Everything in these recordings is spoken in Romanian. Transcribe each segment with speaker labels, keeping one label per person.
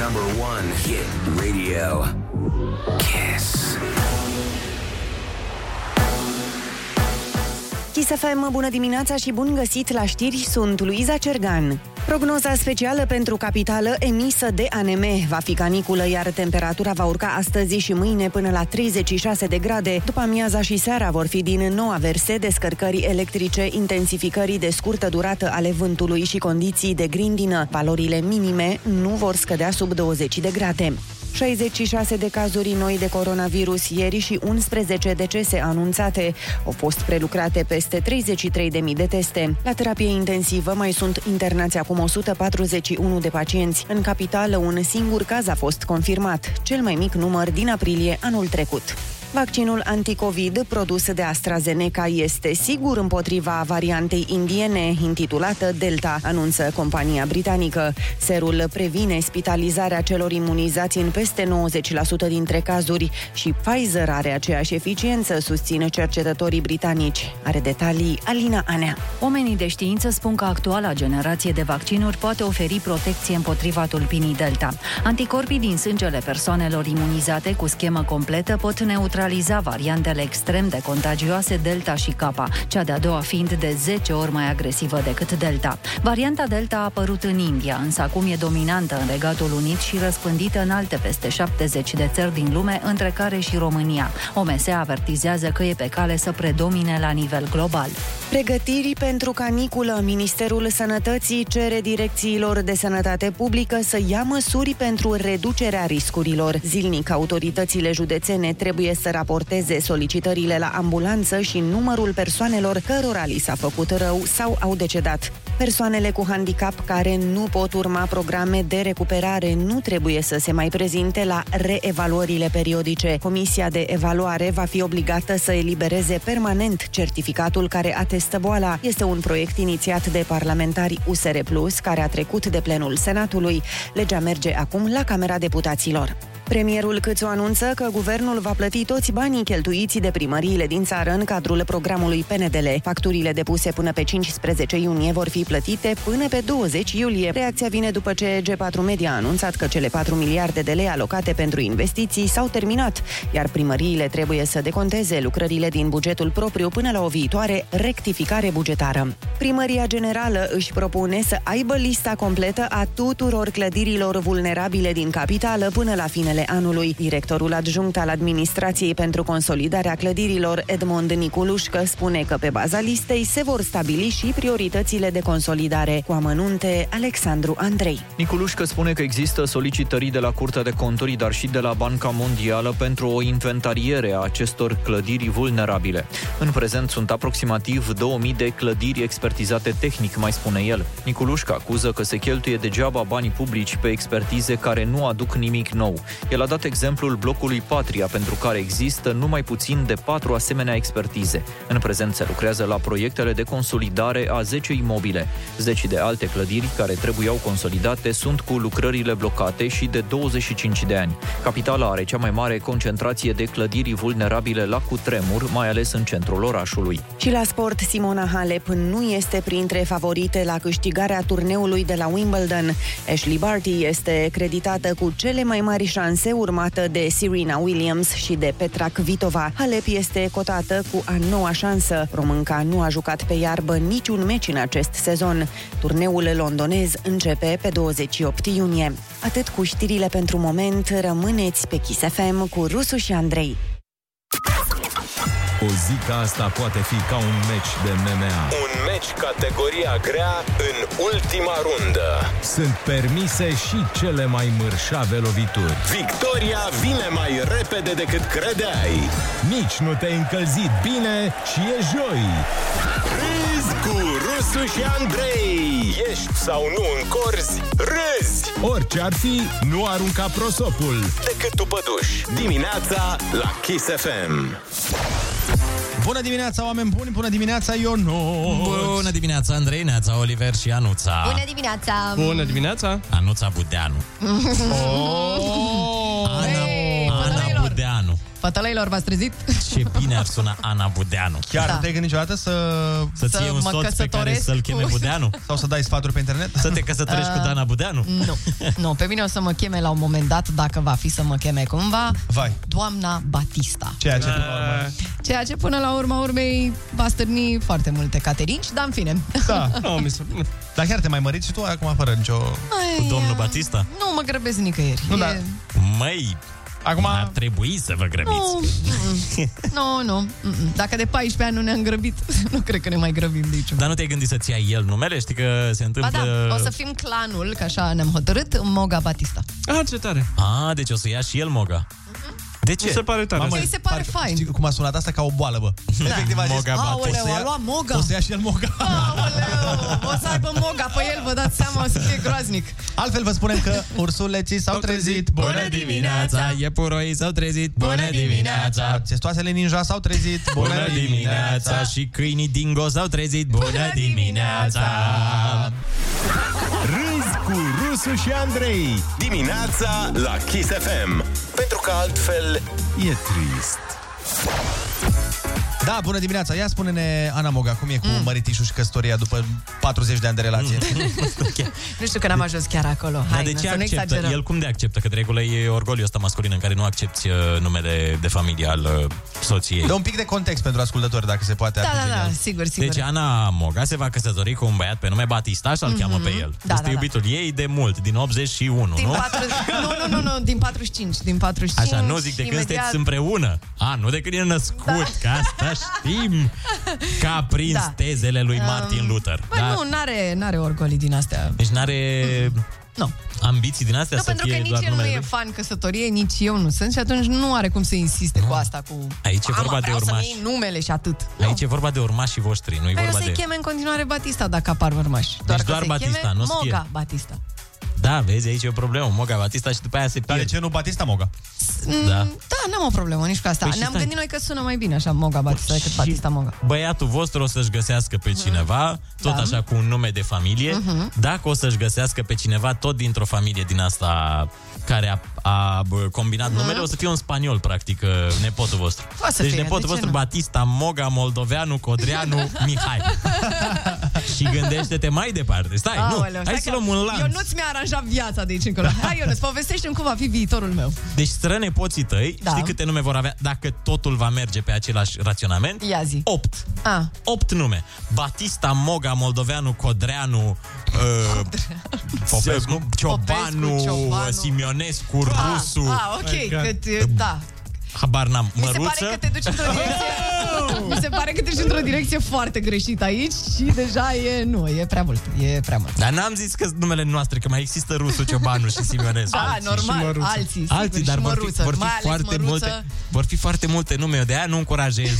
Speaker 1: number one hit radio. Kiss.
Speaker 2: Kiss FM, bună dimineața și bun găsit la știri, sunt Luiza Cergan. Prognoza specială pentru capitală emisă de ANM va fi caniculă, iar temperatura va urca astăzi și mâine până la 36 de grade. După amiaza și seara vor fi din nou averse, descărcări electrice, intensificării de scurtă durată ale vântului și condiții de grindină. Valorile minime nu vor scădea sub 20 de grade. 66 de cazuri noi de coronavirus ieri și 11 decese anunțate. Au fost prelucrate peste 33.000 de teste. La terapie intensivă mai sunt internați acum 141 de pacienți. În capitală, un singur caz a fost confirmat, cel mai mic număr din aprilie anul trecut. Vaccinul anticovid produs de AstraZeneca este sigur împotriva variantei indiene intitulată Delta, anunță compania britanică. Serul previne spitalizarea celor imunizați în peste 90% dintre cazuri și Pfizer are aceeași eficiență, susține cercetătorii britanici. Are detalii Alina Anea.
Speaker 3: Oamenii de știință spun că actuala generație de vaccinuri poate oferi protecție împotriva tulpinii Delta. Anticorpii din sângele persoanelor imunizate cu schemă completă pot neutraliza neutraliza variantele extrem de contagioase Delta și Kappa, cea de-a doua fiind de 10 ori mai agresivă decât Delta. Varianta Delta a apărut în India, însă acum e dominantă în Regatul Unit și răspândită în alte peste 70 de țări din lume, între care și România. OMS avertizează că e pe cale să predomine la nivel global.
Speaker 2: Pregătiri pentru caniculă. Ministerul Sănătății cere direcțiilor de sănătate publică să ia măsuri pentru reducerea riscurilor. Zilnic, autoritățile județene trebuie să raporteze solicitările la ambulanță și numărul persoanelor cărora li s-a făcut rău sau au decedat. Persoanele cu handicap care nu pot urma programe de recuperare nu trebuie să se mai prezinte la reevaluările periodice. Comisia de evaluare va fi obligată să elibereze permanent certificatul care atestă boala. Este un proiect inițiat de parlamentari USR Plus care a trecut de plenul Senatului. Legea merge acum la Camera Deputaților. Premierul Câțu anunță că guvernul va plăti toți banii cheltuiți de primăriile din țară în cadrul programului PNDL. Facturile depuse până pe 15 iunie vor fi plătite până pe 20 iulie. Reacția vine după ce G4 Media a anunțat că cele 4 miliarde de lei alocate pentru investiții s-au terminat, iar primăriile trebuie să deconteze lucrările din bugetul propriu până la o viitoare rectificare bugetară. Primăria Generală își propune să aibă lista completă a tuturor clădirilor vulnerabile din capitală până la finele finele anului. Directorul adjunct al Administrației pentru Consolidarea Clădirilor, Edmond Niculușcă, spune că pe baza listei se vor stabili și prioritățile de consolidare. Cu amănunte, Alexandru Andrei.
Speaker 4: Niculușcă spune că există solicitări de la Curtea de Conturi, dar și de la Banca Mondială pentru o inventariere a acestor clădiri vulnerabile. În prezent sunt aproximativ 2000 de clădiri expertizate tehnic, mai spune el. Niculușcă acuză că se cheltuie degeaba banii publici pe expertize care nu aduc nimic nou. El a dat exemplul blocului Patria, pentru care există numai puțin de patru asemenea expertize. În prezent se lucrează la proiectele de consolidare a 10 imobile. Zeci de alte clădiri care trebuiau consolidate sunt cu lucrările blocate și de 25 de ani. Capitala are cea mai mare concentrație de clădiri vulnerabile la cutremur, mai ales în centrul orașului.
Speaker 2: Și la sport, Simona Halep nu este printre favorite la câștigarea turneului de la Wimbledon. Ashley Barty este creditată cu cele mai mari șanse șanse, urmată de Serena Williams și de Petra Kvitova. Halep este cotată cu a noua șansă. Românca nu a jucat pe iarbă niciun meci în acest sezon. Turneul londonez începe pe 28 iunie. Atât cu știrile pentru moment, rămâneți pe Kiss FM cu Rusu și Andrei.
Speaker 5: O zi ca asta poate fi ca un meci de MMA.
Speaker 1: Un meci categoria grea în ultima rundă.
Speaker 5: Sunt permise și cele mai mărșave lovituri.
Speaker 1: Victoria Da, vine mai repede decât credeai.
Speaker 5: Nici nu te-ai încălzit bine și e joi.
Speaker 1: Râzi cu Rusu și Andrei. Ești sau nu în corzi, râzi.
Speaker 5: Orice ar fi, nu arunca prosopul.
Speaker 1: Decât tu păduși. Dimineața la Kiss FM.
Speaker 6: Bună dimineața, oameni buni! Bună dimineața, Ionut!
Speaker 7: Bună dimineața, Andrei, Neața, Oliver și Anuța!
Speaker 8: Bună dimineața!
Speaker 6: Bună dimineața!
Speaker 7: Anuța Budeanu!
Speaker 6: Oh!
Speaker 7: Ana, Ana Budeanu!
Speaker 8: Fătălăilor, v-ați trezit?
Speaker 7: Ce bine ar suna Ana Budeanu.
Speaker 6: Chiar
Speaker 8: Da.
Speaker 6: da. nu te-ai gândit niciodată să...
Speaker 7: Să-ți
Speaker 8: Să
Speaker 7: iei un
Speaker 8: mă
Speaker 7: soț pe care
Speaker 8: căsătoresc
Speaker 7: să-l cheme
Speaker 8: cu-
Speaker 7: Budeanu?
Speaker 6: Sau să dai sfaturi pe internet?
Speaker 7: Să te căsătorești cu Dana Budeanu?
Speaker 8: Nu, nu, pe mine o să mă cheme la un moment dat, dacă va fi să mă cheme cumva,
Speaker 6: Vai,
Speaker 8: doamna Batista. Ah.
Speaker 6: ceea ce
Speaker 7: Da.
Speaker 6: până la urmă...
Speaker 8: Ceea ce până la urma urmei va stârni foarte multe caterinci, dar în fine.
Speaker 6: Da. No, mi se... Dar chiar te mai măriți și tu acum fără nicio...
Speaker 7: Cu
Speaker 8: Oh, Ai,
Speaker 7: domnul
Speaker 8: ia.
Speaker 7: Batista?
Speaker 8: Nu mă grăbesc nicăieri.
Speaker 6: Nu,
Speaker 8: E-
Speaker 6: dar-
Speaker 7: Măi,
Speaker 6: Acum...
Speaker 7: ar trebui să vă grăbiți.
Speaker 8: Nu, mm-mm. nu, nu. mm-mm. Dacă de 14 ani nu ne-am grăbit, nu cred că ne mai grăbim nici.
Speaker 7: Dar nu te-ai gândit să-ți iei el numele? Știi că se
Speaker 8: Ba
Speaker 7: întâmplă...
Speaker 8: da, o să fim clanul, că așa ne-am hotărât, Moga Batista.
Speaker 9: Ah, ce tare.
Speaker 7: A, deci o să ia și el moga. De ce?
Speaker 9: Mi se pare tare.
Speaker 8: Mamă, Păi Mhm. se pare fain.
Speaker 6: Știi cum a sunat asta ca o boală, bă.
Speaker 8: Da.
Speaker 6: Efectiv a zis,
Speaker 7: Moga Batista.
Speaker 8: Aoleu, a luat Moga!
Speaker 6: o să ia și el moga.
Speaker 8: Aoleu, o să aibă Moga pe el, vă dați seama, o să fie groaznic.
Speaker 6: Altfel vă spunem că ursuleții s-au trezit.
Speaker 8: Bună dimineața!
Speaker 7: Iepuroii s-au trezit.
Speaker 8: Bună dimineața!
Speaker 6: Testoasele ninja s-au trezit.
Speaker 7: Bună dimineața și câinii dingo s-au trezit. Bună dimineața!
Speaker 1: Râzi cu Rusu și Andrei Dimineața la Kiss FM Pentru că altfel e trist
Speaker 6: Da, bună dimineața. Ia spune-ne, Ana Moga, cum e cu mm. măritișul și căsătoria după 40 de ani de relație? Mm.
Speaker 8: Nu știu că n-am ajuns chiar acolo.
Speaker 7: Dar
Speaker 8: Hai,
Speaker 7: de ce
Speaker 8: să nu
Speaker 7: acceptă?
Speaker 8: exagerăm.
Speaker 7: El cum de acceptă? Că de regulă e orgoliul ăsta masculin în care nu accepti uh, numele de familie al uh, soției.
Speaker 6: Dă un pic de context pentru ascultători, dacă se poate.
Speaker 8: Da,
Speaker 6: ar fi
Speaker 8: da,
Speaker 6: genial.
Speaker 8: da, sigur, sigur.
Speaker 7: Deci Ana Moga se va căsători cu un băiat pe nume Batista și îl mm-hmm. cheamă pe el.
Speaker 8: da,
Speaker 7: este
Speaker 8: da.
Speaker 7: iubitul ei de mult, din 81,
Speaker 8: Din
Speaker 7: nu?
Speaker 8: 40, nu, nu, nu, nu, din 45, din 45.
Speaker 7: Așa, nu zic de când
Speaker 8: imediat-
Speaker 7: sunteți împreună. A, nu de când e născut, da. că asta știm. Ca prins da.
Speaker 8: Da. Um,
Speaker 7: tezele lui Martin Luther. da?
Speaker 8: Bă, nu, n-are, n-are orgolii din astea.
Speaker 7: Deci n-are
Speaker 8: Nu.
Speaker 7: ambiții din astea
Speaker 8: Nu,
Speaker 7: să
Speaker 8: pentru
Speaker 7: fie
Speaker 8: că nici
Speaker 7: doar
Speaker 8: el nu
Speaker 7: numele
Speaker 8: e
Speaker 7: lui?
Speaker 8: fan căsătorie, nici eu nu sunt și atunci nu are cum să insiste cu asta, cu...
Speaker 7: Aici e
Speaker 8: "Mamă,
Speaker 7: vorba de
Speaker 8: vreau să-mi
Speaker 7: urmași."
Speaker 8: iei numele și atât. Nu.
Speaker 7: Aici e vorba de urmașii voștri, nu e
Speaker 8: Dar eu
Speaker 7: vorba
Speaker 8: să-i
Speaker 7: de...
Speaker 8: cheme în continuare Batista dacă apar urmași.
Speaker 7: Deci doar
Speaker 8: să-i
Speaker 7: Batista,
Speaker 8: cheme
Speaker 7: nu o să fie.
Speaker 8: Moga Batista.
Speaker 7: Da, vezi, aici e o problemă. Moga Batista și după aia se
Speaker 6: Dar de
Speaker 7: pierd.
Speaker 6: ce nu Batista Moga?
Speaker 8: Mm,
Speaker 7: Da.
Speaker 8: da, n-am o problemă nici cu asta.
Speaker 7: Păi și
Speaker 8: Ne-am
Speaker 7: stai.
Speaker 8: gândit noi că sună mai bine așa Moga Batista decât
Speaker 7: Și
Speaker 8: Batista Moga.
Speaker 7: Băiatul vostru o să-și găsească pe cineva, tot
Speaker 8: Mhm. Da. Mhm.
Speaker 7: așa cu un nume de familie, dacă o să-și găsească pe cineva tot dintr-o familie din asta care a, a bă, combinat numele, o să fie un spaniol, practic, uh, nepotul vostru.
Speaker 8: Mhm. Poate să
Speaker 7: deci
Speaker 8: fie,
Speaker 7: nepotul
Speaker 8: de ce
Speaker 7: vostru,
Speaker 8: nu?
Speaker 7: Batista, Moga, Moldoveanu, Codreanu, Mihai. și gândește-te mai departe. Stai, nu,
Speaker 8: Aoleu,
Speaker 7: hai
Speaker 8: că
Speaker 7: să luăm un lanț.
Speaker 8: Eu nu-ți mi-a aranjat viața de aici încolo. Hai, Ionuț, povestește-mi cum va fi viitorul meu.
Speaker 7: Deci strănepoții tăi, da.
Speaker 8: Da.
Speaker 7: știi câte nume vor avea dacă totul va merge pe același raționament?
Speaker 8: Ia zi.
Speaker 7: 8.
Speaker 8: Ah.
Speaker 7: 8 nume. Batista, Moga, Moldoveanu, Codreanu, uh, Popescu, Ciobanu,
Speaker 8: Popescu, Ciobanu.
Speaker 7: Simionescu,
Speaker 8: Ah,
Speaker 7: Rusu,
Speaker 8: ah, ok, cât, e, da.
Speaker 7: habar n-am,
Speaker 8: Mi se pare că
Speaker 7: Măruță.
Speaker 8: te duci într-o direcție... Mi se pare că te duci într-o direcție foarte greșită aici și deja e... Nu, e prea mult. E prea mult.
Speaker 7: Dar n-am zis că sunt numele noastre, că mai există Rusu, Ciobanu și Simionescu.
Speaker 8: Da,
Speaker 7: Alții.
Speaker 8: normal, alții, sigur,
Speaker 7: Alții,
Speaker 8: și
Speaker 7: dar vor fi,
Speaker 8: măruță,
Speaker 7: vor fi
Speaker 8: mai ales
Speaker 7: foarte
Speaker 8: măruță.
Speaker 7: multe, vor fi foarte multe nume. Eu de aia nu încurajez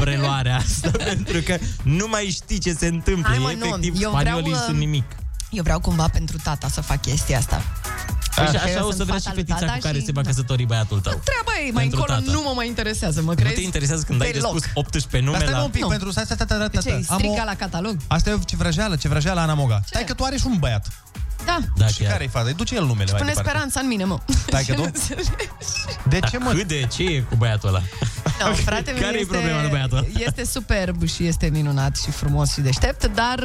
Speaker 7: preluarea asta, pentru că nu mai știi ce se întâmplă.
Speaker 8: Hai, mă, nu,
Speaker 7: Efectiv,
Speaker 8: eu vreau,
Speaker 7: spaniolii
Speaker 8: uh,
Speaker 7: sunt nimic.
Speaker 8: Eu vreau cumva pentru tata să fac chestia asta.
Speaker 7: Așa,
Speaker 8: că
Speaker 7: așa
Speaker 8: eu
Speaker 7: o să
Speaker 8: sunt
Speaker 7: vrea și
Speaker 8: fata lui
Speaker 7: fetița
Speaker 8: tata
Speaker 7: cu care
Speaker 8: și-
Speaker 7: se va
Speaker 8: da.
Speaker 7: căsători băiatul tău.
Speaker 8: Treaba ei, mai
Speaker 7: Pentru
Speaker 8: încolo
Speaker 7: tata.
Speaker 8: nu mă mai interesează, mă
Speaker 7: Nu
Speaker 8: crezi?
Speaker 7: te interesează când ai de
Speaker 8: Deloc.
Speaker 7: spus 18 nume
Speaker 6: Dar stai mă
Speaker 7: la...
Speaker 6: un pic,
Speaker 8: Nu.
Speaker 6: pentru... Stai, stai, stai, stai,
Speaker 8: De ce,
Speaker 6: stai,
Speaker 8: îi
Speaker 6: stai.
Speaker 8: striga la catalog?
Speaker 6: Asta e ce vrăjeală, ce vrăjeală Ana Moga. Stai că tu are și un băiat.
Speaker 8: Da.
Speaker 7: Da,
Speaker 6: și
Speaker 7: chiar.
Speaker 6: care-i faza? Îi duce el numele mai
Speaker 8: Pune
Speaker 6: departe.
Speaker 8: speranța în mine, mă.
Speaker 6: Stai că tu? De ce, mă?
Speaker 7: Cât de ce e cu băiatul ăla?
Speaker 8: No, frate meu
Speaker 7: Care-i
Speaker 8: este,
Speaker 7: problema lui băiatul ăla?
Speaker 8: este superb și este minunat și frumos și deștept, dar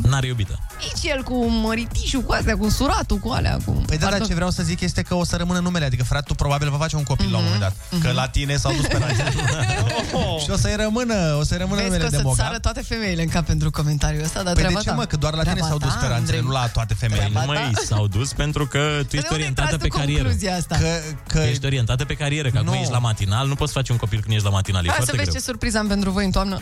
Speaker 8: um,
Speaker 7: N-are iubită.
Speaker 8: nici el cu măritișul, cu astea, cu suratul, cu alea, cu...
Speaker 6: Păi da, dar
Speaker 8: Pardon.
Speaker 6: ce vreau să zic este că o să rămână numele, adică fratul probabil va face un copil mm-hmm. la un moment dat. Mm-hmm. Că la tine s-au dus speranțe. și o să-i rămână, o să-i rămână
Speaker 8: Vezi
Speaker 6: numele
Speaker 8: că
Speaker 6: de
Speaker 8: o să-ți
Speaker 6: Moga.
Speaker 8: sară toate femeile în cap pentru comentariul ăsta, dar
Speaker 6: Păi
Speaker 8: treaba
Speaker 6: de ce,
Speaker 8: ta.
Speaker 6: mă? Că doar la tine
Speaker 8: Treaba
Speaker 6: s-au dus
Speaker 8: ta,
Speaker 6: speranțele,
Speaker 8: Andrei.
Speaker 6: nu la toate
Speaker 7: Păi
Speaker 6: femeile.
Speaker 8: Treaba- da, Ba
Speaker 7: măi, s-au dus pentru că tu
Speaker 8: Dar de
Speaker 7: ești
Speaker 8: unde ai tras
Speaker 7: orientată pe
Speaker 8: tu
Speaker 7: carieră.
Speaker 8: concluzia asta?
Speaker 6: Că, că
Speaker 7: Ești orientată pe carieră, că acum
Speaker 6: Nu.
Speaker 7: ești la matinal, nu poți face un copil când ești la matinal, e
Speaker 8: Hai să
Speaker 7: foarte
Speaker 8: vezi
Speaker 7: greu.
Speaker 8: ce surpriză am pentru voi în toamnă.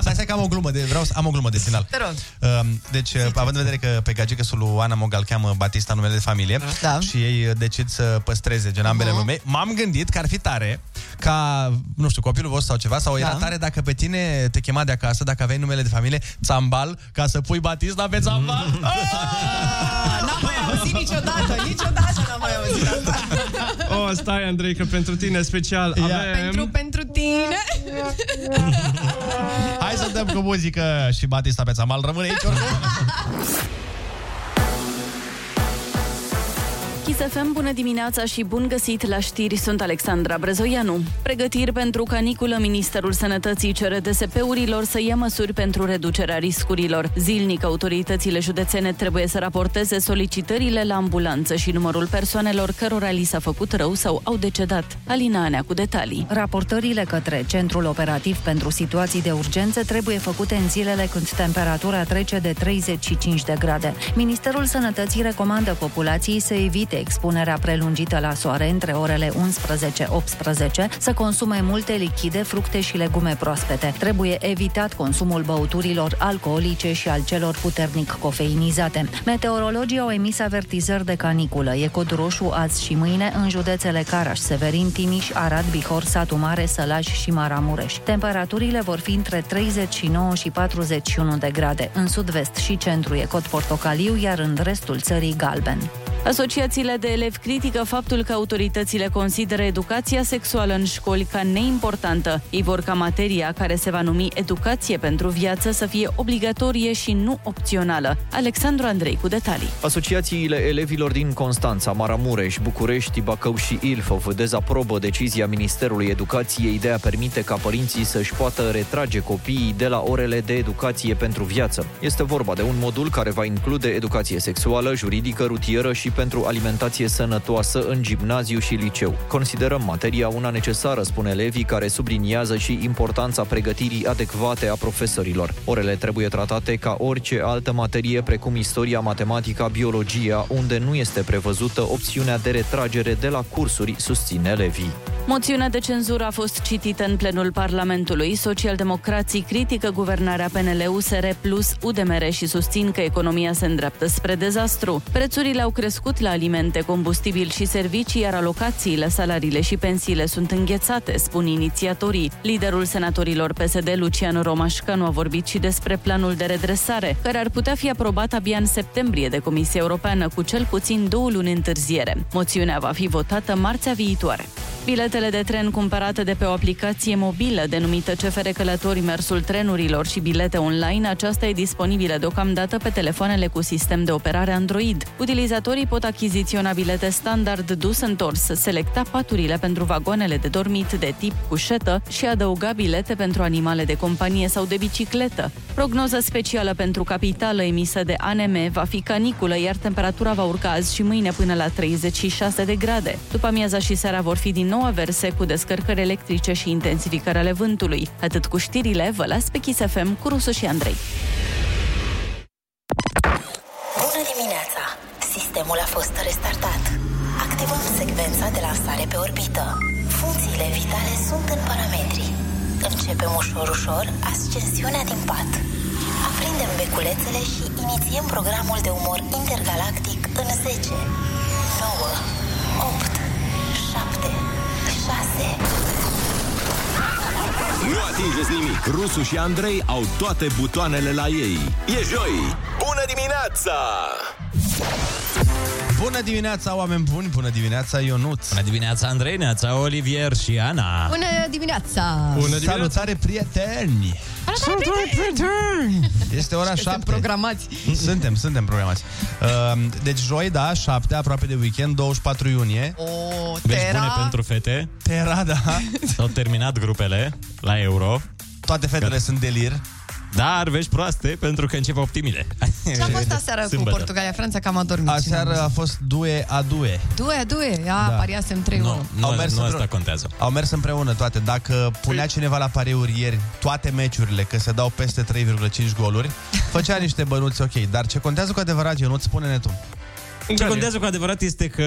Speaker 6: Stai, stai că am o glumă de, vreau să am o glumă de final.
Speaker 8: Te rog.
Speaker 6: Um, Deci, având în vedere că pe gagică lui Ana Mogal cheamă Batista numele de familie
Speaker 8: Da.
Speaker 6: și ei uh, decid să păstreze gen ambele nume, m-am gândit că ar fi tare ca, nu știu, copilul vostru sau ceva, sau era
Speaker 8: Da.
Speaker 6: tare dacă pe tine te chema de acasă, dacă aveai numele de familie, Țambal, ca să pui Batista pe Țambal.
Speaker 8: Ah, N-am mai auzit niciodată, niciodată n-am mai auzit asta.
Speaker 9: Oh, stai, Andrei, că pentru tine special avem...
Speaker 8: Pentru, pentru tine.
Speaker 6: Hai să dăm cu muzică și Batista pe Țambal rămâne aici oricum.
Speaker 10: FM, bună dimineața și bun găsit la știri, sunt Alexandra Brezoianu. Pregătiri pentru caniculă, Ministerul Sănătății cere DSP-urilor să ia măsuri pentru reducerea riscurilor. Zilnic, autoritățile județene trebuie să raporteze solicitările la ambulanță și numărul persoanelor cărora li s-a făcut rău sau au decedat. Alina Anea cu detalii.
Speaker 3: Raportările către Centrul Operativ pentru Situații de Urgență trebuie făcute în zilele când temperatura trece de 35 de grade. Ministerul Sănătății recomandă populației să evite expunerea prelungită la soare între orele 11-18, să consume multe lichide, fructe și legume proaspete. Trebuie evitat consumul băuturilor alcoolice și al celor puternic cofeinizate. Meteorologii au emis avertizări de caniculă. E cod roșu azi și mâine în județele Caraș, Severin, Timiș, Arad, Bihor, Satu Mare, Sălaj și Maramureș. Temperaturile vor fi între 39 și 41 de grade. În sud-vest și centru e cod portocaliu, iar în restul țării galben.
Speaker 10: Asociațiile de elevi critică faptul că autoritățile consideră educația sexuală în școli ca neimportantă. Ei vor ca materia care se va numi educație pentru viață să fie obligatorie și nu opțională. Alexandru Andrei cu detalii.
Speaker 4: Asociațiile elevilor din Constanța, Maramureș, București, Bacău și Ilfov dezaprobă decizia Ministerului Educației de a permite ca părinții să-și poată retrage copiii de la orele de educație pentru viață. Este vorba de un modul care va include educație sexuală, juridică, rutieră și pentru alimentație sănătoasă în gimnaziu și liceu. Considerăm materia una necesară, spune elevii, care subliniază și importanța pregătirii adecvate a profesorilor. Orele trebuie tratate ca orice altă materie, precum istoria, matematica, biologia, unde nu este prevăzută opțiunea de retragere de la cursuri, susține elevii.
Speaker 10: Moțiunea de cenzură a fost citită în plenul Parlamentului. Socialdemocrații critică guvernarea PNL, USR plus UDMR și susțin că economia se îndreaptă spre dezastru. Prețurile au crescut la alimente, combustibil și servicii, iar alocațiile, salariile și pensiile sunt înghețate, spun inițiatorii. Liderul senatorilor PSD, Lucian Romașcanu, a vorbit și despre planul de redresare, care ar putea fi aprobat abia în septembrie de Comisia Europeană, cu cel puțin două luni întârziere. Moțiunea va fi votată marțea viitoare. Biletele de tren cumpărate de pe o aplicație mobilă denumită CFR Călători, mersul trenurilor și bilete online, aceasta e disponibilă deocamdată pe telefoanele cu sistem de operare Android. Utilizatorii pot achiziționa bilete standard dus-întors, selecta paturile pentru vagoanele de dormit de tip cușetă și adăuga bilete pentru animale de companie sau de bicicletă. Prognoza specială pentru capitală emisă de ANM va fi caniculă, iar temperatura va urca azi și mâine până la 36 de grade. După amiaza și seara vor fi din nou averse cu descărcări electrice și intensificare ale vântului. Atât cu știrile, vă las pe Kiss FM cu Rusu și Andrei.
Speaker 11: Bună dimineața! Sistemul a fost restartat. Activăm secvența de lansare pe orbită. Funcțiile vitale sunt în parametri. Începem ușor, ușor ascensiunea din pat. Aprindem beculețele și inițiem programul de umor intergalactic în 10, 9, 8, 7, 6...
Speaker 1: Nu atingeți nimic. Rusu și Andrei au toate butoanele la ei. E joi. Bună dimineața!
Speaker 6: Bună dimineața, oameni buni! Bună dimineața, Ionuț! Bună
Speaker 7: dimineața, Andrei, neața, Olivier și Ana!
Speaker 8: Bună dimineața!
Speaker 6: Salutare, prieteni!
Speaker 8: Salutare, prieteni!
Speaker 6: Este ora 7. Suntem
Speaker 8: programați.
Speaker 6: Suntem, suntem programați. Uh, Deci joi, da, 7, aproape de weekend, 24 iunie.
Speaker 8: O,
Speaker 7: Vești
Speaker 8: Tera.
Speaker 7: bune pentru fete.
Speaker 6: Tera, da.
Speaker 7: S-au terminat grupele la Euro.
Speaker 6: Toate fetele sunt delir.
Speaker 7: Dar vești proaste pentru că încep optimile.
Speaker 8: Ce a fost aseară
Speaker 7: Sâmbătă.
Speaker 8: cu Portugalia-Franța, că am adormit.
Speaker 6: Aseară a fost due a due.
Speaker 8: Due, due, a, da. pariasem 3-1.
Speaker 6: asta
Speaker 7: contează.
Speaker 6: Au mers împreună toate. Dacă
Speaker 8: Păi-
Speaker 6: punea cineva la pariuri ieri toate meciurile, că se dau peste 3,5 goluri, făcea niște bănuți ok. Dar ce contează cu adevărat, eu nu spune-ne tu.
Speaker 7: Ce contează cu adevărat este că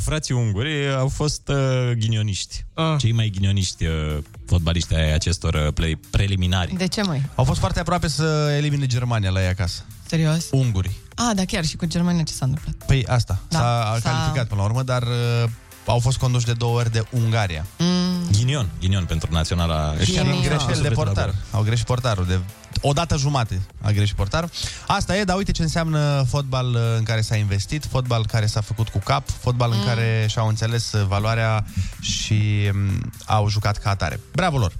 Speaker 7: frații unguri au fost uh, ghinioniști.
Speaker 6: Ah.
Speaker 7: Cei mai ghinioniști uh, fotbaliști ai acestor uh, play- preliminari.
Speaker 8: De ce, mai?
Speaker 6: Au fost foarte aproape să elimine Germania la ei acasă.
Speaker 8: Serios?
Speaker 6: Unguri.
Speaker 8: A, da, chiar și cu Germania ce s-a întâmplat.
Speaker 6: Păi asta,
Speaker 8: Da,
Speaker 6: s-a,
Speaker 8: s-a-
Speaker 6: calificat până la urmă, dar uh, au fost conduși de două ori de Ungaria.
Speaker 8: Mm.
Speaker 7: Ghinion, ghinion pentru naționala.
Speaker 6: Și au greșeli de
Speaker 7: Sufletul la
Speaker 6: portar. Au greșit portarul de o dată jumate a greșit portarul. Asta e, dar uite ce înseamnă fotbal uh, în care s-a investit, fotbal care s-a făcut cu cap, fotbal
Speaker 12: Mm.
Speaker 6: în care și-au înțeles uh, valoarea și um, au jucat ca atare. Bravo lor!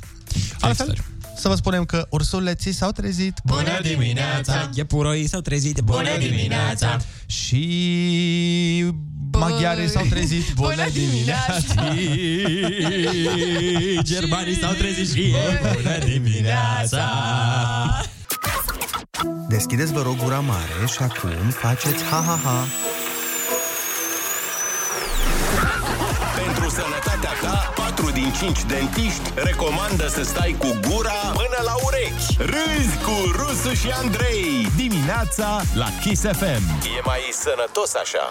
Speaker 6: Altfel, să vă spunem că ursuleții s-au trezit.
Speaker 12: Bună dimineața!
Speaker 6: Iepuroii s-au trezit.
Speaker 12: Bună dimineața!
Speaker 6: Și maghiarii s-au trezit. Bună dimineața!
Speaker 7: Germanii s-au trezit și ei. Bună dimineața!
Speaker 13: Deschideți, vă rog, gura mare și acum faceți ha-ha-ha.
Speaker 1: Pentru sănătatea ta, 4 din 5 dentiști recomandă să stai cu gura până la urechi. Râzi cu Rusu și Andrei. Dimineața la Kiss FM. E mai sănătos așa.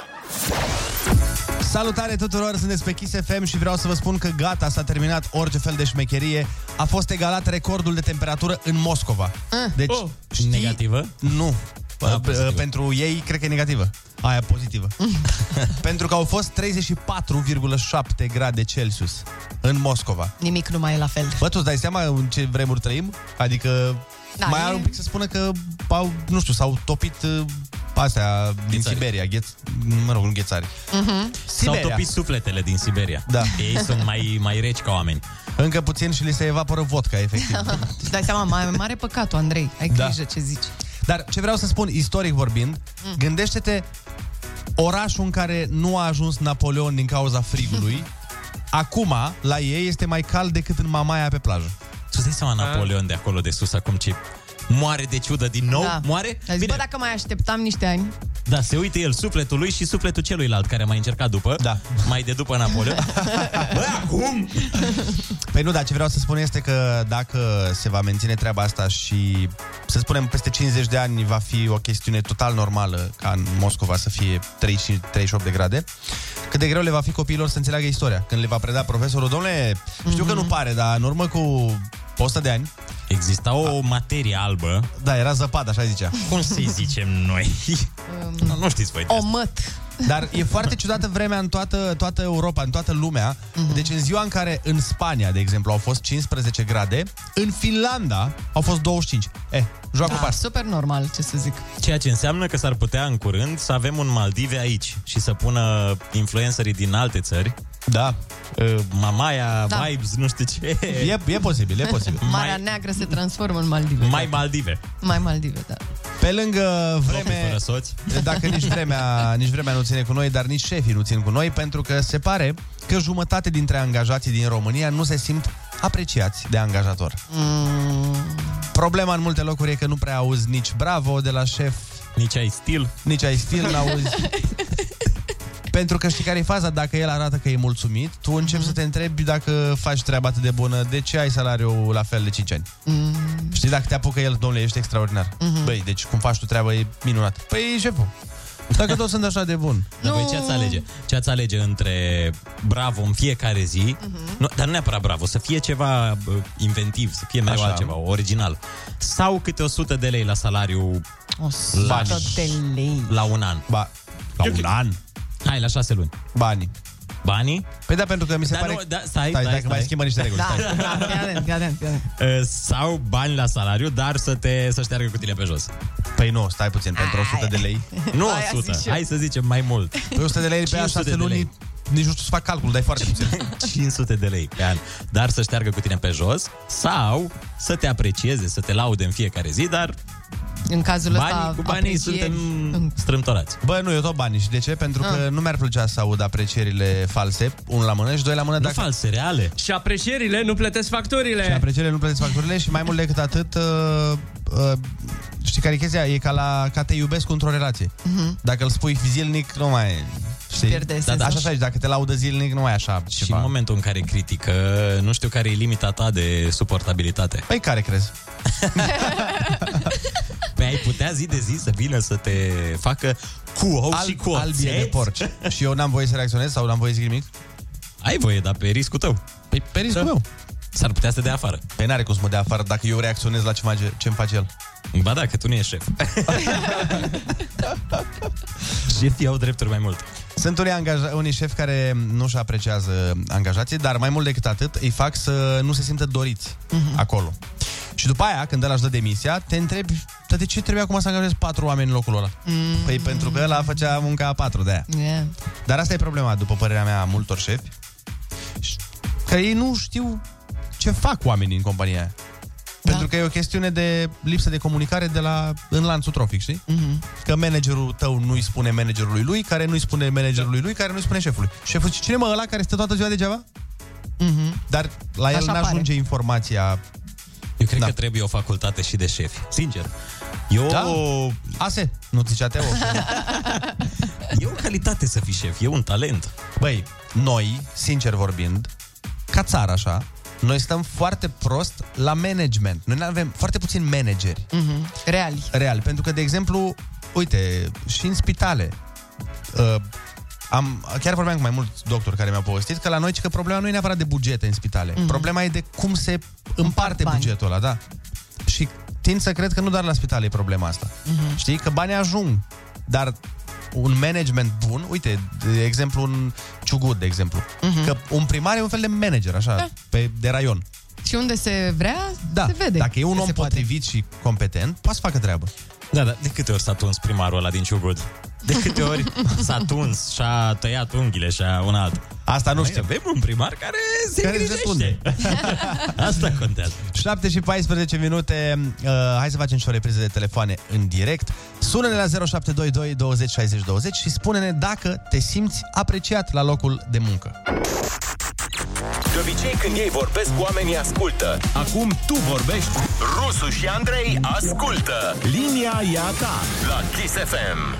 Speaker 6: Salutare tuturor, sunteți pe Kiss FM și vreau să vă spun că gata, s-a terminat orice fel de șmecherie. A fost egalat recordul de temperatură în Moscova. Deci, oh, știi... Negativă? Nu. P- p- pentru ei, cred că e negativă. Aia pozitivă. pentru că au fost 34,7 grade Celsius în Moscova.
Speaker 8: Nimic nu mai e la fel.
Speaker 6: Bă, tu îți dai seama în ce vremuri trăim? Adică da,
Speaker 8: Da,
Speaker 6: mai
Speaker 8: e-
Speaker 6: are un pic să spună că au, nu știu, s-au topit uh, astea din Siberia, gheț, mă rog, nu ghețari.
Speaker 8: Uh-huh.
Speaker 7: S-au topit sufletele din Siberia.
Speaker 6: Da.
Speaker 7: Ei sunt mai, mai reci ca oameni.
Speaker 6: Încă puțin și li se evaporă vodka, efectiv.
Speaker 8: Îți dai seama, mai mare păcatul, Andrei. Ai
Speaker 6: Da.
Speaker 8: grijă ce zici.
Speaker 6: Dar ce vreau să spun, istoric vorbind, mm. gândește-te orașul în care nu a ajuns Napoleon din cauza frigului, acum la ei este mai cald decât în Mamaia pe plajă.
Speaker 7: Tu îți dai seama Napoleon de acolo de sus acum ce moare de ciudă din nou?
Speaker 8: da.
Speaker 7: Moare?
Speaker 8: Ai zis, bă, dacă mai așteptam niște ani.
Speaker 7: Da, se uită el sufletul lui și sufletul celuilalt care a mai încercat după. Da. Mai de după Napoleon.
Speaker 6: Acum? Păi nu, dar ce vreau să spun este că dacă se va menține treaba asta și, să spunem, peste 50 de ani va fi o chestiune total normală ca în Moscova să fie 35, 38 de grade, cât de greu le va fi copiilor să înțeleagă istoria. Când le va preda profesorul, domnule, știu
Speaker 7: Mhm.
Speaker 6: că nu pare, dar în urmă cu 100 de ani...
Speaker 7: Exista o materie albă.
Speaker 6: Da, era zăpadă, așa zicea.
Speaker 7: Cum să-i zicem noi? Nu, nu știți voi.
Speaker 8: O măt.
Speaker 6: Dar e foarte ciudată vremea în toată, toată Europa, în toată lumea. Mm-hmm. Deci în ziua în care în Spania, de exemplu, au fost 15 grade, în Finlanda au fost 25. Eh, joacă
Speaker 8: Da, super normal, ce să zic.
Speaker 7: Ceea ce înseamnă că s-ar putea în curând să avem un Maldive aici și să pună influencerii din alte țări. Ă,
Speaker 6: Da.
Speaker 7: Mamaia,
Speaker 8: Da.
Speaker 7: da. vibes, nu știu ce.
Speaker 6: E, e posibil, e posibil.
Speaker 8: Marea Neagră se transformă în Maldive.
Speaker 7: mai, mai Maldive.
Speaker 8: Mai Maldive, da.
Speaker 6: Pe lângă vreme,
Speaker 7: fără soți.
Speaker 6: dacă nici vremea, nici vremea nu ține cu noi, dar nici șefii nu țin cu noi, pentru că se pare că jumătate dintre angajații din România nu se simt apreciați de angajator. Mm. Problema în multe locuri e că nu prea auzi nici Deci bravo de la șef,
Speaker 7: nici ai stil,
Speaker 6: nici ai stil, n-auzi Pentru că știi care e faza? Dacă el arată că e mulțumit, tu începi mm-hmm. să te întrebi dacă faci treaba atât de bună, de ce ai salariul la fel de 5 ani? Mm-hmm. Știi, dacă te apucă el, domnule, ești extraordinar. Mm-hmm. Băi, deci cum faci tu treaba e minunat. Păi, e șeful. Dacă toți sunt așa de bun.
Speaker 7: Dar voi ce ați alege? Ce ați alege între bravo în fiecare zi,
Speaker 8: Mhm.
Speaker 7: nu, dar nu neapărat bravo, să fie ceva bă, inventiv, să fie mereu
Speaker 6: Așa.
Speaker 7: altceva, original. Sau câte 100 de lei la salariu
Speaker 8: 100 de lei.
Speaker 7: la un an.
Speaker 6: Ba,
Speaker 7: la un an? Hai, la șase luni.
Speaker 6: Banii.
Speaker 7: Banii?
Speaker 6: Păi da, pentru că mi se
Speaker 7: dar
Speaker 6: pare
Speaker 7: Nu,
Speaker 6: că-
Speaker 7: da, stai,
Speaker 6: stai,
Speaker 7: stai,
Speaker 6: dacă
Speaker 7: stai.
Speaker 6: mai schimbă niște reguli,
Speaker 8: Da, da, fii atent, fii atent, fii atent.
Speaker 7: Uh, Sau bani la salariu, dar să te să șteargă cutile pe jos.
Speaker 6: Păi nu, stai puțin, pentru 100 de lei.
Speaker 7: Nu
Speaker 6: Aia
Speaker 7: 100,
Speaker 6: zic eu.
Speaker 7: hai să zicem mai mult.
Speaker 6: Păi 100 de lei pe
Speaker 7: 500
Speaker 6: șase
Speaker 7: de
Speaker 6: luni,
Speaker 7: lei.
Speaker 6: nici nu știu să fac calcul, dar e foarte puțin.
Speaker 7: 500 de lei pe an, dar să șteargă cu tine pe jos sau să te aprecieze, să te laude în fiecare zi, dar
Speaker 8: În cazul
Speaker 7: Banii-
Speaker 8: ăsta,
Speaker 7: cu banii
Speaker 8: aprecieri.
Speaker 7: suntem strâmtorați.
Speaker 6: Bă, nu, eu tot banii. Și de ce? Pentru că nu mi-ar plăcea să aud aprecierile false, unul la mână și doi la mână. Nu dacă...
Speaker 7: false, reale.
Speaker 9: Și aprecierile nu plătesc facturile.
Speaker 6: Și aprecierile nu plătesc facturile și mai mult decât atât, uh, uh, știi care e chestia? E ca, la, ca te iubesc într-o relație.
Speaker 8: Mhm.
Speaker 6: Dacă îl spui zilnic, nu mai... Știi?
Speaker 8: pierde
Speaker 6: da, da,
Speaker 8: esența.
Speaker 6: așa, așa, și dacă te laudă zilnic, nu mai așa
Speaker 7: Și în momentul în care critică, nu știu care e limita ta de suportabilitate.
Speaker 6: Păi care crezi?
Speaker 7: Păi ai putea zi de zi să vină să te facă cu ou și cu
Speaker 6: albie
Speaker 7: oțet?
Speaker 6: de porci. și eu n-am voie să reacționez sau n-am voie să zic nimic?
Speaker 7: Ai voie, dar pe riscul tău. Da.
Speaker 6: Păi pe riscul meu.
Speaker 7: S-ar putea să te dea afară.
Speaker 6: Păi n-are cum să mă dea afară dacă eu reacționez la ce face, ce-mi face el.
Speaker 7: Ba da, că tu nu ești șef. Șefii au drepturi mai mult.
Speaker 6: Sunt unii, angaja- unii șefi care nu și apreciază angajații, dar mai mult decât atât îi fac să nu se simtă doriți uh-huh. acolo. Și după aia, când ăla își dă demisia, te întrebi, dar de ce trebuie acum să angajezi patru oameni în locul ăla? Mm. Păi pentru că ăla făcea munca a patru de aia.
Speaker 8: Yeah.
Speaker 6: Dar asta e problema, după părerea mea, a multor șefi, că ei nu știu ce fac oamenii în compania aia. Da. Pentru că e o chestiune de lipsă de comunicare de la, în lanțul trofic, știi?
Speaker 8: Mhm.
Speaker 6: Mm-hmm. Că managerul tău nu-i spune managerului lui, care nu-i spune managerului lui, care nu-i spune șefului. Șeful zice, cine mă ăla care stă toată ziua degeaba?
Speaker 8: Mhm.
Speaker 6: Dar la el
Speaker 8: Așa pare.
Speaker 6: n-ajunge informația
Speaker 7: Eu cred da. că trebuie o facultate și de șefi, sincer. Eu...
Speaker 6: Da? Ase, nu zicea Teo.
Speaker 7: e o calitate să fii șef, e un talent.
Speaker 6: Băi, noi, sincer vorbind, ca țară așa, noi stăm foarte prost la management. Noi avem foarte puțini manageri.
Speaker 8: Mm-hmm. Reali.
Speaker 6: Real, pentru că, de exemplu, uite, și în spitale, uh, am, chiar vorbeam cu mai mulți doctori care mi-au povestit că la noi ci că problema nu e neapărat de bugete în spitale.
Speaker 8: Mhm.
Speaker 6: Mm-hmm. Problema e de cum se împarte bugetul ăla, da. Și tind să cred că nu doar la spitale e problema asta. Mm-hmm.
Speaker 14: Uh,
Speaker 6: Știi? Că banii ajung, dar un management bun, uite, de exemplu un Ciugut, de exemplu,
Speaker 8: Mhm.
Speaker 6: mm-hmm. că un primar e un fel de manager, așa, da. pe, de raion.
Speaker 8: Și unde se vrea,
Speaker 6: Da,
Speaker 8: se vede.
Speaker 6: dacă e un om potrivit și competent, poate să facă treabă.
Speaker 7: Da, da, de câte ori s-a tuns primarul ăla din Ciugud? De câte ori s-a tuns și a tăiat unghiile și a un alt.
Speaker 6: Asta nu știu.
Speaker 7: Avem un primar care se
Speaker 6: Care
Speaker 7: care
Speaker 6: se tunde.
Speaker 7: grijește. Asta contează.
Speaker 6: 7 și 14 minute. Uh, hai să facem și o repriză de telefoane în direct. Sună-ne la 0722 20 60 20 și spune-ne dacă te simți apreciat la locul de muncă.
Speaker 1: De obicei când ei vorbesc, oamenii ascultă. Acum tu vorbești. Rusu și Andrei ascultă. Linia e a ta la Kiss FM.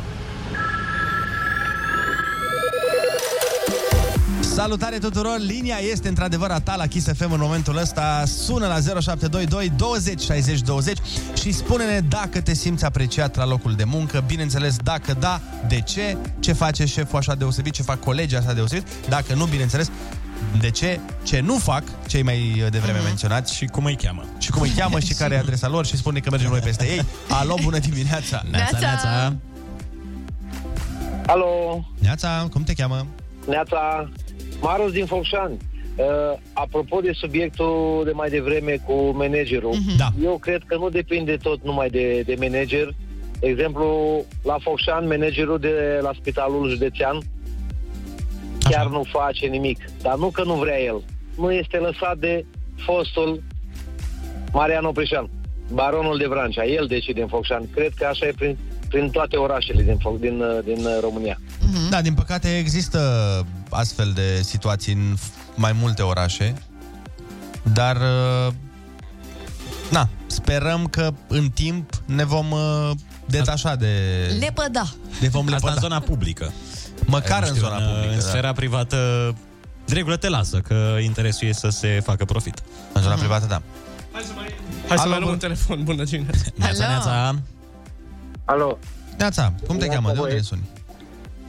Speaker 6: Salutare tuturor! Linia este într-adevăr a ta la Kiss FM în momentul ăsta. Sună la 0722 20 60 20 și spune-ne dacă te simți apreciat la locul de muncă. Bineînțeles, dacă da, de ce? Ce face șeful așa deosebit? Ce fac colegii așa deosebit? Dacă nu, bineînțeles, de ce, ce nu fac cei mai devreme mm-hmm. menționați
Speaker 7: Mhm. și cum îi cheamă.
Speaker 6: Și cum îi cheamă și care e adresa lor și spune că mergem noi peste ei. Alo, bună dimineața!
Speaker 15: Neața, neața. Alo,
Speaker 6: Neața, cum te cheamă?
Speaker 15: Neața, Marus din Focșani. Uh, apropo de subiectul de mai devreme cu managerul,
Speaker 6: Mhm. Da.
Speaker 15: eu cred că nu depinde tot numai de, de manager. De exemplu, la Focșani, managerul de la Spitalul Județean chiar nu face nimic. Dar nu că nu vrea el. Nu este lăsat de fostul Marian Oprișan, baronul de Vrancea. El decide în Focșani. Cred că așa e prin, prin toate orașele din, Foc- din, uh, din uh, România.
Speaker 6: Da, din păcate există astfel de situații în f- mai multe orașe, dar uh, na, sperăm că în timp ne vom uh, detașa de...
Speaker 8: Lepăda.
Speaker 6: Ne vom
Speaker 7: Asta
Speaker 6: lepăda.
Speaker 7: în zona publică.
Speaker 6: da. Măcar
Speaker 7: Nu
Speaker 6: în
Speaker 7: știu,
Speaker 6: zona publică,
Speaker 7: În uh,
Speaker 6: da.
Speaker 7: sfera privată, de regulă te lasă, că interesul e să se facă profit.
Speaker 6: În zona privată, da.
Speaker 9: Hai să
Speaker 7: Alo,
Speaker 9: mai luăm
Speaker 7: bun-
Speaker 9: un telefon. Bună dimineața.
Speaker 7: Neața, neața.
Speaker 14: Alo.
Speaker 6: Neața, cum te
Speaker 14: Neața,
Speaker 6: cheamă? De unde ne
Speaker 14: băieți.
Speaker 6: suni?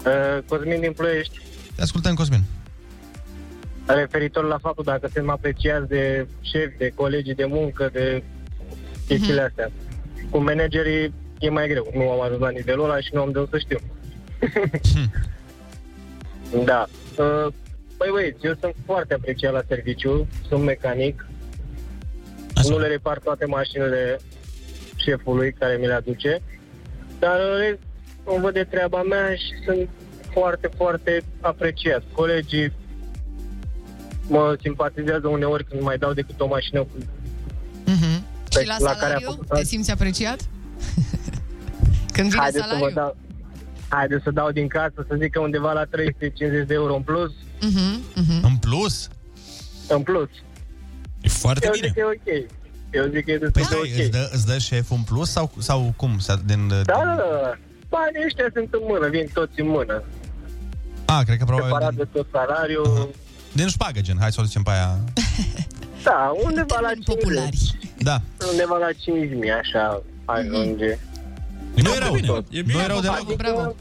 Speaker 14: Uh, Cosmin din Ploiești,
Speaker 6: Te ascultăm, Cosmin.
Speaker 14: referitor la faptul dacă suntem apreciați de șefi, de colegii de muncă, de chestiile astea. Cu managerii e mai greu. Nu am ajuns la nivelul ăla și nu am de unde să știu. da. Uh, Băi, băieți, eu sunt foarte apreciat la serviciu, sunt mecanic, nu le repar toate mașinile șefului care mi le aduce, dar în rest, îmi văd de treaba mea și sunt foarte, foarte apreciat. Colegii mă simpatizează uneori când mai dau decât o mașină cu pe-
Speaker 8: Și la, la salariu
Speaker 14: făcut-
Speaker 8: te simți apreciat? Când vine
Speaker 14: Haideți
Speaker 8: salariul?
Speaker 14: Să vă dau, haideți să dau din casă, să zic că undeva la 350 de euro în plus.
Speaker 8: Mhm, mhm.
Speaker 6: În plus?
Speaker 14: În plus.
Speaker 7: E foarte
Speaker 14: Eu zic că e ok. Eu zic că e destul
Speaker 6: Păi
Speaker 14: de
Speaker 6: stai,
Speaker 14: ok.
Speaker 6: îți, dă, îți dă șeful în plus sau, sau cum? Sau Din, uh,
Speaker 14: Da, da, da. Banii ăștia sunt în mână, vin toți în mână.
Speaker 6: A, Ah, cred că probabil
Speaker 14: Separat
Speaker 6: din,
Speaker 14: de tot salariul.
Speaker 6: din șpagă, gen. Hai să o zicem pe aia.
Speaker 14: Da, undeva la 50.
Speaker 6: Da.
Speaker 14: Undeva la 5.000, așa ajunge.
Speaker 6: Nu e rău. E bine. Nu e rău deloc.
Speaker 8: Bravo.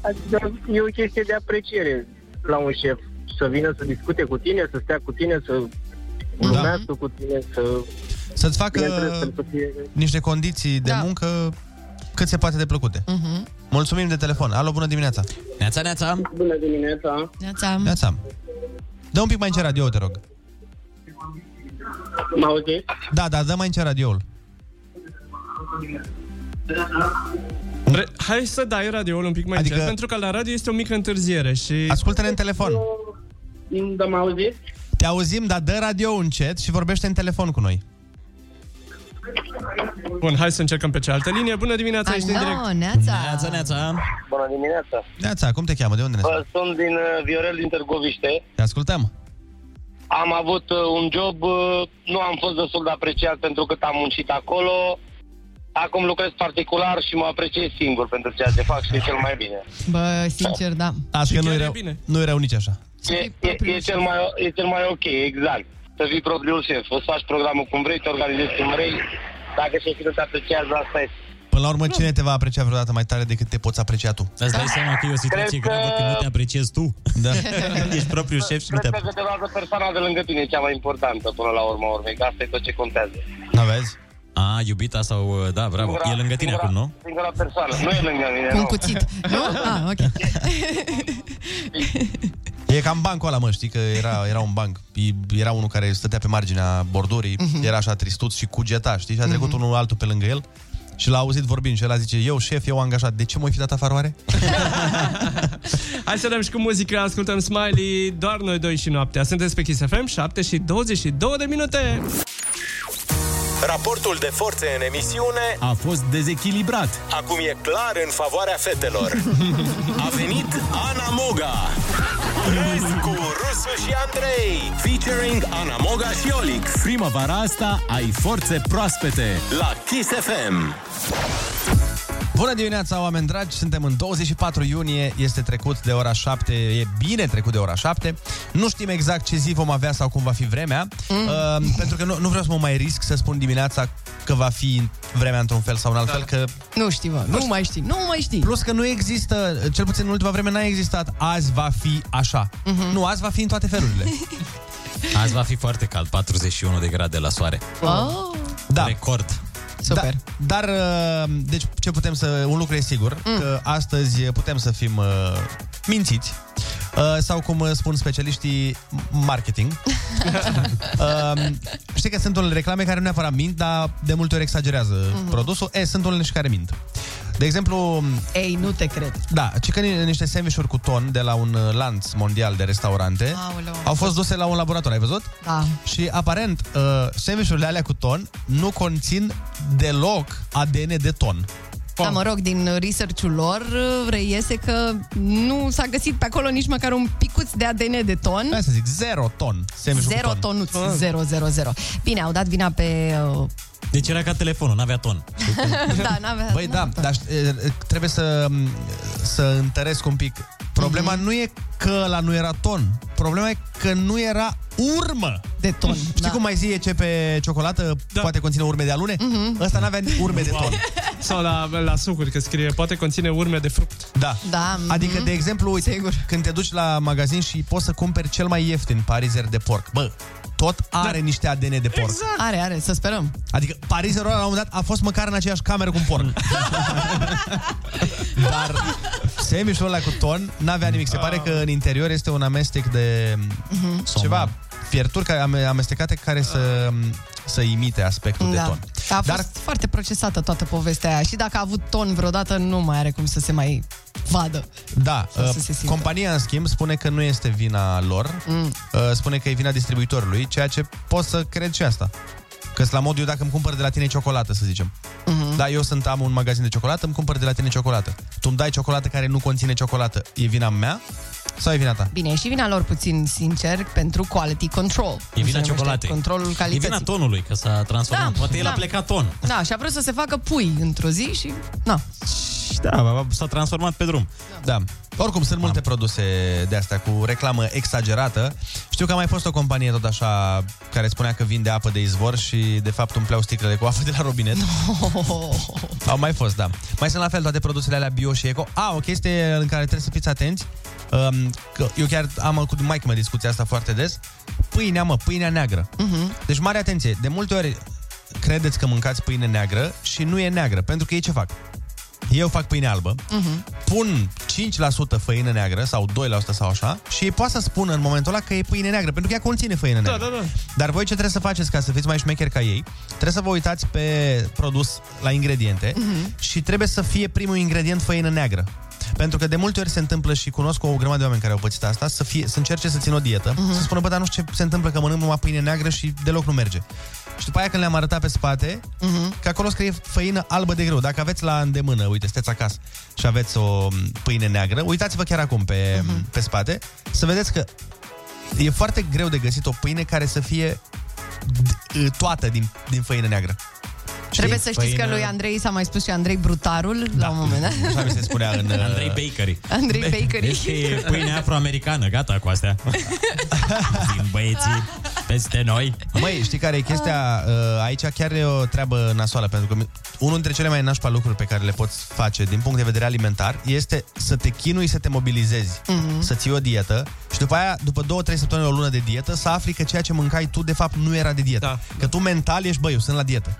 Speaker 14: Adică e o chestie de apreciere la un șef. Să vină să discute cu tine, să stea cu tine, să glumească cu tine, să...
Speaker 6: Să-ți facă
Speaker 14: Bineînțeles, pentru că e-
Speaker 6: niște condiții de da. muncă cât se poate de plăcute.
Speaker 8: Mhm.
Speaker 6: Mulțumim de telefon. Alo, bună dimineața.
Speaker 7: Neața, neața.
Speaker 14: Bună dimineața.
Speaker 8: Neața.
Speaker 6: Neața. Dă un pic mai încet radio, te rog.
Speaker 14: Mă auziți?
Speaker 6: Da, da, dă mai încet radioul.
Speaker 9: Re- Hai să dai radioul un pic mai adică...
Speaker 6: Adică-
Speaker 9: încet, pentru că la radio este o mică întârziere și...
Speaker 6: Ascultă-ne în telefon.
Speaker 14: Da, mă auziți?
Speaker 6: Te auzim, dar dă radio încet și vorbește în telefon cu noi.
Speaker 9: Bun, hai să încercăm pe cealaltă linie. Bună dimineața, ești în direct.
Speaker 8: Alo, neața.
Speaker 9: Neața, neața.
Speaker 15: Bună dimineața.
Speaker 6: Neața, cum te cheamă? De unde ne
Speaker 15: Bă, sunt din uh, Viorel din Târgoviște.
Speaker 6: Te ascultăm.
Speaker 15: Am avut uh, un job, uh, nu am fost destul de apreciat pentru cât am muncit acolo. Acum lucrez particular și mă apreciez singur pentru ceea ce fac și e cel mai bine.
Speaker 8: Bă, sincer, da.
Speaker 6: Asta că nu e, rău, nu e rău nici așa.
Speaker 15: E, e, e, cel mai, e cel mai ok, exact. Să fii propriul șef, îți faci programul cum vrei, te organizezi cum vrei. Dacă șefii nu te apreciază, asta este.
Speaker 6: Până la urmă, cine te va aprecia vreodată mai tare decât te poți aprecia tu?
Speaker 7: Îți dai seama că e o situație
Speaker 15: Cred că-
Speaker 7: gravă când nu te apreciezi tu.
Speaker 6: Da.
Speaker 7: Ești propriul șef și nu te
Speaker 15: Cred că câteodată persoana de lângă tine e cea mai importantă până la urmă urmei, că asta e tot ce contează.
Speaker 6: N-aveți?
Speaker 7: A, iubita sau... Da, bravo. E lângă tine acum, nu?
Speaker 15: Singura persoană, nu e lângă mine,
Speaker 8: Cu un
Speaker 15: nu.
Speaker 8: cuțit. Nu? Ah, ok.
Speaker 6: E cam bancul ăla, mă, știi că era, era un banc. E- Era unul care stătea pe marginea bordurii,
Speaker 8: Mhm.
Speaker 6: era așa tristuț și cugeta, știi? Și a
Speaker 15: Mhm.
Speaker 6: trecut unul altul pe lângă el și l-a auzit vorbind și el a zice, eu șef, eu angajat, de ce m-ai fi dat afară oare?
Speaker 9: Hai să dăm și cu muzica, ascultăm Smiley, doar noi doi și noaptea. Sunteți pe Kiss FM, 7 și 22 de minute.
Speaker 1: Raportul de forțe în emisiune
Speaker 7: A fost dezechilibrat.
Speaker 1: acum e clar în favoarea fetelor. A venit Ana Moga. Râzi cu Rusu și Andrei. Featuring Ana Moga și Olix.
Speaker 7: Primăvara asta ai forțe proaspete.
Speaker 1: La Kiss FM.
Speaker 6: Bună dimineața, oameni dragi! Suntem în 24 iunie, este trecut de ora 7, e bine trecut de ora 7. Nu știm exact ce zi vom avea sau cum va fi vremea, mm. uh, pentru că nu, nu vreau să mă mai risc să spun dimineața că va fi vremea într-un fel sau în alt fel, că
Speaker 8: Nu știu, bă, nu mai știi, nu mai știi.
Speaker 6: Plus că nu există, cel puțin în ultima vreme n-a existat azi va fi așa. Mm-hmm. Nu, azi va fi în toate felurile.
Speaker 7: Azi va fi foarte cald, 41 de grade la soare.
Speaker 8: Oh.
Speaker 6: Da.
Speaker 7: Record.
Speaker 6: Super. Da, dar, uh, deci, ce putem să... Un lucru e sigur, mm. că astăzi putem să fim uh, mințiți. Uh, sau cum uh, spun specialiștii, marketing. uh, știi că sunt unele reclame care nu neapărat mint, dar de multe ori exagerează mm-hmm. produsul. E, sunt unele și care mint. De exemplu...
Speaker 8: Ei, nu te cred.
Speaker 6: Da, ci că ni- niște sandvișuri cu ton de la un uh, lanț mondial de restaurante
Speaker 8: Aoleu.
Speaker 6: au fost duse la un laborator, ai văzut?
Speaker 8: Da.
Speaker 6: Și aparent, uh, sandvișurile alea cu ton nu conțin deloc ADN de ton.
Speaker 8: Da, mă rog, din research-ul lor reiese că nu s-a găsit pe acolo nici măcar un picuț de ADN de ton.
Speaker 6: Hai să zic, zero ton. Sandvișul
Speaker 8: Zero
Speaker 6: cu ton.
Speaker 8: tonuț,
Speaker 7: Ah.
Speaker 8: zero, zero, zero. Bine, au dat vina pe... uh,
Speaker 7: Deci era ca telefonul, n-avea ton.
Speaker 8: da, n-avea...
Speaker 6: Băi, da, dar uh, trebuie să, să întăresc un pic. Problema
Speaker 8: Mhm.
Speaker 6: mm-hmm. nu e că la nu era ton. Problema e că nu era urmă
Speaker 8: de ton. Știi
Speaker 6: da. cum mai zie ce pe ciocolată da. poate conține urme de alune?
Speaker 8: Mhm.
Speaker 6: Mm-hmm. Ăsta n-avea urme de ton.
Speaker 9: Sau la, la sucuri, că scrie, poate conține urme de fruct.
Speaker 6: Da.
Speaker 8: Da,
Speaker 6: Adică, de exemplu, uite, Sigur. când te duci la magazin și poți să cumperi cel mai ieftin parizer de porc, bă, tot are da. niște ADN de porc. Exact.
Speaker 8: Are, are, să sperăm.
Speaker 6: Adică parizerul ăla, la un moment dat, a fost măcar în aceeași cameră cu un porc. Dar semișul ăla cu ton n-avea nimic. Se pare că în interior este un amestec de mm,
Speaker 8: Mhm.
Speaker 6: ceva, fierturi care, ame- amestecate care să, să imite aspectul de
Speaker 8: Ah. Da.
Speaker 6: ton.
Speaker 8: A fost Dar... foarte procesată toată povestea aia și dacă a avut ton vreodată, nu mai are cum să se mai vadă.
Speaker 6: Da,
Speaker 8: Sau
Speaker 6: uh,
Speaker 8: să se simtă.
Speaker 6: compania în schimb spune că nu este vina lor,
Speaker 8: Mm.
Speaker 6: uh, spune că e vina distribuitorului, ceea ce pot să cred și asta. că la mod eu dacă îmi cumpăr de la tine ciocolată, să zicem.
Speaker 8: Mhm.
Speaker 6: Da, eu sunt am un magazin de ciocolată, îmi cumpăr de la tine ciocolată. Tu îmi dai ciocolată care nu conține ciocolată. E vina mea sau e vina ta?
Speaker 8: Bine, e și vina lor puțin, sincer, pentru quality control.
Speaker 7: E
Speaker 8: Cum se
Speaker 7: vina
Speaker 8: numește?
Speaker 7: ciocolatei.
Speaker 8: Controlul calității.
Speaker 7: E vina tonului, că s-a transformat.
Speaker 8: Da,
Speaker 7: Poate el
Speaker 8: da.
Speaker 7: a plecat ton.
Speaker 8: Da, și a vrut să se facă pui într-o zi și... Na.
Speaker 7: Da, s-a transformat pe drum.
Speaker 6: Da. Oricum, sunt multe produse de astea cu reclamă exagerată. Știu că a mai fost o companie tot așa care spunea că vinde apă de izvor și de fapt umpleau sticlele cu apă de la robinet. Au mai fost, da. Mai sunt la fel toate produsele alea bio și eco. A, o chestie în care trebuie să fiți atenți. Um, că eu chiar am cu Mike mă discuția asta foarte des. Pâinea, mă, pâinea neagră.
Speaker 8: Mhm.
Speaker 6: Deci mare atenție, de multe ori credeți că mâncați pâine neagră și nu e neagră, pentru că ei ce fac? Eu fac pâine albă,
Speaker 8: mhm,
Speaker 6: pun 5% făină neagră sau 2% sau așa și ei poate să spună în momentul ăla că e pâine neagră, pentru că ea conține făină neagră.
Speaker 9: da.
Speaker 6: Dar voi ce trebuie să faceți ca să fiți mai șmecheri ca ei? Trebuie să vă uitați pe produs la ingrediente
Speaker 8: Mhm.
Speaker 6: și trebuie să fie primul ingredient făină neagră. Pentru că de multe ori se întâmplă și cunosc o grămadă de oameni care au pățit asta, să, fie, să încerce să țină o dietă, uh-huh. să spună, bă, dar nu știu ce se întâmplă, că mănânc numai pâine neagră și deloc nu merge. Și după aia când le-am arătat pe spate,
Speaker 8: Mhm.
Speaker 6: uh-huh. că acolo scrie făină albă de greu. Dacă aveți la îndemână, uite, stați acasă și aveți o m, pâine neagră, uitați-vă chiar acum pe,
Speaker 8: Mhm.
Speaker 6: uh-huh. pe spate, să vedeți că e foarte greu de găsit o pâine care să fie d- toată din, din făină neagră.
Speaker 8: Trebuie să știți că
Speaker 6: făină-
Speaker 8: lui Andrei s-a mai spus și Andrei Brutarul da. la un moment dat.
Speaker 6: Așa mi se spunea în...
Speaker 7: Andrei Bakery.
Speaker 8: Andrei Bakery.
Speaker 7: Vezi că e pâine afroamericană, gata cu astea. Din băieții peste noi.
Speaker 6: Măi, știi care e
Speaker 8: Ah.
Speaker 6: chestia? Uh, Aici chiar e o treabă nasoală, pentru că mi- unul dintre cele mai nașpa lucruri pe care le poți face din punct de vedere alimentar este să te chinui să te mobilizezi,
Speaker 5: Mm-hmm.
Speaker 16: Mhm.
Speaker 6: să ții o dietă și după aia, după două, trei săptămâni, o lună de dietă, să afli că ceea ce mâncai tu, de fapt, nu era de dietă. Da. Că tu mental ești, băi, eu sunt la dietă.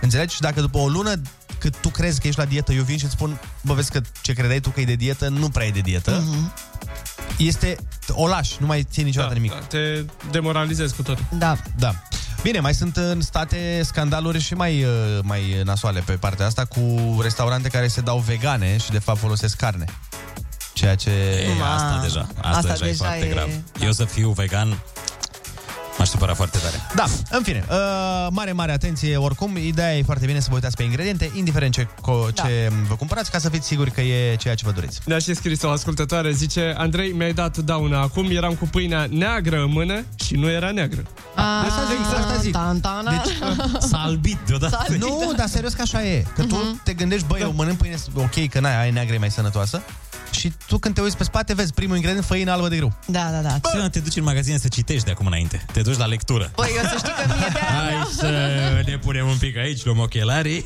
Speaker 6: Înțelegi? Și dacă după o lună cât tu crezi că ești la dietă, eu vin și îți spun, bă, vezi că ce credeai tu că e de dietă, nu prea e de dietă.
Speaker 8: Mhm.
Speaker 6: Este o lași, nu mai ții niciodată nimic.
Speaker 9: Da, Te demoralizezi cu totul.
Speaker 8: Da.
Speaker 6: Da. Bine, mai sunt în state scandaluri și mai, uh, mai nasoale pe partea asta cu restaurante care se dau vegane și de fapt folosesc carne. Ceea ce...
Speaker 7: E, asta deja. Asta, asta deja, e da. foarte grav. Eu să fiu vegan, m-aș supăra foarte tare.
Speaker 6: Da, în fine, uh, mare, mare atenție oricum. Ideea e foarte bine să vă uitați pe ingrediente, indiferent ce, co-
Speaker 9: Da.
Speaker 6: ce vă cumpărați, ca să fiți siguri că e ceea ce vă doriți.
Speaker 9: Ne-a și scris o ascultătoare, zice Andrei, mi-ai dat dauna acum, eram cu pâinea neagră în mână și nu era neagră.
Speaker 8: Asta
Speaker 6: zic, asta zic.
Speaker 8: Deci,
Speaker 7: S-a albit deodată.
Speaker 6: Nu, dar serios că așa e. Că tu
Speaker 7: Mhm.
Speaker 6: te gândești,
Speaker 7: Da.
Speaker 6: băi, eu mănânc pâine, ok, că n-ai, ai neagră e mai sănătoasă. Și tu când te uiți pe spate, vezi primul ingredient, făină albă de grâu.
Speaker 8: Da, da, da.
Speaker 7: Bă. Te duci în magazine să citești de acum înainte. Te duci la lectură.
Speaker 8: Băi, eu să știi că mie
Speaker 7: da, Hai să ne punem un pic aici, luăm ochelarii.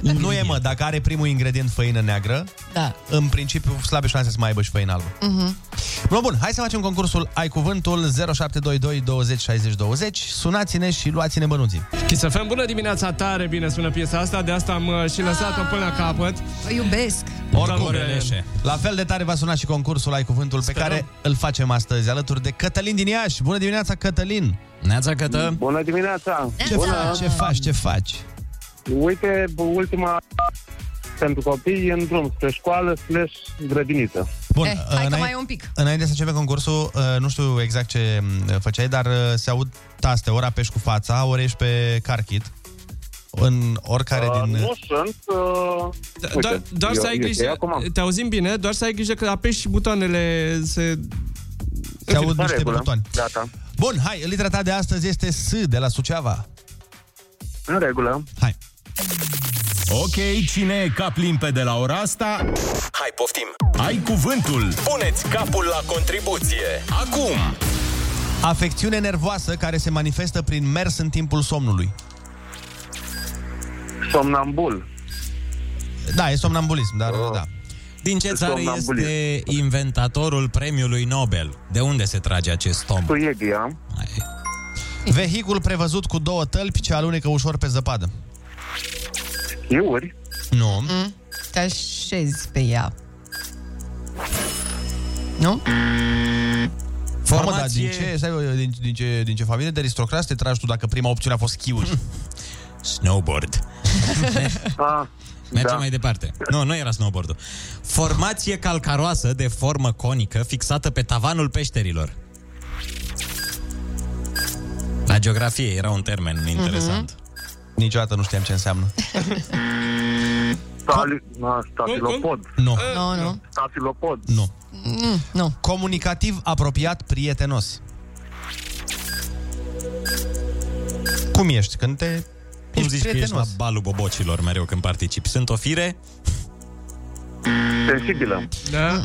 Speaker 6: nu e, mă, dacă are primul ingredient făină neagră,
Speaker 8: da.
Speaker 6: în principiu slabe șanse să mai aibă și făină albă.
Speaker 8: Mhm.
Speaker 6: Bun, bun, hai să facem concursul Ai Cuvântul 0722 20 60 20. Sunați-ne și luați-ne bănuții.
Speaker 9: Chisafem, bună dimineața, tare bine sună piesa asta, de asta am uh, și lăsat-o până la capăt.
Speaker 8: Vă iubesc.
Speaker 6: Oricum, la fel de tare va suna și concursul Ai Cuvântul pe care îl facem astăzi alături de Cătălin din Iași. Bună dimineața, Cătălin!
Speaker 7: Neața, Cătă!
Speaker 6: Bună dimineața! Ce
Speaker 15: Bună!
Speaker 6: faci? Ce faci? Ce faci?
Speaker 15: Uite, ultima pentru copii e în drum spre școală slash grădiniță.
Speaker 6: Bun, Da,
Speaker 8: eh, hai că mai e un pic.
Speaker 6: Înainte să începem concursul, uh, nu știu exact ce mm, făceai, dar uh, se aud taste. Ori apeși cu fața, ori ești pe carchit. În oricare
Speaker 15: Uh,
Speaker 6: din...
Speaker 15: Nu sunt... Uh,
Speaker 6: da,
Speaker 15: uite,
Speaker 9: Doar, doar
Speaker 15: eu-
Speaker 9: să ai
Speaker 15: eu-
Speaker 9: grijă,
Speaker 15: eu acum.
Speaker 9: te auzim bine, doar să ai grijă că apeși și butoanele se...
Speaker 6: Se aud niște
Speaker 15: regulă.
Speaker 6: butoane.
Speaker 15: Gata.
Speaker 6: Bun, hai, litera ta de astăzi este S de la Suceava.
Speaker 15: În regulă.
Speaker 6: Hai.
Speaker 1: Ok, cine e cap limpede la ora asta? Hai, poftim! Ai cuvântul! Puneți capul la contribuție! Acum!
Speaker 6: Afecțiune nervoasă care se manifestă prin mers în timpul somnului.
Speaker 15: Somnambul.
Speaker 6: Da, e somnambulism, dar oh. da.
Speaker 7: Din ce țară
Speaker 15: Somnambulism.
Speaker 7: este inventatorul premiului Nobel? De unde se trage acest om?
Speaker 15: Suedia.
Speaker 6: Vehicul prevăzut cu două tălpi ce alunecă ușor pe zăpadă.
Speaker 15: Iuri.
Speaker 6: Nu.
Speaker 8: Mm? Te așezi pe ea. Nu?
Speaker 6: Formație... Mamă, dar da, din ce, stai, bă, din, din, ce, din ce familie de aristocrați te tragi tu dacă prima opțiune a
Speaker 16: Hmm.
Speaker 6: fost schiuri?
Speaker 7: Snowboard.
Speaker 15: ah,
Speaker 7: Mergem mai departe. Nu, nu era snowboard-ul. Formație calcaroasă de formă conică fixată pe tavanul peșterilor. La geografie era un termen
Speaker 8: Mhm.
Speaker 7: interesant.
Speaker 6: Niciodată nu știam ce înseamnă.
Speaker 15: Da, Stali... Na, statilopod.
Speaker 6: Nu.
Speaker 8: Nu, nu.
Speaker 15: Statilopod.
Speaker 6: Nu.
Speaker 8: Mm, nu.
Speaker 6: Comunicativ apropiat, prietenos. Cum ești? Când te...
Speaker 7: Cum zici că ești la
Speaker 6: prietenos.
Speaker 7: balul bobocilor mereu când participi? Sunt o fire?
Speaker 15: Sensibilă.
Speaker 9: Da.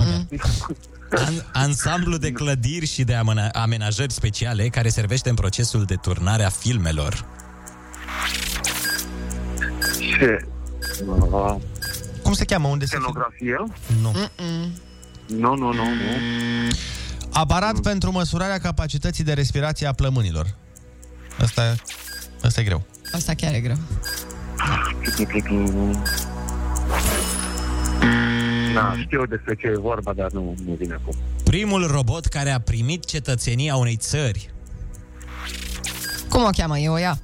Speaker 7: An- ansamblu de clădiri și de amena- amenajări speciale care servește în procesul de turnare a filmelor.
Speaker 15: Ce? Ah,
Speaker 6: Cum se cheamă? Unde se...
Speaker 15: Scenografie?
Speaker 6: Nu.
Speaker 15: Nu, nu, nu, nu.
Speaker 6: Aparat pentru măsurarea capacității de respirație a plămânilor. Deci, Asta, asta e greu.
Speaker 8: Asta chiar e greu.
Speaker 15: Na, Da, știu despre ce e vorba, dar nu, nu vine acum.
Speaker 7: Primul robot care a primit cetățenia unei țări.
Speaker 8: Cum o cheamă? Eu o ia.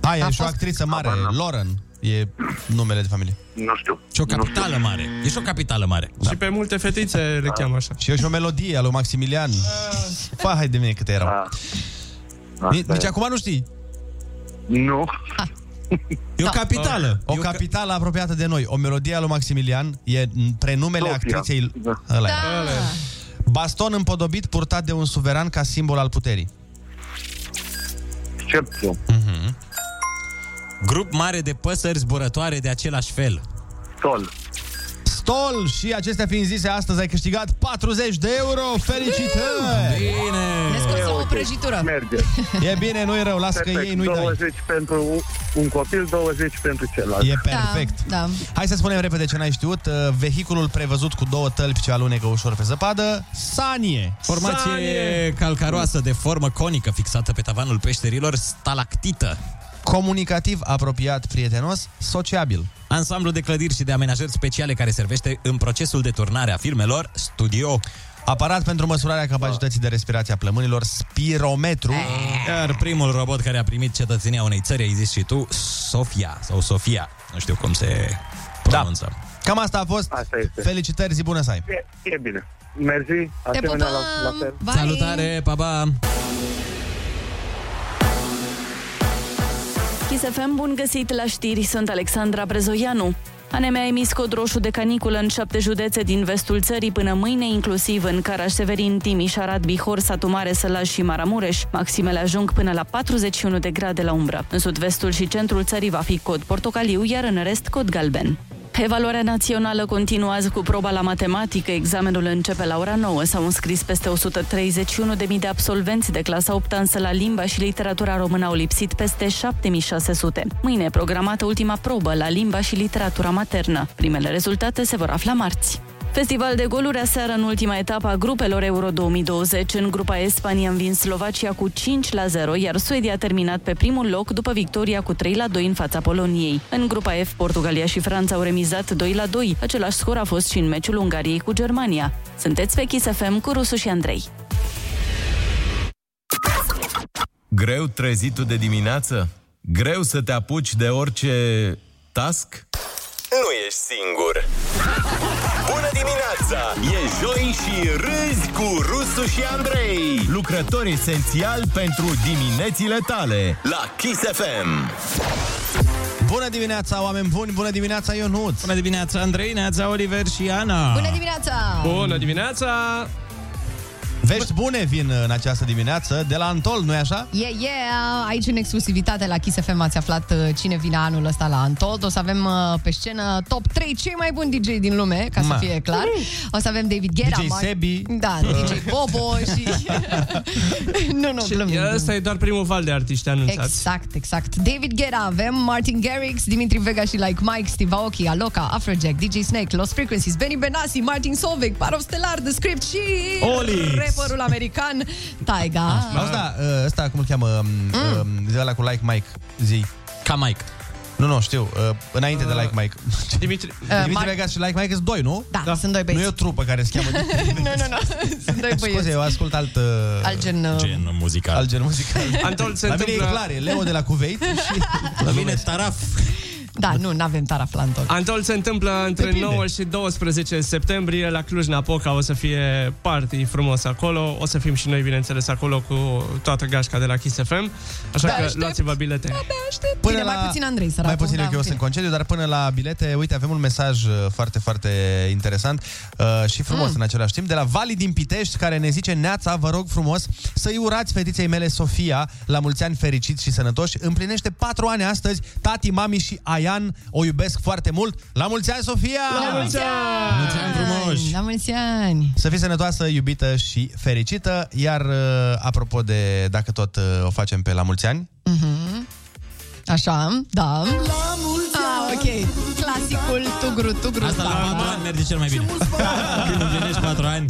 Speaker 6: Aia
Speaker 8: A
Speaker 6: e și o
Speaker 8: fost-
Speaker 6: actriță mare, Lauren. E numele de familie.
Speaker 16: Nu știu.
Speaker 7: Și o capitală mare. Ești o capitală mare.
Speaker 6: Da. Și pe multe fetițe le cheamă așa. Și eu și o melodie a lui Maximilian. Pa, hai de mine câte erau. Ni- Nici acum nu știi?
Speaker 16: Nu.
Speaker 6: Ah, E o capitală. O capitală apropiată de noi. O melodie a lui Maximilian e n- prenumele
Speaker 16: Sofia.
Speaker 6: actriței... Ăla e. Baston împodobit purtat de un suveran ca simbol al puterii. Mhm.
Speaker 16: Sceptru.
Speaker 7: Grup mare de păsări zburătoare de același fel.
Speaker 16: Sol.
Speaker 6: Stol și acestea fiind zise, astăzi ai câștigat 40 de euro. Felicitări!
Speaker 8: Ne
Speaker 6: Bine!
Speaker 8: scursăm o prăjitură.
Speaker 16: Merge.
Speaker 6: E bine, nu-i rău, lasă că
Speaker 16: Perfect.
Speaker 6: ei nu-i dai.
Speaker 16: 20 pentru un copil, 20 pentru celălalt.
Speaker 6: E perfect.
Speaker 8: Da.
Speaker 6: Hai să spunem repede ce n-ai știut. Uh, Vehiculul prevăzut cu două tălpi ce alunecă ușor pe zăpadă, Sanie.
Speaker 7: Formație calcaroasă de formă conică fixată pe tavanul peșterilor, stalactită.
Speaker 6: Comunicativ apropiat, prietenos, sociabil.
Speaker 7: Ansamblu de clădiri și de amenajări speciale care servește în procesul de turnare a filmelor, studio.
Speaker 6: Aparat pentru măsurarea capacității de respirație a plămânilor, spirometru.
Speaker 7: Eh. Iar primul robot care a primit cetățenia unei țări, ai zis și tu, Sofia sau Sofia. Nu știu cum se pronunță. Da.
Speaker 6: Cam asta a fost. Asta
Speaker 16: este.
Speaker 6: Felicitări, zi bună să ai.
Speaker 16: E, e bine. Mersi. Asemenea, la, la fel.
Speaker 7: Salutare, pa, pa!
Speaker 10: Chisefem, bun găsit la știri, sunt Alexandra Brezoianu. ANM a emis cod roșu de caniculă în șapte județe din vestul țării până mâine, inclusiv în Caraș, Severin, Timiș, Arad, Bihor, Satu Mare, Sălaș și Maramureș. Maximele ajung până la 41 de grade la umbră. În sud-vestul și centrul țării va fi cod portocaliu, iar în rest cod galben. Evaluarea națională continuă azi cu proba la matematică. Examenul începe la ora 9. S-au înscris peste 131.000 de absolvenți de clasa 8 însă la limba și literatura română au lipsit peste 7.600. Mâine e programată ultima probă la limba și literatura maternă. Primele rezultate se vor afla marți. Festival de goluri aseară în ultima etapă a grupelor Euro 2020. În grupa E, Spania a învins Slovacia cu 5 la 0, iar Suedia a terminat pe primul loc după victoria cu 3 la 2 în fața Poloniei. În grupa F, Portugalia și Franța au remizat 2 la 2. Același scor a fost și în meciul Ungariei cu Germania. Sunteți pe Kiss FM cu Rusu și Andrei.
Speaker 17: Greu trezitul de dimineață? Greu să te apuci de orice task?
Speaker 1: Nu ești singur. Bună dimineața! E joi și râzi cu Rusu și Andrei.
Speaker 17: Lucrători esențial pentru diminețile tale la Kiss FM.
Speaker 6: Bună dimineața, oameni buni! Bună dimineața, Ionut!
Speaker 7: Bună dimineața, Andrei, neața, Oliver și
Speaker 6: Ah.
Speaker 7: Ana!
Speaker 8: Bună dimineața!
Speaker 6: dimineața! Vești bune vin în această dimineață de la Antol, nu-i așa?
Speaker 8: Yeah, yeah! Aici în exclusivitate la Kiss FM ați aflat uh, cine vine anul ăsta la Antold. O să avem uh, pe scenă top 3 cei mai buni DJ din lume, ca
Speaker 6: Ma.
Speaker 8: să fie clar. O să avem David Guetta,
Speaker 9: DJ Sebi.
Speaker 8: Da,
Speaker 9: Uh.
Speaker 8: DJ Bobo și... nu, nu,
Speaker 9: Și
Speaker 8: glumim.
Speaker 9: ăsta e doar primul val de artiști anunțați.
Speaker 8: Exact, exact. David Guetta avem, Martin Garrix, Dimitri Vega și Like Mike, Steve Aoki, Aloca, Afrojack, DJ Snake, Lost Frequencies, Benny Benassi, Martin Solveig, Parov Stelar, The Script și
Speaker 6: Olix.
Speaker 8: rapperul american Taiga.
Speaker 6: Auzi, da, ă, ăsta, cum îl cheamă? Mm. De ăla cu Like Mike, zi.
Speaker 7: Ca Mike.
Speaker 6: Nu, nu, știu. ă, Înainte de Like Mike. Dimitri, Dimitri
Speaker 8: Mar-
Speaker 6: Vegas și Like Mike sunt doi, nu?
Speaker 8: Da, sunt doi
Speaker 6: băieți. Nu e o trupă care se cheamă.
Speaker 8: nu, nu, nu. Sunt doi
Speaker 6: Scuze,
Speaker 8: băieți.
Speaker 6: eu ascult alt... ă,
Speaker 8: Alt gen... uh,
Speaker 7: Gen muzical.
Speaker 6: Alt gen muzical.
Speaker 9: Antol se
Speaker 6: la mine
Speaker 9: întâmplă-
Speaker 6: e clar, e Leo de la Cuveit și...
Speaker 7: La mine taraf.
Speaker 8: Da, nu, n-avem taraf la Antol.
Speaker 9: Antol se întâmplă între
Speaker 8: Depinde.
Speaker 9: 9 și 12 septembrie la Cluj-Napoca. O să fie party frumos acolo. O să fim și noi, bineînțeles, acolo cu toată gașca de la Kiss FM. Așa
Speaker 8: Da,
Speaker 9: că
Speaker 8: aștept.
Speaker 9: luați-vă bilete.
Speaker 8: Aștept. Bine, mai puțin Andrei, săracul.
Speaker 6: Mai puțin
Speaker 8: da,
Speaker 6: eu, că eu
Speaker 8: în
Speaker 6: sunt în
Speaker 8: fine.
Speaker 6: concediu, dar până la bilete, uite, avem un mesaj uh, foarte, foarte interesant uh, și frumos
Speaker 8: Mm.
Speaker 6: în același timp, de la Vali din Pitești, care ne zice, Neața, vă rog frumos să-i urați fetiței mele Sofia la mulți ani fericiți și sănătoși. Împlinește patru ani astăzi, tati, mami și Aian o iubesc foarte mult. La mulți ani, Sofia!
Speaker 8: La mulți ani!
Speaker 6: mulți ani frumoși!
Speaker 8: La mulți ani!
Speaker 6: Să fii sănătoasă, iubită și fericită. Iar, uh, apropo de dacă tot uh, o facem pe la mulți ani,
Speaker 8: Mhm. Așa, da. La mulți ah, ok. Clasicul Tugru, Tugru. Da.
Speaker 7: Asta la
Speaker 8: Stara.
Speaker 7: patru ani merge cel mai bine. Când împlinești patru ani.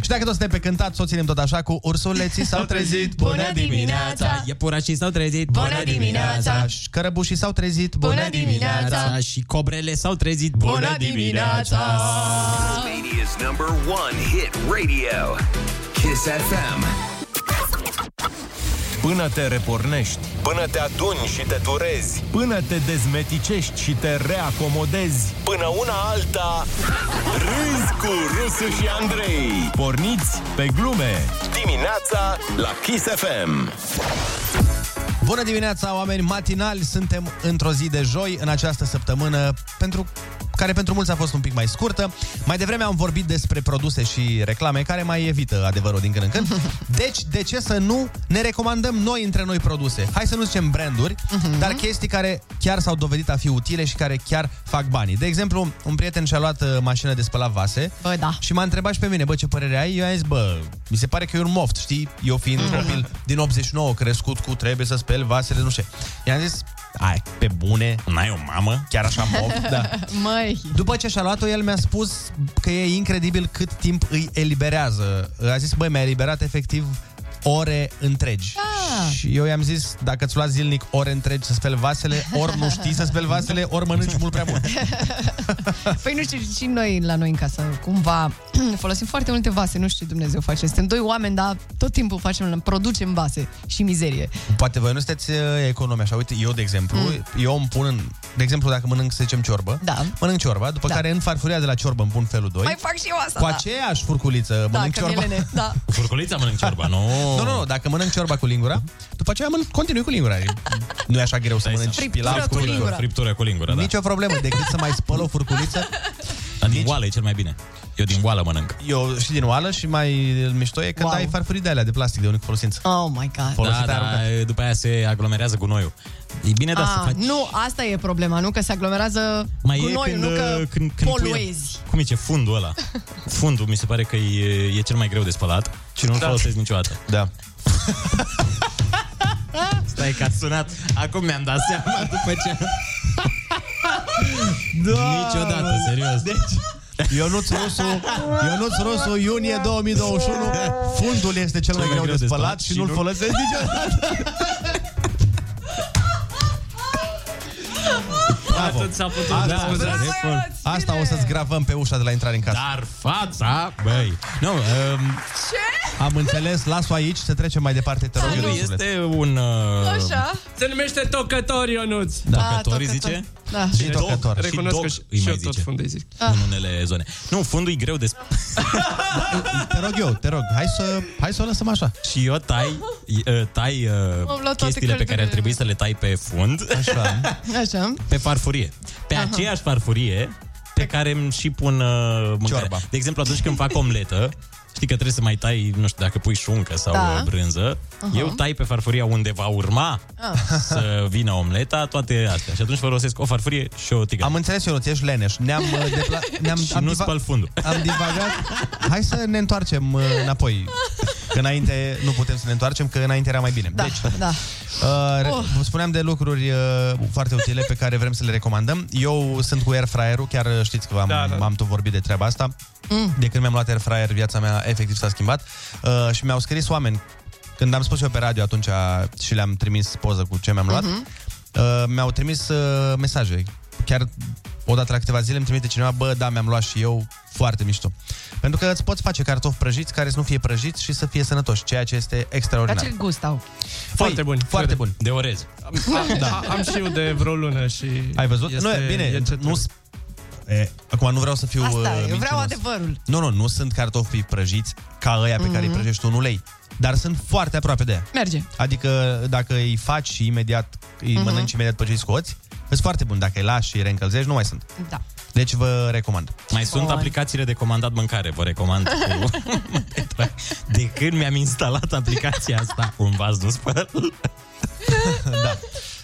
Speaker 6: Și dacă tot suntem pe cântat, să o ținem tot așa cu ursuleții s-au trezit.
Speaker 7: Bună dimineața! Iepurașii s-au trezit.
Speaker 6: Bună dimineața! Și Cărăbușii s-au trezit.
Speaker 7: Bună dimineața! Și cobrele s-au trezit.
Speaker 6: Bună dimineața!
Speaker 1: Romania's number one hit radio. Kiss FM.
Speaker 17: Până te repornești,
Speaker 1: Până te aduni și te durezi
Speaker 17: până te dezmeticești și te reacomodezi.
Speaker 1: Până una alta Râzi cu Rusu și Andrei
Speaker 17: Porniți pe glume!
Speaker 1: Dimineața la Kiss FM
Speaker 6: Bună dimineața, oameni matinali! Suntem într-o zi de joi în această săptămână pentru care pentru mulți a fost un pic mai scurtă. Mai devreme am vorbit despre produse și reclame care mai evită adevărul din când în când. Deci, de ce să nu ne recomandăm noi între noi produse? Hai să nu zicem branduri,
Speaker 7: Mhm.
Speaker 6: dar chestii care chiar s-au dovedit a fi utile și care chiar fac banii. De exemplu, un prieten și-a luat uh, mașină de spălat vase
Speaker 8: bă, da.
Speaker 6: și m-a întrebat și pe mine, bă, ce părere ai? Eu am zis, bă, mi se pare că e un moft, știi? Eu fiind
Speaker 8: Mhm.
Speaker 6: copil din 89, crescut cu trebuie să speli vasele, nu știu. I-am zis, ai, pe bune. N-ai o mamă? Chiar așa moft, da.
Speaker 8: Măi,
Speaker 6: După ce și-a luat-o, el mi-a spus că e incredibil cât timp îi eliberează. A zis, băi, mi-a eliberat efectiv ore întregi. Da. Și eu i-am zis, dacă ți luat zilnic ore întregi să speli vasele, ori nu știi să speli vasele, ori mănânci mult prea mult.
Speaker 8: păi nu știu, și noi la noi în casă cumva folosim foarte multe vase, nu știu ce Dumnezeu face. Suntem doi oameni, dar tot timpul facem, producem vase și mizerie.
Speaker 6: Poate voi nu sunteți uh, economi așa. Uite, eu, de exemplu, mm. eu îmi pun în... De exemplu, dacă mănânc, să zicem, ciorbă,
Speaker 8: da.
Speaker 6: mănânc ciorba, după da. care în farfuria de la ciorbă îmi pun felul 2.
Speaker 8: Mai fac și eu asta,
Speaker 6: Cu
Speaker 8: da.
Speaker 6: aceeași furculiță
Speaker 8: Da,
Speaker 6: mănânc
Speaker 8: că
Speaker 6: ciorba.
Speaker 8: Elene, da.
Speaker 6: Cu furculița mănânc ciorba, nu. nu, nu, nu, dacă mănânc ciorba cu lingura, după aceea mănânc, continui cu lingura. Nu e așa greu să mănânci
Speaker 8: Friptură
Speaker 6: pilaf
Speaker 8: cu lingura.
Speaker 7: Friptură cu lingura, da.
Speaker 6: Nicio problemă, decât să mai spăl o furculiță.
Speaker 7: Dar din oală e cel mai bine. Eu din oală mănânc.
Speaker 6: Eu și din oală și mai mișto e când wow. ai farfurii de alea de plastic de unic folosință.
Speaker 8: Oh my god.
Speaker 7: Da,
Speaker 6: Folosite
Speaker 7: da,
Speaker 6: aruncat.
Speaker 7: după aia se aglomerează gunoiul. E bine, da, să
Speaker 8: Ah,
Speaker 7: faci...
Speaker 8: Nu, asta e problema, nu că se aglomerează
Speaker 7: Mai
Speaker 8: cu
Speaker 7: e
Speaker 8: noi,
Speaker 7: când,
Speaker 8: nu că
Speaker 7: uh, când, când
Speaker 8: poluezi.
Speaker 7: Pui, cum e ce fundul ăla? Fundul mi se pare că e, e cel mai greu de spălat și nu-l da. folosesc niciodată.
Speaker 6: Da.
Speaker 7: Stai că a sunat. Acum mi-am dat seama după ce...
Speaker 6: Da,
Speaker 7: Niciodată, serios.
Speaker 6: Deci, Ionuț Rusu, Ionuț Rusu, iunie 2021, fundul este cel mai greu de spălat și nu-l folosesc niciodată. Bravo.
Speaker 7: Atât s-a putut. da.
Speaker 6: Asta,
Speaker 7: Bravo,
Speaker 6: asta,
Speaker 7: Ionuț, bine.
Speaker 6: asta o să-ți gravăm pe ușa de la intrare în casă.
Speaker 7: Dar fața, băi. Nu, um,
Speaker 8: Ce?
Speaker 6: Am înțeles, las-o aici, să trecem mai departe, te rog,
Speaker 7: Nu,
Speaker 6: Ionuțule.
Speaker 7: este un... Uh,
Speaker 8: Așa. Ah,
Speaker 9: Se numește tocător, Ionuț.
Speaker 6: Da.
Speaker 7: Tocătorii zice?
Speaker 8: Da.
Speaker 7: Ah, Și
Speaker 9: Dog.
Speaker 7: tocător.
Speaker 9: Recunosc
Speaker 7: și
Speaker 9: că
Speaker 7: dog,
Speaker 9: și-
Speaker 7: îi
Speaker 9: și
Speaker 7: mai
Speaker 9: eu tot
Speaker 7: zice.
Speaker 9: fundei zic.
Speaker 8: Ah.
Speaker 7: În unele zone. Nu, fundul e greu de... sp-
Speaker 6: Te rog eu, te rog, hai să, hai să o lăsăm așa.
Speaker 7: Și eu tai, uh, tai
Speaker 8: luat
Speaker 7: uh,
Speaker 8: toate
Speaker 7: chestiile pe care ar
Speaker 8: cărțile.
Speaker 7: trebui să le tai pe fund.
Speaker 6: Așa.
Speaker 8: Așa.
Speaker 7: Pe farfurie. Pe
Speaker 8: Aha.
Speaker 7: aceeași farfurie pe care îmi și pun uh, Ciorba. De exemplu, atunci când fac omletă, știi că trebuie să mai tai, nu știu, dacă pui șuncă sau
Speaker 8: Da.
Speaker 7: da. brânză,
Speaker 8: Aha.
Speaker 7: uh-huh. eu tai pe farfuria unde va urma
Speaker 8: Ah.
Speaker 7: să vină omleta, toate astea. Și atunci folosesc o farfurie și o tigaie.
Speaker 6: Am înțeles, eu, ești leneș. Ne-am, uh, depla- ne-am
Speaker 7: Și
Speaker 6: am
Speaker 7: nu spăl fundul.
Speaker 6: Am divagat. Hai să ne întoarcem uh, înapoi. Că înainte nu putem să ne întoarcem, că înainte era mai bine.
Speaker 8: Da,
Speaker 6: Deci,
Speaker 8: da. Oh.
Speaker 6: Uh, re- Vă spuneam de lucruri uh, foarte utile pe care vrem să le recomandăm. Eu sunt cu airfryer-ul, chiar uh, știți că v-am, da, da. am tot vorbit de treaba asta. Mm. De când mi-am luat airfryer, viața mea efectiv s-a schimbat uh, și mi-au scris oameni. Când am spus eu pe radio atunci și le-am trimis poză cu ce mi-am luat,
Speaker 8: Mhm.
Speaker 6: uh, mi-au trimis uh, mesaje. Chiar odată la câteva zile îmi trimite cineva, bă, da, mi-am luat și eu, foarte mișto. Pentru că îți poți face cartofi prăjiți care să nu fie prăjiți și să fie sănătoși, ceea ce este
Speaker 8: Dar
Speaker 6: extraordinar. Păi,
Speaker 8: ce gust au?
Speaker 9: Foarte bun.
Speaker 6: Foarte bun.
Speaker 7: De orez.
Speaker 8: Ah,
Speaker 9: Da. Am și eu de vreo lună și...
Speaker 6: Ai văzut? Nu, e bine, nu s- e, Acum nu vreau să fiu
Speaker 8: Asta
Speaker 6: uh,
Speaker 8: e, eu vreau
Speaker 6: mincinos.
Speaker 8: adevărul.
Speaker 6: Nu, nu, nu sunt cartofii prăjiți ca ăia pe care îi
Speaker 8: Mhm.
Speaker 6: prăjești tu în ulei, dar sunt foarte aproape de ea.
Speaker 8: Merge.
Speaker 6: Adică dacă îi faci și imediat, îi
Speaker 8: Mhm.
Speaker 6: mănânci imediat pe ce îi scoți, sunt foarte bun. Dacă îi lași și îi reîncălzești, nu mai sunt.
Speaker 8: Da.
Speaker 6: Deci vă recomand.
Speaker 7: Mai sunt
Speaker 6: Bun.
Speaker 7: aplicațiile de comandat mâncare, vă recomand. Cu... de când mi-am instalat aplicația asta, un vas nu spăl.
Speaker 6: da.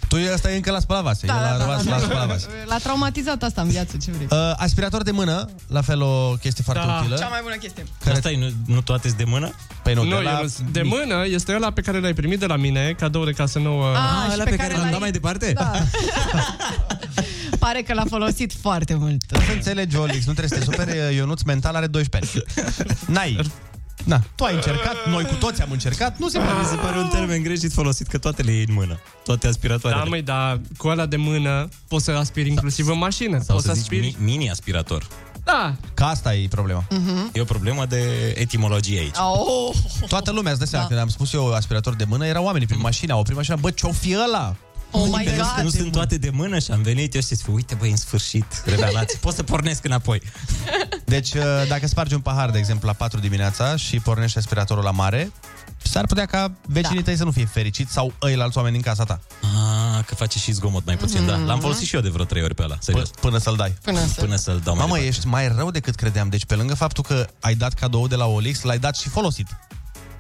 Speaker 6: Tu ăsta e încă la spălat
Speaker 8: Da,
Speaker 6: vase. eu la, la, la spălat vase.
Speaker 8: L-a traumatizat asta în viață, ce vrei.
Speaker 6: Uh, aspirator de mână, la fel o chestie foarte utilă.
Speaker 8: Cea mai bună chestie.
Speaker 7: Care... Stai, Da. nu, nu toate sunt de mână?
Speaker 6: Păi
Speaker 9: Nu, nu la... de mână este ăla pe care l-ai primit de la mine, cadou de casă nouă.
Speaker 8: Ah, și ăla pe pe care care l-am l-ai- dat mai
Speaker 7: departe?
Speaker 8: Da. Pare că l-a folosit foarte mult.
Speaker 6: Să înțelegi, Olix, nu trebuie să te superi, Ionuț mental are 12 ani. N-ai. Na, tu ai încercat, noi cu toți am încercat, nu se
Speaker 7: Mi
Speaker 6: poate.
Speaker 7: se pare un termen greșit folosit, că toate le iei în mână. Toate aspiratoarele.
Speaker 9: Da, măi,
Speaker 7: Da.
Speaker 9: dar cu ăla de mână poți să aspiri inclusiv în mașină.
Speaker 7: Sau
Speaker 9: poți
Speaker 7: să zici mi- mini-aspirator.
Speaker 9: Da.
Speaker 6: Ca asta e problema.
Speaker 8: Mhm.
Speaker 6: E o problemă de etimologie aici.
Speaker 8: Oh.
Speaker 6: Toată lumea, îți dai seama,
Speaker 8: Da.
Speaker 6: da. când am spus eu aspirator de mână, erau oamenii prin mașină, au oprit mașina, bă, ce-o fi ăla? Adică
Speaker 8: Oh my
Speaker 7: Vezi că
Speaker 8: god!
Speaker 7: nu sunt toate de mână și am venit eu și zic, uite băi, în sfârșit, revelați, pot să pornesc înapoi.
Speaker 6: Deci, uh, dacă spargi un pahar, de exemplu, la 4 dimineața și pornești aspiratorul la mare, s-ar putea ca vecinii da. tăi să nu fie fericiți sau ei la alți oameni din casa ta.
Speaker 7: Ah, că face și zgomot mai puțin, mm-hmm. da. L-am folosit și eu de vreo trei ori pe ăla, serios.
Speaker 6: până să-l dai.
Speaker 7: Până, să... până să-l dau mai
Speaker 6: Mamă,
Speaker 7: departe.
Speaker 6: ești mai rău decât credeam. Deci, pe lângă faptul că ai dat cadou de la Olix, l-ai dat și folosit.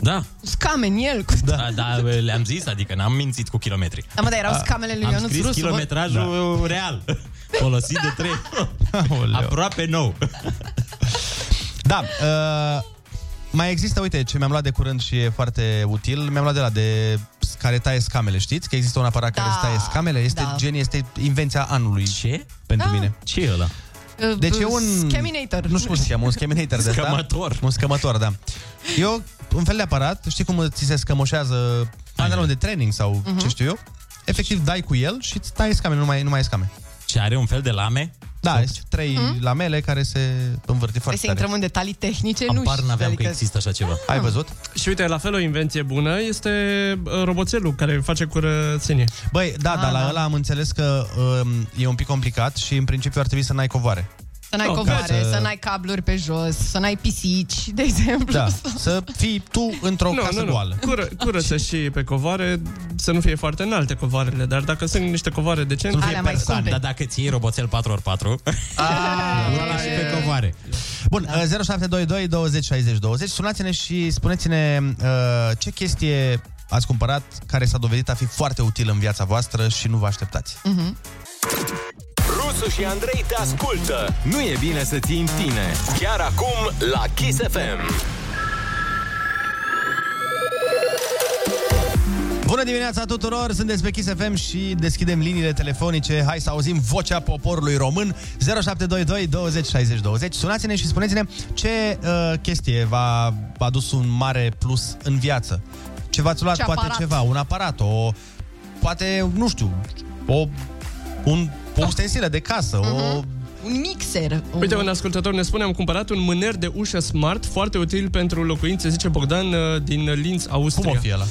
Speaker 7: Da.
Speaker 8: Scame în el. Cu...
Speaker 7: Da. da, da, le-am zis, adică n-am mințit cu kilometri.
Speaker 8: Da, mă, dar erau
Speaker 7: A-
Speaker 8: scamele lui
Speaker 7: Am
Speaker 8: Ionuț
Speaker 7: scris
Speaker 8: Rusu, bă.
Speaker 7: kilometrajul real. Folosit de trei. Aproape nou.
Speaker 6: Da, uh, mai există, uite, ce mi-am luat de curând și e foarte util, mi-am luat de la de care taie scamele, știți? Că există un aparat da, care îți taie scamele, este
Speaker 8: da.
Speaker 6: da. gen, este invenția anului.
Speaker 7: Ce?
Speaker 6: Pentru
Speaker 8: Da.
Speaker 6: da. mine.
Speaker 7: Ce e ăla?
Speaker 6: Deci e un...
Speaker 8: Scaminator.
Speaker 6: Nu știu cum se cheamă, un scaminator de
Speaker 7: Scămător.
Speaker 6: Un scămător, da. E o- un fel de aparat, știi cum ți se scămoșează pantalon de training sau
Speaker 7: Mhm.
Speaker 6: uh-huh. ce știu eu? Efectiv, dai cu el și îți tai scamele, nu mai, nu mai ai scame.
Speaker 7: Și are un fel de lame?
Speaker 6: Da, sunt trei
Speaker 8: Mhm.
Speaker 6: lamele care se învârte
Speaker 8: Trebuie
Speaker 6: foarte
Speaker 8: să
Speaker 6: tare.
Speaker 8: intrăm în detalii tehnice, nu știu. adică
Speaker 7: există așa ceva.
Speaker 6: Ai văzut?
Speaker 9: Adică- Și uite, la fel o invenție bună este uh, roboțelul care face curățenie.
Speaker 6: Băi, da,
Speaker 9: Ah,
Speaker 6: ah, dar la
Speaker 9: da.
Speaker 6: da. ăla am înțeles că um, e un pic complicat și în principiu ar trebui să n-ai covoare.
Speaker 8: Să n-ai
Speaker 6: Ok.
Speaker 8: covoare,
Speaker 6: Să-
Speaker 8: să n-ai cabluri pe jos, să n-ai pisici, de exemplu.
Speaker 6: Da, să fii tu într-o
Speaker 9: Nu,
Speaker 6: casă
Speaker 9: nu, nu.
Speaker 6: goală.
Speaker 9: Cură, curăță și pe covoare, să nu fie foarte înalte covoarele, dar dacă sunt niște covoare decente...
Speaker 7: Dar dacă ți iei roboțel 4x4,
Speaker 6: Ah,
Speaker 7: și pe covoare.
Speaker 6: Bun, da. 0722 20 60 20. Sunați-ne și spuneți-ne uh, ce chestie ați cumpărat care s-a dovedit a fi foarte util în viața voastră și nu vă așteptați.
Speaker 1: Rusu și Andrei te ascultă. Nu e bine să ții în tine. Chiar acum la Kiss FM.
Speaker 6: Bună dimineața tuturor, sunt pe Kiss FM și deschidem liniile telefonice. Hai să auzim vocea poporului român 0722 20 60 20. Sunați-ne și spuneți-ne ce uh, chestie v-a adus un mare plus în viață. Ce v-ați luat,
Speaker 8: Ce
Speaker 6: poate
Speaker 8: aparat?
Speaker 6: ceva, un aparat, o, poate, nu știu, o, un, o ustensilă de casă, o...
Speaker 8: Mhm. Un mixer.
Speaker 9: Uite, un ascultător ne spune, am cumpărat un mâner de ușă smart, foarte util pentru locuințe, zice Bogdan, uh, din Linz, Austria.
Speaker 6: Cum o fi ăla?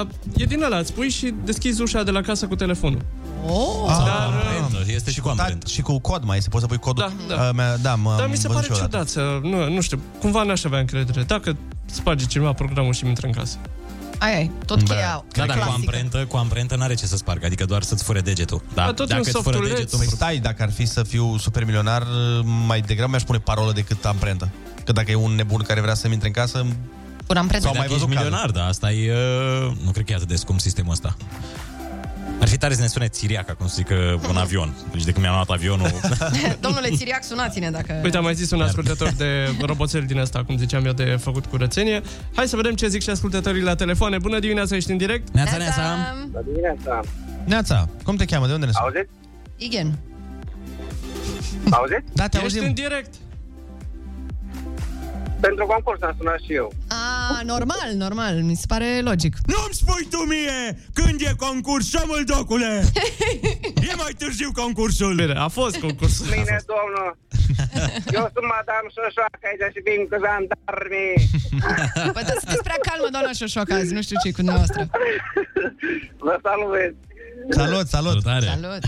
Speaker 9: Uh, e din ăla, îți pui și deschizi ușa de la casa cu telefonul.
Speaker 8: Oh.
Speaker 6: Ah.
Speaker 7: amprentă, este și cu
Speaker 6: amprentă. da, Și cu cod mai este, poți să pui codul.
Speaker 9: Da, da.
Speaker 6: Uh, mea- da, m-
Speaker 9: Dar mi se
Speaker 6: am văzut
Speaker 9: pare
Speaker 6: și eu odată.
Speaker 9: ciudat să... Nu, nu știu, cumva n-aș avea încredere. Dacă sparge cineva programul și mi intră în casă.
Speaker 8: Ai, ai, tot cheia
Speaker 7: Da, dar cu
Speaker 8: clasică.
Speaker 7: amprentă, cu amprentă n-are ce să spargă, adică doar să-ți fure degetul. Da,
Speaker 9: Dar tot e un
Speaker 7: îți fură
Speaker 9: softuleț.
Speaker 7: degetul,
Speaker 6: Păi stai, dacă ar fi să fiu supermilionar, mai degrabă mi-aș pune parolă decât amprentă. Că dacă e un nebun care vrea să-mi intre în casă,
Speaker 8: Un amprentă.
Speaker 7: Sau mai văzut milionar, da, asta e... uh, Nu cred că e atât de scump sistemul ăsta. Ar fi tare să ne sune Țiriaca, cum se zică, un avion. Deci de când mi-am luat avionul...
Speaker 8: Domnule Țiriac, sunați-ne dacă...
Speaker 7: Păi, da.
Speaker 9: Uite, am mai zis un ascultător de roboțel din asta, cum ziceam eu, de făcut curățenie. Hai să vedem ce zic și ascultătorii la telefoane. Bună dimineața, ești în direct?
Speaker 7: Neața, neața!
Speaker 16: La dimineața.
Speaker 6: Neața, cum te cheamă? De unde ne suni?
Speaker 16: Auziți?
Speaker 8: Igen.
Speaker 16: Auziți?
Speaker 6: Da, te
Speaker 9: Ești
Speaker 6: auzim.
Speaker 9: în direct?
Speaker 16: Pentru concurs am sunat și eu.
Speaker 8: A, normal, normal, mi se pare logic.
Speaker 12: Nu-mi spui tu mie când e concurs, șomul docule! E mai târziu concursul!
Speaker 9: Bine, a fost concursul.
Speaker 16: Bine, domnul. Eu sunt madame Șoșoacă aici și vin cu jandarmii.
Speaker 8: Bă, dar Păi, da, sunteți prea calmă, doamna Șoșoacă, azi, nu știu ce cu dumneavoastră.
Speaker 16: Vă salut.
Speaker 6: Salut, salut!
Speaker 7: Salutare!
Speaker 8: Salut.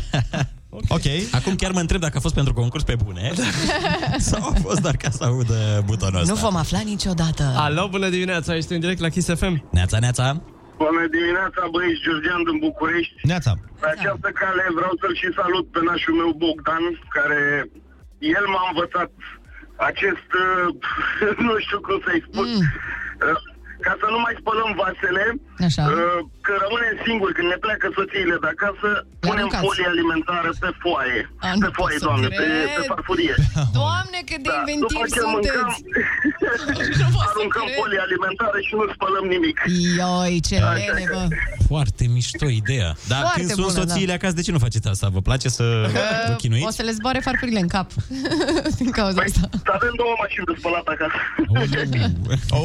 Speaker 6: Ok.
Speaker 7: Acum chiar mă întreb dacă a fost pentru concurs pe bune
Speaker 8: Da.
Speaker 7: sau a fost doar ca să audă butonul ăsta.
Speaker 8: Nu vom afla niciodată.
Speaker 9: Alo, bună dimineața, ești în direct la Kiss FM.
Speaker 7: Neața, neața!
Speaker 18: Bună dimineața, băieți, Georgian din București.
Speaker 6: Neața.
Speaker 18: Pe această cale vreau să-l și salut pe nașul meu Bogdan, care el m-a învățat acest, uh, nu știu cum să-i spun,
Speaker 8: Mm.
Speaker 18: uh, ca să nu mai spălăm vasele,
Speaker 8: Așa.
Speaker 18: uh, că rămânem singuri când ne pleacă soțiile de acasă, punem
Speaker 8: aruncați.
Speaker 18: folie alimentară pe foaie.
Speaker 8: A, nu
Speaker 18: pe
Speaker 8: pot
Speaker 18: foaie,
Speaker 8: să
Speaker 18: doamne, pe,
Speaker 8: cred.
Speaker 18: pe farfurie. Da,
Speaker 8: Doamne, cât de inventivi
Speaker 18: După ce mâncăm,
Speaker 8: sunteți!
Speaker 18: aruncăm folie alimentară și nu spălăm nimic.
Speaker 8: Ioi, ce
Speaker 18: Da.
Speaker 8: lene, bă!
Speaker 7: Foarte mișto ideea. Dar
Speaker 8: Foarte
Speaker 7: când sunt
Speaker 8: bună,
Speaker 7: soțiile
Speaker 8: da.
Speaker 7: acasă, de ce nu faceți asta? Vă place să vă
Speaker 8: O
Speaker 7: chinuiți?
Speaker 8: să le zboare farfurile în cap din cauza asta.
Speaker 18: Avem două mașini de spălat acasă.
Speaker 6: Oh,
Speaker 8: A,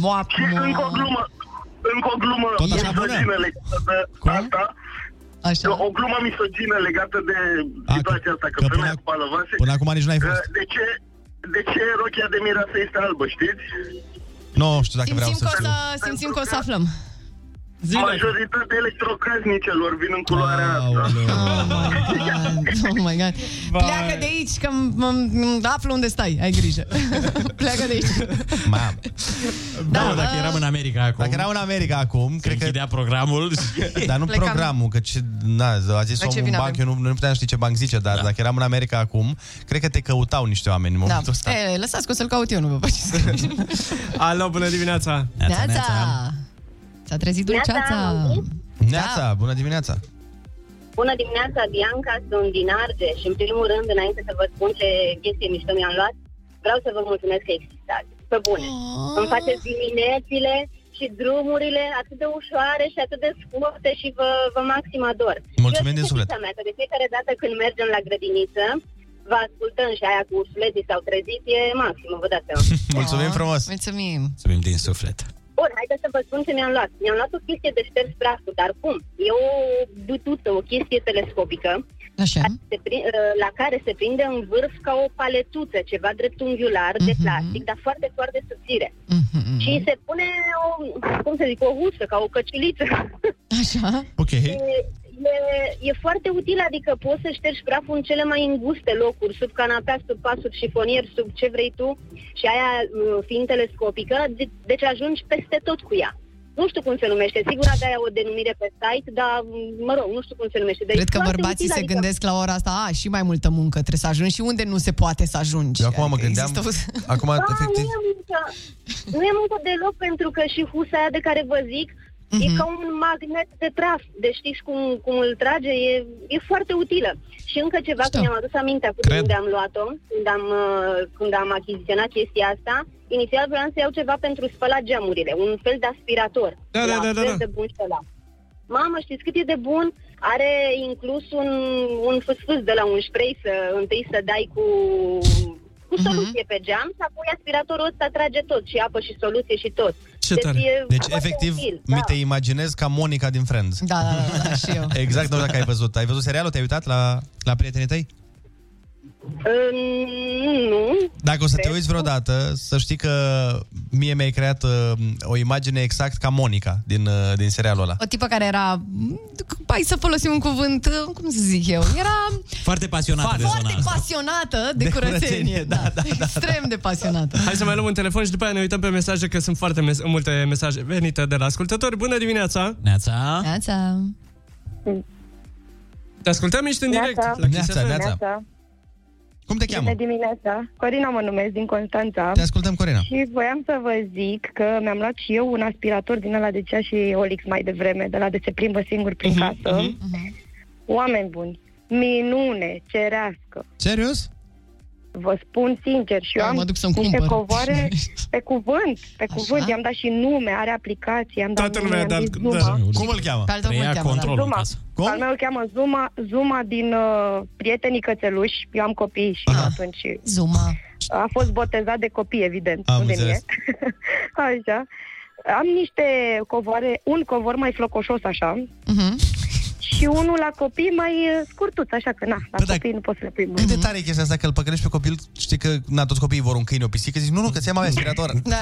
Speaker 8: moap,
Speaker 18: Și încă o
Speaker 8: moap.
Speaker 18: glumă. Încă o glumă.
Speaker 8: Tot așa
Speaker 18: cu
Speaker 8: bună?
Speaker 18: Săzinele, asta,
Speaker 8: Așa.
Speaker 18: O glumă misogină legată de situația asta, că, că femeia cu spală vase.
Speaker 6: Până acum nici n-ai fost.
Speaker 18: Uh, De ce, de ce rochia de mireasă este albă, știți?
Speaker 6: Nu știu dacă
Speaker 8: Simțim că,
Speaker 6: vreau
Speaker 8: o
Speaker 6: să știu.
Speaker 8: să, simțim că o să aflăm.
Speaker 18: Majoritatea electrocasnicelor vin în culoarea asta.
Speaker 8: Oh my God. Pleacă de aici, că m- m- m- aflu unde stai, ai grijă. Pleacă de aici.
Speaker 7: Da, da,
Speaker 8: uh,
Speaker 7: dacă eram în America acum.
Speaker 6: Dacă eram în America acum, cred că...
Speaker 7: Închidea programul.
Speaker 6: Dar nu
Speaker 8: Plecam.
Speaker 6: programul, că ce, na, a zis
Speaker 8: La ce
Speaker 6: omul un
Speaker 8: vină
Speaker 6: banc, eu nu, nu puteam ști ce banc zice, dar da. dacă eram în America acum, cred că te căutau niște oameni în
Speaker 8: Da.
Speaker 6: momentul ăsta.
Speaker 8: E, lăsați că o să-l caut eu, nu vă faceți griji.
Speaker 9: Alo, bună dimineața!
Speaker 8: Neața! S-a trezit dulceața.
Speaker 6: Neața, bună dimineața!
Speaker 19: Bună dimineața, Bianca, sunt din Argeș și în primul rând, înainte să vă spun ce chestie mișto mi-am luat, vreau să vă mulțumesc că existați. Pe bune. Îmi faceți diminețile și drumurile atât de ușoare și atât de scurte și vă, vă maxim ador.
Speaker 6: Mulțumim
Speaker 19: Eu
Speaker 6: din
Speaker 19: știu
Speaker 6: suflet.
Speaker 19: fetița Mea, că de fiecare dată când mergem la grădiniță, vă ascultăm și aia cu ursuleții s-au trezit, e maximă, vă dați seama.
Speaker 6: Mulțumim frumos!
Speaker 8: Mulțumim!
Speaker 7: Mulțumim din suflet.
Speaker 19: Bun, haideți să vă spun ce mi-am luat. Mi-am luat o chestie de șters brațul, dar cum? E o butuță, o chestie telescopică,
Speaker 8: Așa.
Speaker 19: care se pri- ă, la care se prinde în vârf ca o paletuță, ceva dreptunghiular de plastic, dar foarte, foarte subțire. Și se pune o, cum să zic, o husă, ca o căciliță.
Speaker 8: Așa.
Speaker 6: Ok.
Speaker 19: E, e, e foarte util, adică poți să ștergi praful în cele mai înguste locuri, sub canapea, sub pat, sub șifonier, sub ce vrei tu și aia m, fiind telescopică, de- deci ajungi peste tot cu ea. Nu știu cum se numește, sigur avea o denumire pe site, dar m, mă rog, nu știu cum se numește. Deci
Speaker 8: Cred că
Speaker 19: foarte
Speaker 8: bărbații
Speaker 19: util,
Speaker 8: se
Speaker 19: adică-
Speaker 8: gândesc la ora asta, a, și mai multă muncă trebuie să ajungi și unde nu se poate să ajungi.
Speaker 6: Eu acum mă gândeam,
Speaker 8: adică există o-
Speaker 6: acum
Speaker 19: Da,
Speaker 6: efectiv,
Speaker 19: Nu e, muncă, nu e muncă deloc, pentru că și husa aia de care vă zic mm-hmm.
Speaker 9: Mhm.
Speaker 19: e ca un magnet de praf. Deci știți cum, cum îl trage? E, e foarte utilă. Și încă ceva, Știu. mi-am adus aminte acum de unde am luat-o, când am, uh, când am achiziționat chestia asta. Inițial vreau să iau ceva pentru spălat geamurile, un fel de aspirator.
Speaker 9: Da, da,
Speaker 19: La
Speaker 9: da, da,
Speaker 19: fel
Speaker 9: da.
Speaker 19: de bun și ăla. Mamă, știți cât e de bun? Are inclus un, un fâsfâs de la un spray să întâi să dai cu cu
Speaker 6: Mhm.
Speaker 19: soluție pe geam și apoi aspiratorul ăsta trage tot și apă și soluție și tot. deci e
Speaker 6: Deci,
Speaker 19: foarte
Speaker 6: efectiv,
Speaker 19: util, da.
Speaker 6: mi te imaginez ca Monica din Friends.
Speaker 8: Da, da, da, da, și eu.
Speaker 6: Exact, nu știu dacă ai văzut. Ai văzut serialul? Te-ai uitat la, la prietenii tăi?
Speaker 19: Mm, nu.
Speaker 6: Dacă o să te
Speaker 19: Cred.
Speaker 6: uiți vreodată, să știi că mie mi-ai creat uh, o imagine exact ca Monica din, uh, din serialul ăla.
Speaker 8: O tipă care era... Hai să folosim un cuvânt, uh, cum să zic eu, era
Speaker 7: Foarte pasionată de zona
Speaker 8: foarte
Speaker 7: asta.
Speaker 8: pasionată de,
Speaker 7: De
Speaker 8: curățenie.
Speaker 7: curățenie,
Speaker 8: da, da, da, Extrem de pasionată.
Speaker 9: Hai să mai luăm un telefon și după aia ne uităm pe mesaje, că sunt foarte mes- multe mesaje venite de la ascultători. Bună dimineața!
Speaker 7: Neața!
Speaker 8: Neața!
Speaker 9: Te ascultăm, ești în direct. La Kiss FM.
Speaker 6: Cum te
Speaker 9: cheamă?
Speaker 20: Bună dimineața. Corina mă numesc din Constanța.
Speaker 6: Te ascultăm, Corina.
Speaker 20: Și voiam să vă zic că mi-am luat și eu un aspirator din ăla de cea și Olix mai devreme, de la de se plimbă singur prin
Speaker 9: Mhm,
Speaker 20: casă. Mhm. Oameni buni, minune cerească.
Speaker 6: Serios?
Speaker 20: Vă spun sincer și eu
Speaker 8: Da,
Speaker 20: am
Speaker 8: mă duc să-mi
Speaker 20: niște
Speaker 8: cumpăr.
Speaker 20: covoare pe cuvânt, pe cuvânt. I-am dat și nume, are aplicații, am dat
Speaker 9: Toată
Speaker 20: nume,
Speaker 9: lumea
Speaker 20: i-am
Speaker 9: a
Speaker 20: zis
Speaker 9: dat-
Speaker 20: Zuma.
Speaker 9: da. Cum îl cheamă?
Speaker 20: Pe al tău cum îl
Speaker 7: Treia
Speaker 20: cheamă, da.
Speaker 7: controlul în
Speaker 20: Zuma.
Speaker 7: casă.
Speaker 20: Al meu îl cheamă Zuma, Zuma din uh, prietenii cățeluși. Eu am copii și atunci...
Speaker 8: Zuma.
Speaker 20: A fost botezat de copii, evident,
Speaker 21: Am
Speaker 20: nu de mine.
Speaker 21: înțeles.
Speaker 20: așa. Am niște covoare, un covor mai flocoșos, așa, și unul la copii mai uh, scurtuț, așa că, na,
Speaker 21: Păi da,
Speaker 20: la copii nu poți să le pui mult.
Speaker 6: Cât de tare e chestia asta că îl păcălești pe copil, știi că na, toți copiii vor un câine, o pisică, zici, nu, nu, că ți-am mai aspirator.
Speaker 8: Da.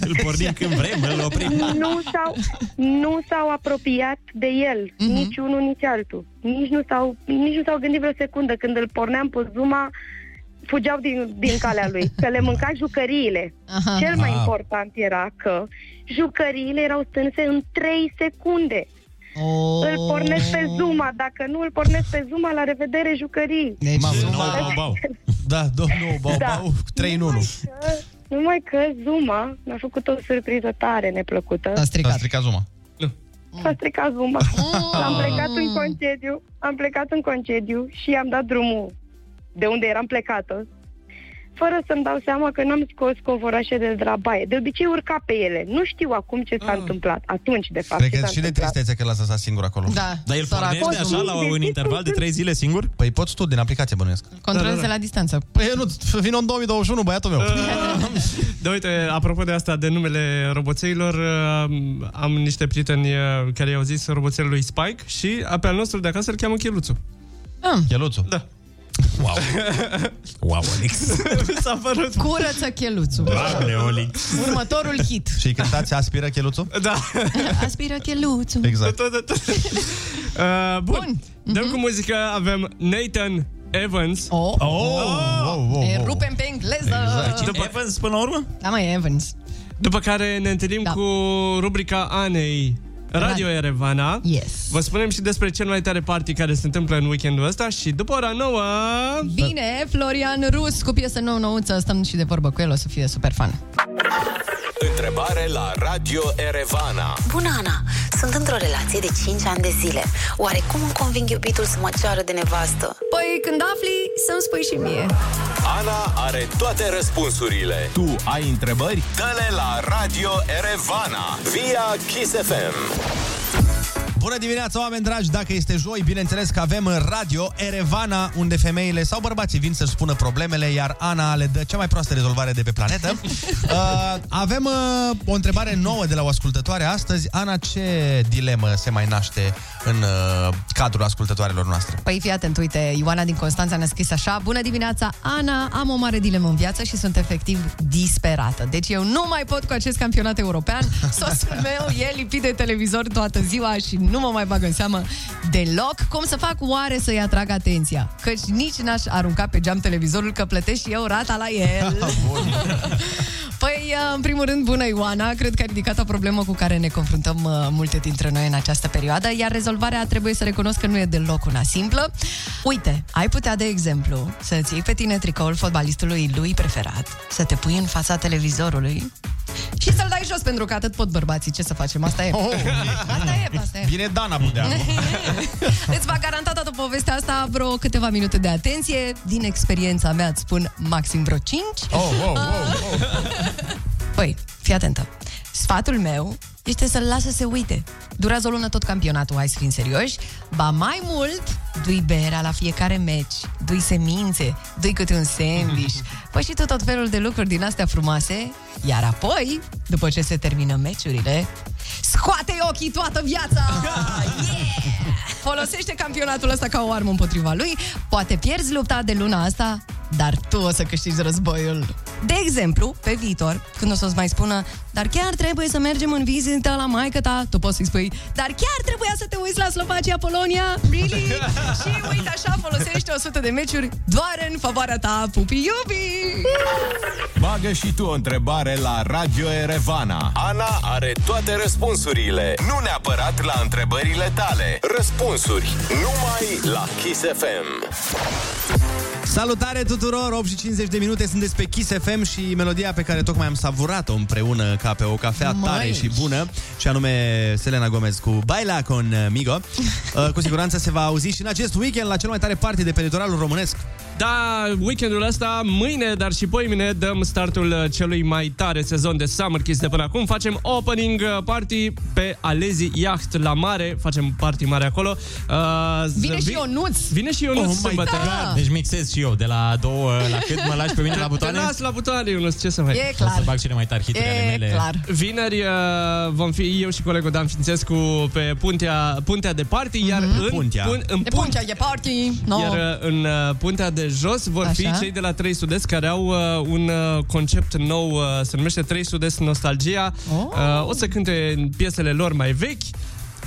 Speaker 7: Îl pornim când vrem, îl oprim.
Speaker 20: nu, s-au, nu s-au apropiat de el,
Speaker 8: Mhm.
Speaker 20: nici unul, nici altul. Nici nu, s-au, nici nu s-au gândit vreo secundă. Când îl porneam pe Zuma, fugeau din, din calea lui, că le mânca jucăriile.
Speaker 8: Aha.
Speaker 20: Cel mai
Speaker 8: Ah.
Speaker 20: important era că jucăriile erau stânse în 3 secunde.
Speaker 8: Oh.
Speaker 20: Îl pornesc pe Zuma, dacă nu îl pornesc pe Zuma, la revedere jucării.
Speaker 8: Deci-
Speaker 6: Mamă,
Speaker 20: nou Baobau.
Speaker 6: Da, domnul Baobau, 3 în 1.
Speaker 20: Numai că Zuma mi-a făcut o surpriză tare neplăcută.
Speaker 8: S-a stricat.
Speaker 6: S-a stricat Zuma.
Speaker 20: S-a stricat zumba. Am plecat în concediu, am plecat în concediu și am dat drumul de unde eram plecată fără să-mi dau seama că n-am scos covorașele de la baie. De obicei urca pe ele. Nu știu acum ce s-a întâmplat. Atunci, de fapt,
Speaker 6: Mm. Cred că
Speaker 20: ce s-a
Speaker 6: și de
Speaker 20: întâmplat.
Speaker 6: tristețe că l-a lăsat singur acolo.
Speaker 8: Da,
Speaker 7: Dar el
Speaker 8: sărac.
Speaker 7: pornește așa la un interval de 3 zile singur? Da,
Speaker 6: Păi poți tu, din aplicație bănuiesc.
Speaker 8: Controleze la distanță.
Speaker 6: Păi nu, vin în 2021, băiatul meu.
Speaker 9: Da, uite, apropo de asta, de numele roboțeilor, uh, am niște prieteni uh, care i-au zis roboțelul lui Spike și a, pe al nostru de acasă îl cheamă Cheluțu.
Speaker 8: Ah.
Speaker 6: Cheluțu?
Speaker 9: Da.
Speaker 7: Wow. wow, Alex.
Speaker 9: S-a părut...
Speaker 8: Curăță cheluțul.
Speaker 6: Da.
Speaker 7: Olix.
Speaker 8: Următorul hit.
Speaker 6: Și cântați Aspiră cheluțul?
Speaker 9: Da.
Speaker 8: Aspiră cheluțul.
Speaker 6: Exact.
Speaker 9: Tot, tot, tot. Uh, bun. bun. Dăm cu muzică, avem Nathan Evans.
Speaker 8: Mhm. Oh.
Speaker 9: Oh.
Speaker 8: E, rupem pe engleză.
Speaker 9: După...
Speaker 7: Evans până la urmă?
Speaker 8: Da, mă, e Evans.
Speaker 9: După care ne întâlnim da. cu rubrica Anei Radio
Speaker 8: Radio.
Speaker 9: Erevana.
Speaker 8: Yes.
Speaker 9: Vă spunem și despre cel mai tare party care se întâmplă în weekendul ăsta și după ora nouă...
Speaker 8: Bine, Florian Rus cu piesă nouă nouță. Stăm și de vorbă cu el, o să fie super fan.
Speaker 1: Întrebare la Radio Erevana.
Speaker 11: Bună, Ana! Sunt într-o relație de 5 ani de zile. Oare cum îmi conving iubitul să mă ceară de nevastă?
Speaker 8: Păi când afli, să-mi spui și mie.
Speaker 1: Ana are toate răspunsurile. Tu ai întrebări? Dă-le la Radio Erevana via Kiss FM.
Speaker 6: Bună dimineața, oameni dragi! Dacă este joi, bineînțeles că avem în Radio Erevana, unde femeile sau bărbații vin să-și spună problemele, iar Ana le dă cea mai proastă rezolvare de pe planetă. Uh, avem uh, o întrebare nouă de la o ascultătoare astăzi. Ana, ce dilemă se mai naște în uh, cadrul ascultătoarelor noastre?
Speaker 8: Păi fii atent, uite, Ioana din Constanța ne-a scris așa Bună dimineața, Ana, am o mare dilemă în viață și sunt efectiv disperată Deci eu nu mai pot cu acest campionat european Soțul meu e lipit de televizor toată ziua și nu mă mai bag în seamă deloc Cum să fac oare să-i atrag atenția? Căci nici n-aș arunca pe geam televizorul că plătesc și eu rata la el Păi, în primul rând, bună Ioana, cred că ai ridicat o problemă cu care ne confruntăm uh, multe dintre noi în această perioadă, iar rezolvarea trebuie să recunosc că nu e deloc una simplă. Uite, ai putea, de exemplu, să-ți iei pe tine tricoul fotbalistului lui preferat, să te pui în fața televizorului și să-l dai jos, pentru că atât pot bărbații. Ce să facem? Asta e.
Speaker 6: Oh.
Speaker 8: Asta e, asta e.
Speaker 6: Bine, Dana Budea.
Speaker 8: Îți va garanta toată povestea asta vreo câteva minute de atenție. Din experiența mea îți spun maxim vreo 5.
Speaker 6: Oh, oh, oh,
Speaker 8: oh. Păi, fii atentă. Sfatul meu este să-l lasă să se uite. Durează o lună tot campionatul, hai să fim serioși. Ba mai mult, dui berea la fiecare meci, dui semințe, dui câte un sandwich, păi și tu tot felul de lucruri din astea frumoase, iar apoi, după ce se termină meciurile, scoate ochii toată viața!
Speaker 9: Da,
Speaker 8: Folosește campionatul ăsta ca o armă împotriva lui. Poate pierzi lupta de luna asta, dar tu o să câștigi războiul. De exemplu, pe viitor, când o să-ți mai spună Dar chiar trebuie să mergem în vizită la maică ta Tu poți să-i spui Dar chiar trebuia să te uiți la Slovacia, Polonia Really? Și uite așa folosești 100 de meciuri Doar în favoarea ta, pupi iubi!
Speaker 1: Bagă și tu o întrebare la Radio Erevana. Ana are toate răspunsurile. Nu neapărat la întrebările tale. Răspunsuri numai la Kiss FM.
Speaker 6: Salutare tuturor! 8 și 50 de minute sunteți pe Kiss FM și melodia pe care tocmai am savurat-o împreună ca pe o cafea
Speaker 4: Măi!
Speaker 6: tare și bună și anume Selena Gomez cu Baila Conmigo uh, cu siguranță se va auzi și în acest weekend la cel mai tare party de pe litoralul românesc.
Speaker 9: Da, weekendul ăsta, mâine, dar și poimine, dăm startul uh, celui mai tare sezon de Summer Kiss de până acum. Facem opening uh, party pe Alezi Yacht la mare. Facem party mare acolo. Uh,
Speaker 8: Vine
Speaker 9: zâmbi-
Speaker 8: și Ionuț!
Speaker 9: Vine și Ionuț oh sâmbătă.
Speaker 8: Da.
Speaker 7: Deci mixez și eu de la două la cât mă lași pe mine la butoane?
Speaker 9: Te las la butoane, Ionuț, ce să faci?
Speaker 8: E clar.
Speaker 7: O să bag cele mai tari hituri ale mele.
Speaker 9: Vineri uh, vom fi eu și colegul Dan Fințescu pe puntea, puntea de party, mm-hmm.
Speaker 7: Mhm.
Speaker 9: iar în,
Speaker 8: Puntea.
Speaker 9: Pun, în
Speaker 8: De puncea e party! No.
Speaker 9: Iar uh, în uh, puntea de jos vor
Speaker 8: Așa.
Speaker 9: Așa. fi cei de la 3 Sud-Est care au uh, un uh, concept nou, uh, se numește 3 Sud-Est Nostalgia.
Speaker 8: Oh.
Speaker 9: Uh, o să cânte piesele lor mai vechi,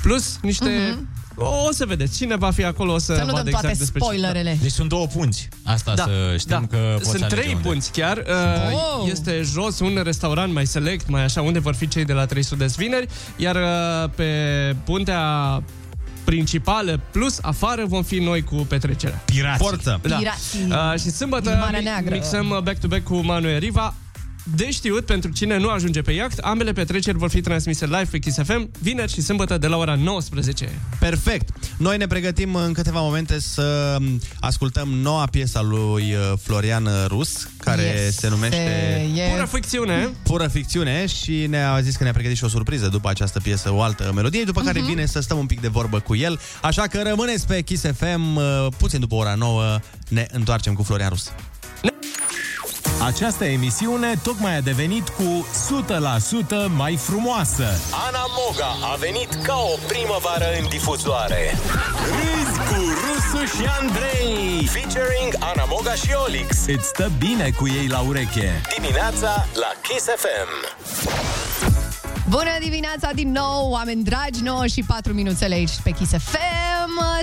Speaker 9: plus niște... Mm-hmm. O, o să vedeți cine va fi acolo, o să,
Speaker 8: Mhm. Să nu
Speaker 9: vadă
Speaker 8: dăm
Speaker 9: exact
Speaker 8: toate
Speaker 9: despre
Speaker 8: spoilerele.
Speaker 7: Deci sunt două punți. Asta
Speaker 9: Da,
Speaker 7: să știm
Speaker 9: da.
Speaker 7: că poți
Speaker 9: Sunt
Speaker 7: alege
Speaker 9: trei
Speaker 7: unde.
Speaker 9: punți chiar.
Speaker 8: Wow!
Speaker 9: Uh, este jos un restaurant mai select, mai așa, unde vor fi cei de la 300 de vineri, iar uh, pe puntea principală plus afară vom fi noi cu petrecerea.
Speaker 6: Pirații. Forță.
Speaker 9: Da.
Speaker 8: Pirații.
Speaker 9: Uh, și sâmbătă
Speaker 8: Din Marea
Speaker 9: mi-
Speaker 8: Neagră.
Speaker 9: mixăm uh, back-to-back cu Manuel Riva de știut pentru cine nu ajunge pe iaht, ambele petreceri vor fi transmise live pe Kiss FM vineri și sâmbătă de la ora 19.
Speaker 6: Perfect! Noi ne pregătim în câteva momente să mm, ascultăm noua piesă a lui uh, Florian Rus, care yes. se numește...
Speaker 9: Yes. Pură ficțiune!
Speaker 6: Pură ficțiune și ne-a zis că ne-a pregătit și o surpriză după această piesă, o altă melodie, după care uh-huh. vine să stăm un pic de vorbă cu el. Așa că rămâneți pe Kiss FM, puțin după ora 9 ne întoarcem cu Florian Rus.
Speaker 1: Această emisiune tocmai a devenit cu 100% mai frumoasă.
Speaker 2: Ana Moga a venit ca o primăvară în difuzoare.
Speaker 1: Râzi cu Rusu și Andrei.
Speaker 2: Featuring Ana Moga și Olix.
Speaker 1: Îți stă bine cu ei la ureche.
Speaker 2: Dimineața la Kiss FM.
Speaker 21: Bună dimineața din nou, oameni dragi, 9 și 4 minuțele aici pe Kiss FM.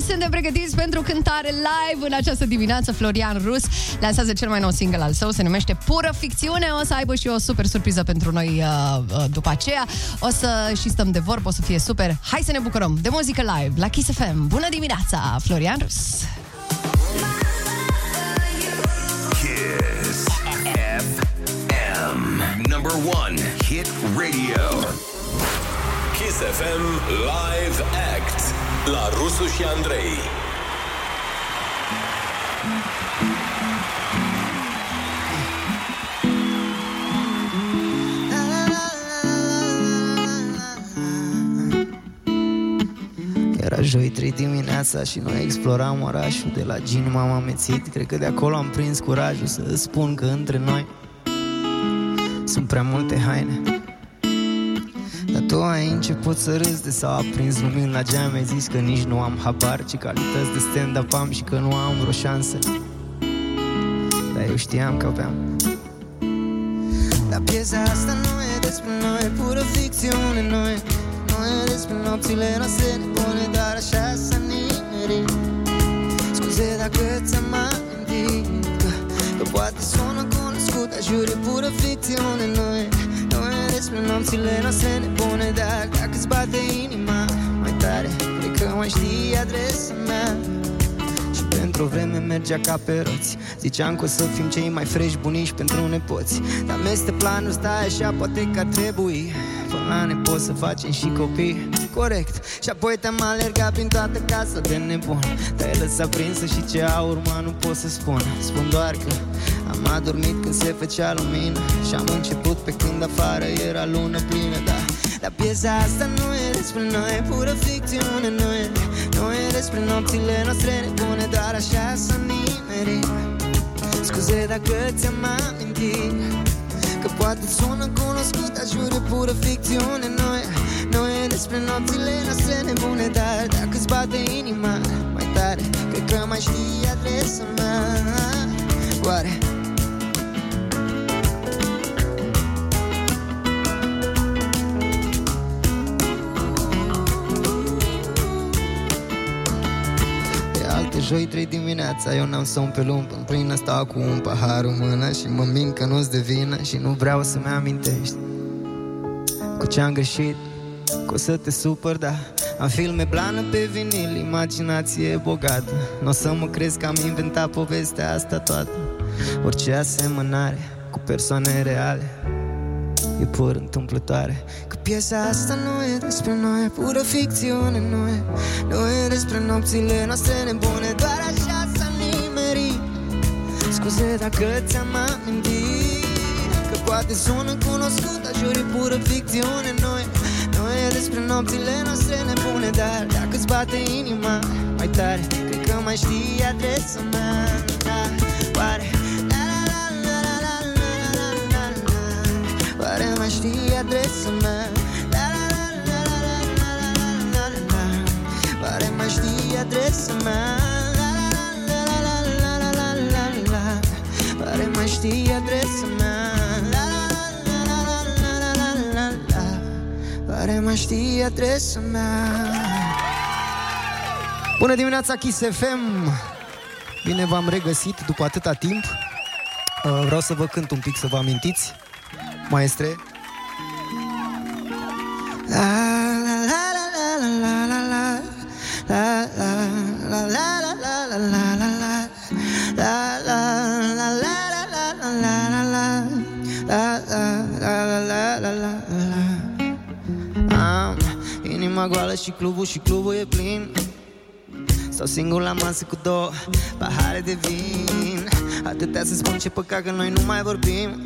Speaker 21: Suntem pregătiți pentru cântare live în această dimineață. Florian Rus lansează cel mai nou single al său, se numește Pură Ficțiune. O să aibă și o super surpriză pentru noi uh, după aceea. O să și stăm de vorbă, o să fie super. Hai să ne bucurăm de muzică live la Kiss FM. Bună dimineața, Florian Rus!
Speaker 1: Kiss FM number one hit radio.
Speaker 2: Kiss FM Live Act la Rusu și Andrei.
Speaker 22: Era joi 3 dimineața și noi exploram orașul De la Gin m-am amețit, cred că de acolo am prins curajul Să spun că între noi sunt prea multe haine Dar tu ai început să râzi de s-au aprins lumini la geam Ai zis că nici nu am habar ce calități de stand-up am Și că nu am vreo șansă Dar eu știam că aveam Dar piesa asta nu e despre noi, pură ficțiune noi Nu e despre nopțile noastre nebune, dar așa s-a nimerit Scuze dacă ți-am amintit Că poate sună cunoscut, dar jur e pură ficțiune Noi, noi despre nopțile noastre nebune Dar dacă îți bate inima mai tare Cred că mai știi adresa mea Și pentru o vreme mergea ca pe roți Ziceam că o să fim cei mai freși bunici pentru nepoți Dar meste planul stai așa, poate că ar trebui Până la nepot să facem și copii Corect Și apoi te-am alergat prin toată casa de nebun Te-ai lăsat prinsă și ce a urmat nu pot să spun Spun doar că am adormit când se făcea lumină Și am început pe când afară era lună plină Da, dar piesa asta nu e despre noi, e pură ficțiune Nu e, nu e despre nopțile noastre nebune Doar așa să nimerim Scuze dacă ți-am amintit Că poate sună cunoscut, dar jur e pură ficțiune Noi, noi e despre nopțile noastre nebune Dar dacă îți bate inima mai tare Cred că mai știi adresa mea Oare joi trei dimineața Eu n-am somn pe lumpă În plină stau cu un pahar în mână Și mă mint că nu-ți devină Și nu vreau să-mi amintești Cu ce-am greșit Că o să te supăr, da Am filme blană pe vinil Imaginație bogată Nu o să mă crezi că am inventat povestea asta toată Orice asemănare Cu persoane reale E pur întâmplătoare Că piesa asta nu e despre noi E pură ficțiune, nu e Nu e despre nopțile noastre nebune Doar așa s-a nimerit Scuze dacă ți-am amintit Că poate sună cunoscut Dar jur e pură ficțiune, nu e Nu e despre nopțile noastre nebune Dar dacă îți bate inima mai tare Cred că mai știi adresa mea da, Oare Oare mai știi adresa mea? La la la la la la la la la la la Oare mai știi adresa mea? La la la la la la la la la Oare mai știi adresa mea? La la la la la la la la la Oare mai știi adresa mea? Bună dimineața, Kiss FM! Bine v-am regăsit după atâta timp. Uh, Vreau să vă cânt un pic să vă amintiți maestre. La la la la la la la la la la la la la la la la la la la la la la la la la la la inima goală și clubul și clubul e plin Stau singur la masă cu două pahare de vin Atâtea să spun ce păcat că noi nu mai vorbim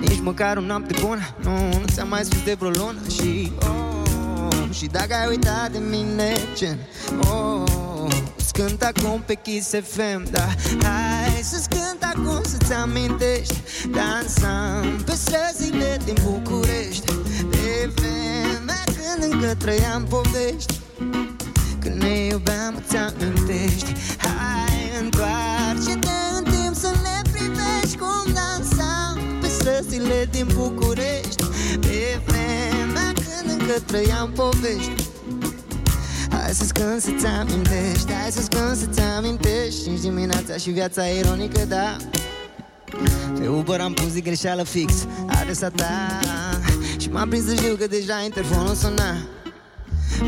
Speaker 22: Nici măcar un noapte bună Nu, nu ți-am mai spus de vreo lună Și oh, și dacă ai uitat de mine ce oh, îți cânt acum pe Kiss FM Da, hai să-ți cânt acum să-ți amintești Dansam pe străzile din București De vremea când încă trăiam povești Când ne iubeam, îți amintești Hai, întoarce-te în timp să ne privești Cum dansam pe străzile din București Pe vremea când încă trăiam povești Hai să-ți cânt să-ți amintești Hai să-ți cânt să-ți amintești Cinci dimineața și viața e ironică, da Pe Uber am pus de greșeală fix Adresa ta Și m-am prins să știu că deja interfonul suna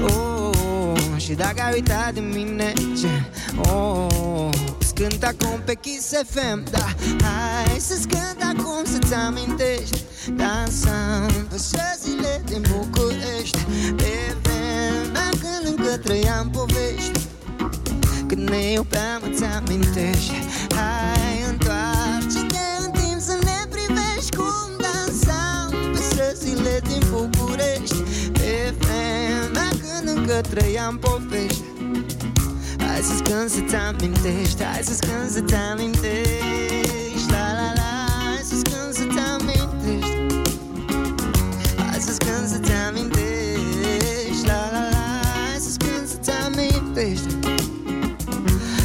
Speaker 22: Oh, și dacă ai uitat de mine ce Oh, îți cânt acum pe Kiss FM Da, hai să-ți cânt acum să-ți amintești Da, Dansam pe străzile din București Pe vremea când încă trăiam povești Când ne iubeam îți amintești Hai, întoarce-te în timp să ne privești Cum dansam pe străzile din București Pe vremea când încă trăiam povești Hai să-ți cânt să-ți amintești Hai să-ți cânt să-ți amintești La la la Hai să-ți cânt să-ți amintești Hai să-ți cânt să-ți amintești La la la Hai să-ți cânt să-ți amintești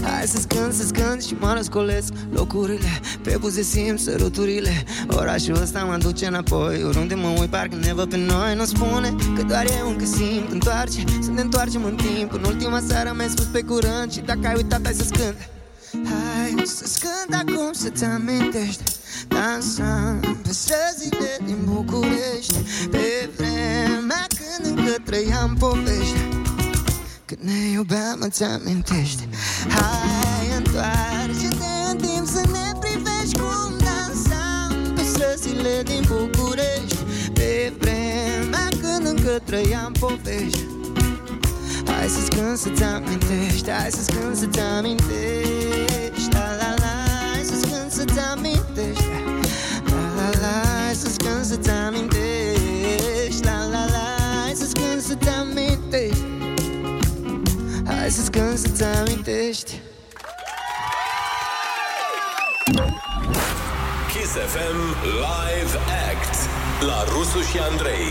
Speaker 22: Hai să-ți cânt, să-ți cânt și mă răscolesc Locurile, pe buze simt săruturile Orașul ăsta mă duce înapoi Oriunde mă uit, parcă ne văd pe noi Nu spune că doar eu încă simt Întoarce, să ne întoarcem în timp În ultima seară mi-ai spus pe curând Și dacă ai uitat, hai să-ți cânt Hai să-ți cânt acum să-ți amintești Dansam pe străzile din București Pe vremea când încă trăiam povești Când ne iubeam îți amintești Hai întoarce-te în timp să ne privești Cum dansam pe străzile din București Pe vremea când încă trăiam povești Hai să-ți cânt să-ți amintești Hai să-ți cânt să-ți amintești La la la Hai să-ți cânt să-ți amintești La la la Hai să-ți cânt să-ți amintești La la la Hai să-ți cânt să-ți amintești Hai să-ți cânt să-ți amintești
Speaker 1: Kiss FM Live Act la Rusu și Andrei.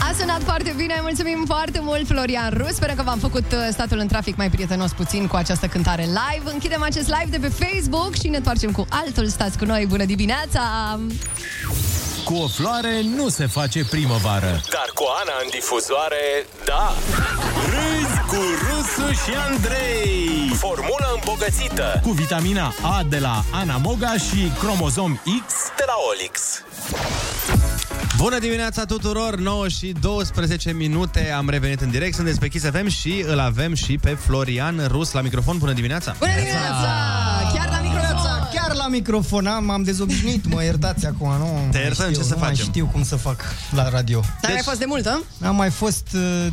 Speaker 21: A sunat foarte bine, mulțumim foarte mult Florian Rus Sperăm că v-am făcut uh, statul în trafic mai prietenos puțin cu această cântare live Închidem acest live de pe Facebook și ne întoarcem cu altul Stați cu noi, bună dimineața!
Speaker 2: Cu o floare nu se face primăvară. Dar cu Ana în difuzoare, da. Râzi cu Rusu și Andrei. Formula îmbogățită.
Speaker 7: Cu vitamina A de la Ana Moga și cromozom X
Speaker 2: De la Olix.
Speaker 6: Bună dimineața tuturor, 9 și 12 minute, am revenit în direct, sunteți pe Kiss FM și îl avem și pe Florian Rus la microfon. Bună dimineața!
Speaker 21: Bună dimineața!
Speaker 22: Chiar la microfon! Chiar la microfon, am, m-am dezobișnuit, mă iertați acum, nu
Speaker 6: Te
Speaker 22: mai
Speaker 6: iertăm,
Speaker 22: știu,
Speaker 6: ce să
Speaker 22: nu mai
Speaker 6: facem?
Speaker 22: știu cum să fac la radio.
Speaker 21: Dar deci... ai fost de mult, hă?
Speaker 22: Am mai fost... uh,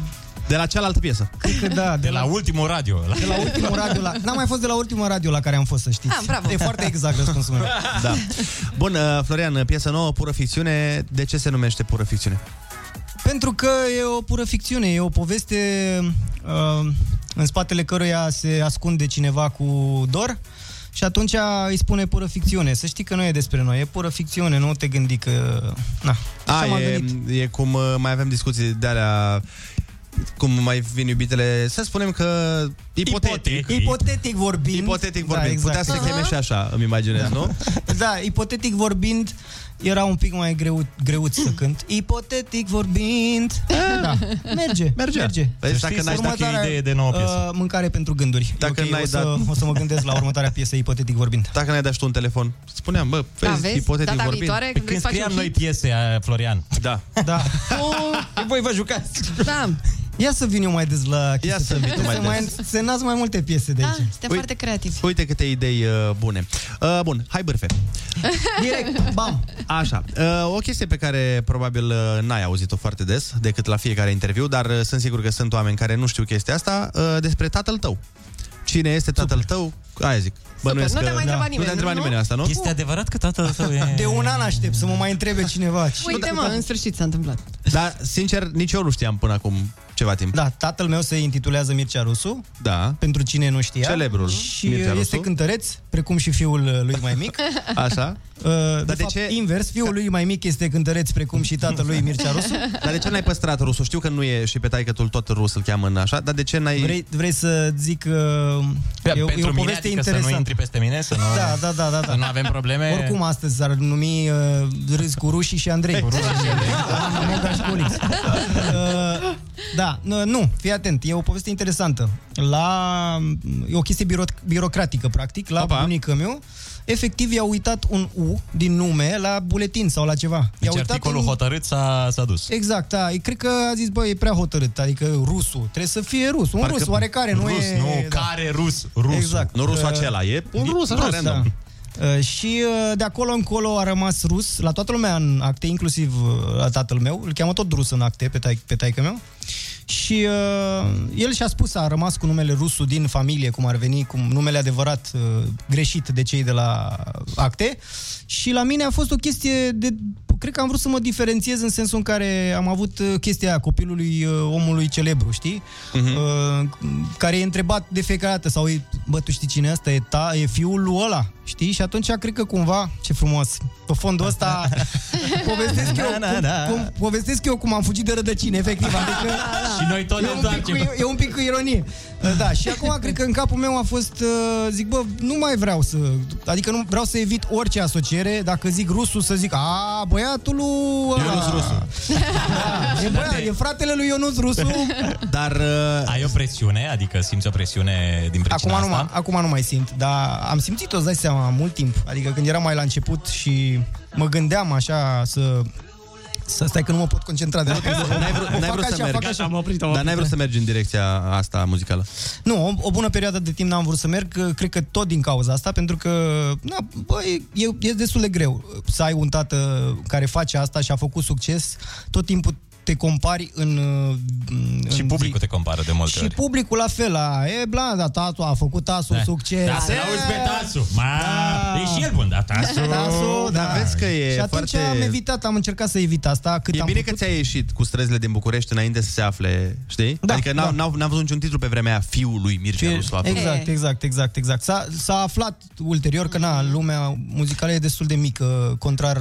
Speaker 6: De la cealaltă piesă.
Speaker 22: Cred că da.
Speaker 7: De la ultimul radio.
Speaker 22: De la ultimul radio la... N-am mai fost de la ultimul radio la care am fost, să știți.
Speaker 21: Ah, bravo.
Speaker 22: E foarte exact răspunsul meu.
Speaker 6: Da. Bun, uh, Florian, piesă nouă, pură ficțiune. De ce se numește pură ficțiune?
Speaker 22: Pentru că e o pură ficțiune, e o poveste uh, în spatele căruia se ascunde cineva cu dor și atunci îi spune pură ficțiune. Să știi că nu e despre noi, e pură ficțiune, nu te gândi că... Na, deci așa
Speaker 6: A,
Speaker 22: m-am
Speaker 6: e,
Speaker 22: gândit.
Speaker 6: e cum uh, mai avem discuții de alea cum mai vin iubitele, să spunem că ipotetic,
Speaker 22: Ipotetic vorbind...
Speaker 6: ipotetic vorbind, da, exact. putea să se cheme și așa, îmi imaginez, nu?
Speaker 22: Da, ipotetic vorbind, era un pic mai greu, greuț să cânt. Ipotetic vorbind...
Speaker 6: Ah.
Speaker 22: Da, merge, merge. merge.
Speaker 6: Păi Să dacă știi, n-ai- să următoarea- dacă e o idee de nouă piesă.
Speaker 22: Uh, mâncare pentru gânduri.
Speaker 6: Dacă
Speaker 22: E ok,
Speaker 6: n-ai
Speaker 22: o, să,
Speaker 6: dat-
Speaker 22: o să mă gândesc la următoarea piesă, ipotetic vorbind.
Speaker 6: Dacă n-ai dat și tu un telefon, spuneam, bă, vezi,
Speaker 22: vezi?
Speaker 6: ipotetic
Speaker 22: Data
Speaker 6: vorbind.
Speaker 22: viitoare, când vrei să faci un
Speaker 7: Noi piese, a, Florian.
Speaker 6: Da.
Speaker 3: Oh,
Speaker 22: Da.
Speaker 21: Tu...
Speaker 7: Voi vă jucați.
Speaker 21: Da.
Speaker 3: Ia să vin eu mai des la chestia
Speaker 6: Ia să
Speaker 3: asta.
Speaker 6: vii tu mai
Speaker 3: Se mai
Speaker 6: des.
Speaker 3: Se nasc mai multe piese de
Speaker 21: Da,
Speaker 3: aici.
Speaker 21: suntem foarte creativi.
Speaker 6: Uite câte idei uh, bune. Uh, bun, hai bârfe.
Speaker 3: Direct, bam!
Speaker 6: Așa, uh, o chestie pe care probabil uh, n-ai auzit-o foarte des, decât la fiecare interviu, dar uh, sunt sigur că sunt oameni care nu știu chestia asta, uh, despre tatăl tău. Cine este tatăl tău? Aia zic. Bănuiesc
Speaker 3: Nu te-a
Speaker 6: că- Da.
Speaker 3: mai
Speaker 6: Nu
Speaker 3: întrebat nimeni,
Speaker 6: te-a întrebat
Speaker 3: nu?
Speaker 6: nimeni asta, nu?
Speaker 3: Este
Speaker 6: adevărat că tatăl tău
Speaker 3: De un an aștept să mă mai întrebe cineva.
Speaker 21: Uite,
Speaker 3: da.
Speaker 21: mă, în sfârșit s-a întâmplat.
Speaker 6: Dar, sincer, nici eu nu știam până acum ceva timp.
Speaker 3: Da, tatăl meu se intitulează Mircea Rusu.
Speaker 6: Da.
Speaker 3: Pentru cine nu știa.
Speaker 6: Celebrul
Speaker 3: Și
Speaker 6: Mircea Rusu.
Speaker 3: este cântăreț, precum și fiul uh, lui mai mic.
Speaker 6: Așa.
Speaker 3: Uh, de, Dar de fapt, ce? invers, fiul lui mai mic este cântăreț, precum și tatălui Mircea Rusu.
Speaker 6: Dar de ce n-ai păstrat rusul? Știu că nu e și pe taică tot rus îl cheamă în așa, dar de ce n-ai...
Speaker 3: Vrei, vrei să zic că
Speaker 6: Da,
Speaker 3: e, o- e
Speaker 6: pentru
Speaker 3: o
Speaker 6: mine,
Speaker 3: poveste
Speaker 6: adică să nu
Speaker 3: interesantă.
Speaker 6: intri
Speaker 7: peste mine, să nu-
Speaker 3: da, da, da, da, da.
Speaker 7: să nu avem probleme.
Speaker 3: Oricum astăzi s-ar numi uh, Râs cu rușii și Andrei. Cu rușii și Andrei. Uh, da, nu, nu, fii atent, e o poveste interesantă. La, e o chestie biro, birocratică, practic, la Opa. bunica meu, efectiv i-a uitat un U din nume la buletin sau la ceva.
Speaker 7: Deci
Speaker 3: I-a uitat
Speaker 7: articolul
Speaker 3: în-
Speaker 7: hotărât s-a, s-a dus.
Speaker 3: Exact, da. E- Cred că a zis, băi, e prea hotărât, adică rusul. Trebuie să fie rus. Un
Speaker 7: Parcă
Speaker 3: rus oarecare, nu
Speaker 7: rus,
Speaker 3: e... da.
Speaker 7: nu, care rus? Rusul. Nu rusul
Speaker 3: Uh,
Speaker 7: acela, e un rus, ăla, random.
Speaker 3: Uh, Și uh, de acolo încolo a rămas rus la toată lumea în acte, inclusiv uh, la tatăl meu. Îl cheamă tot rus în acte pe, tai- pe taică meu. Și uh, el și-a spus, a rămas cu numele rusul din familie, cum ar veni, cu numele adevărat uh, greșit de cei de la acte. Și la mine a fost o chestie de... Cred că am vrut să mă diferențiez în sensul în care am avut uh, chestia aia, copilului uh, omului celebru, știi?
Speaker 12: Mhm.
Speaker 3: Uh-huh. Uh, care e întrebat de fiecare dată sau e, bă, tu știi cine e ăsta? E, ta, e fiul lui ăla, știi? Și atunci cred că cumva, ce frumos, pe fondul ăsta povestesc eu,
Speaker 12: Na, na,
Speaker 3: cum,
Speaker 12: na.
Speaker 3: Cum, povestesc eu cum am fugit de rădăcini, efectiv. Adică,
Speaker 12: Da, Și noi tot ne
Speaker 3: e un, pic cu,
Speaker 12: întoarcem.
Speaker 3: e un pic cu ironie. Da, și acum cred că în capul meu a fost, uh, zic, bă, nu mai vreau să, adică nu vreau să evit orice asociere, dacă zic rusul, să zic, a, băiatul lui... ăla."
Speaker 6: Ionuț Rusu.
Speaker 3: Da, e, băiat, e fratele lui Ionuț Rusu.
Speaker 6: Dar uh,
Speaker 7: ai o presiune, adică simți o presiune din pricina
Speaker 3: Acum nu,
Speaker 7: asta?
Speaker 3: mai, acum nu mai simt, dar am simțit-o, îți dai seama, mult timp. Adică când eram mai la început și mă gândeam așa să... Să stai că nu mă pot concentra de
Speaker 6: N-ai vrut, n-ai vrut să mergi.
Speaker 3: am oprit,
Speaker 6: Dar n-ai vrut să mergi în direcția asta muzicală.
Speaker 3: Nu, o, o bună perioadă de timp n-am vrut să merg, că- cred că tot din cauza asta, pentru că, uh, na, bă, e, e- e destul de greu uh, să ai un tată care face asta și a făcut succes, tot timpul te compari în... uh, în
Speaker 7: Și publicul te compară de multe
Speaker 3: și
Speaker 7: ori.
Speaker 3: publicul la fel, a, e bla, da, tatu a făcut tasul
Speaker 7: Da.
Speaker 3: succes.
Speaker 7: Da, să-l auzi pe Tasu. Ma,
Speaker 3: Da.
Speaker 7: e și el bun, da, Tasu.
Speaker 3: Tasu, da.
Speaker 6: Dar vezi că e
Speaker 3: și atunci
Speaker 6: foarte-
Speaker 3: am evitat, am încercat să evit asta cât
Speaker 6: E
Speaker 3: am
Speaker 6: bine că
Speaker 3: putut.
Speaker 6: ți-ai ieșit cu străzile din București înainte să se afle, știi? Da, adică n-am, n-am, n-am văzut niciun titlu pe vremea aia, fiul lui Mircea Rusu. a fost.
Speaker 3: Exact, exact, exact, exact. S-a, s-a aflat ulterior că na, lumea muzicală e destul de mică, contrar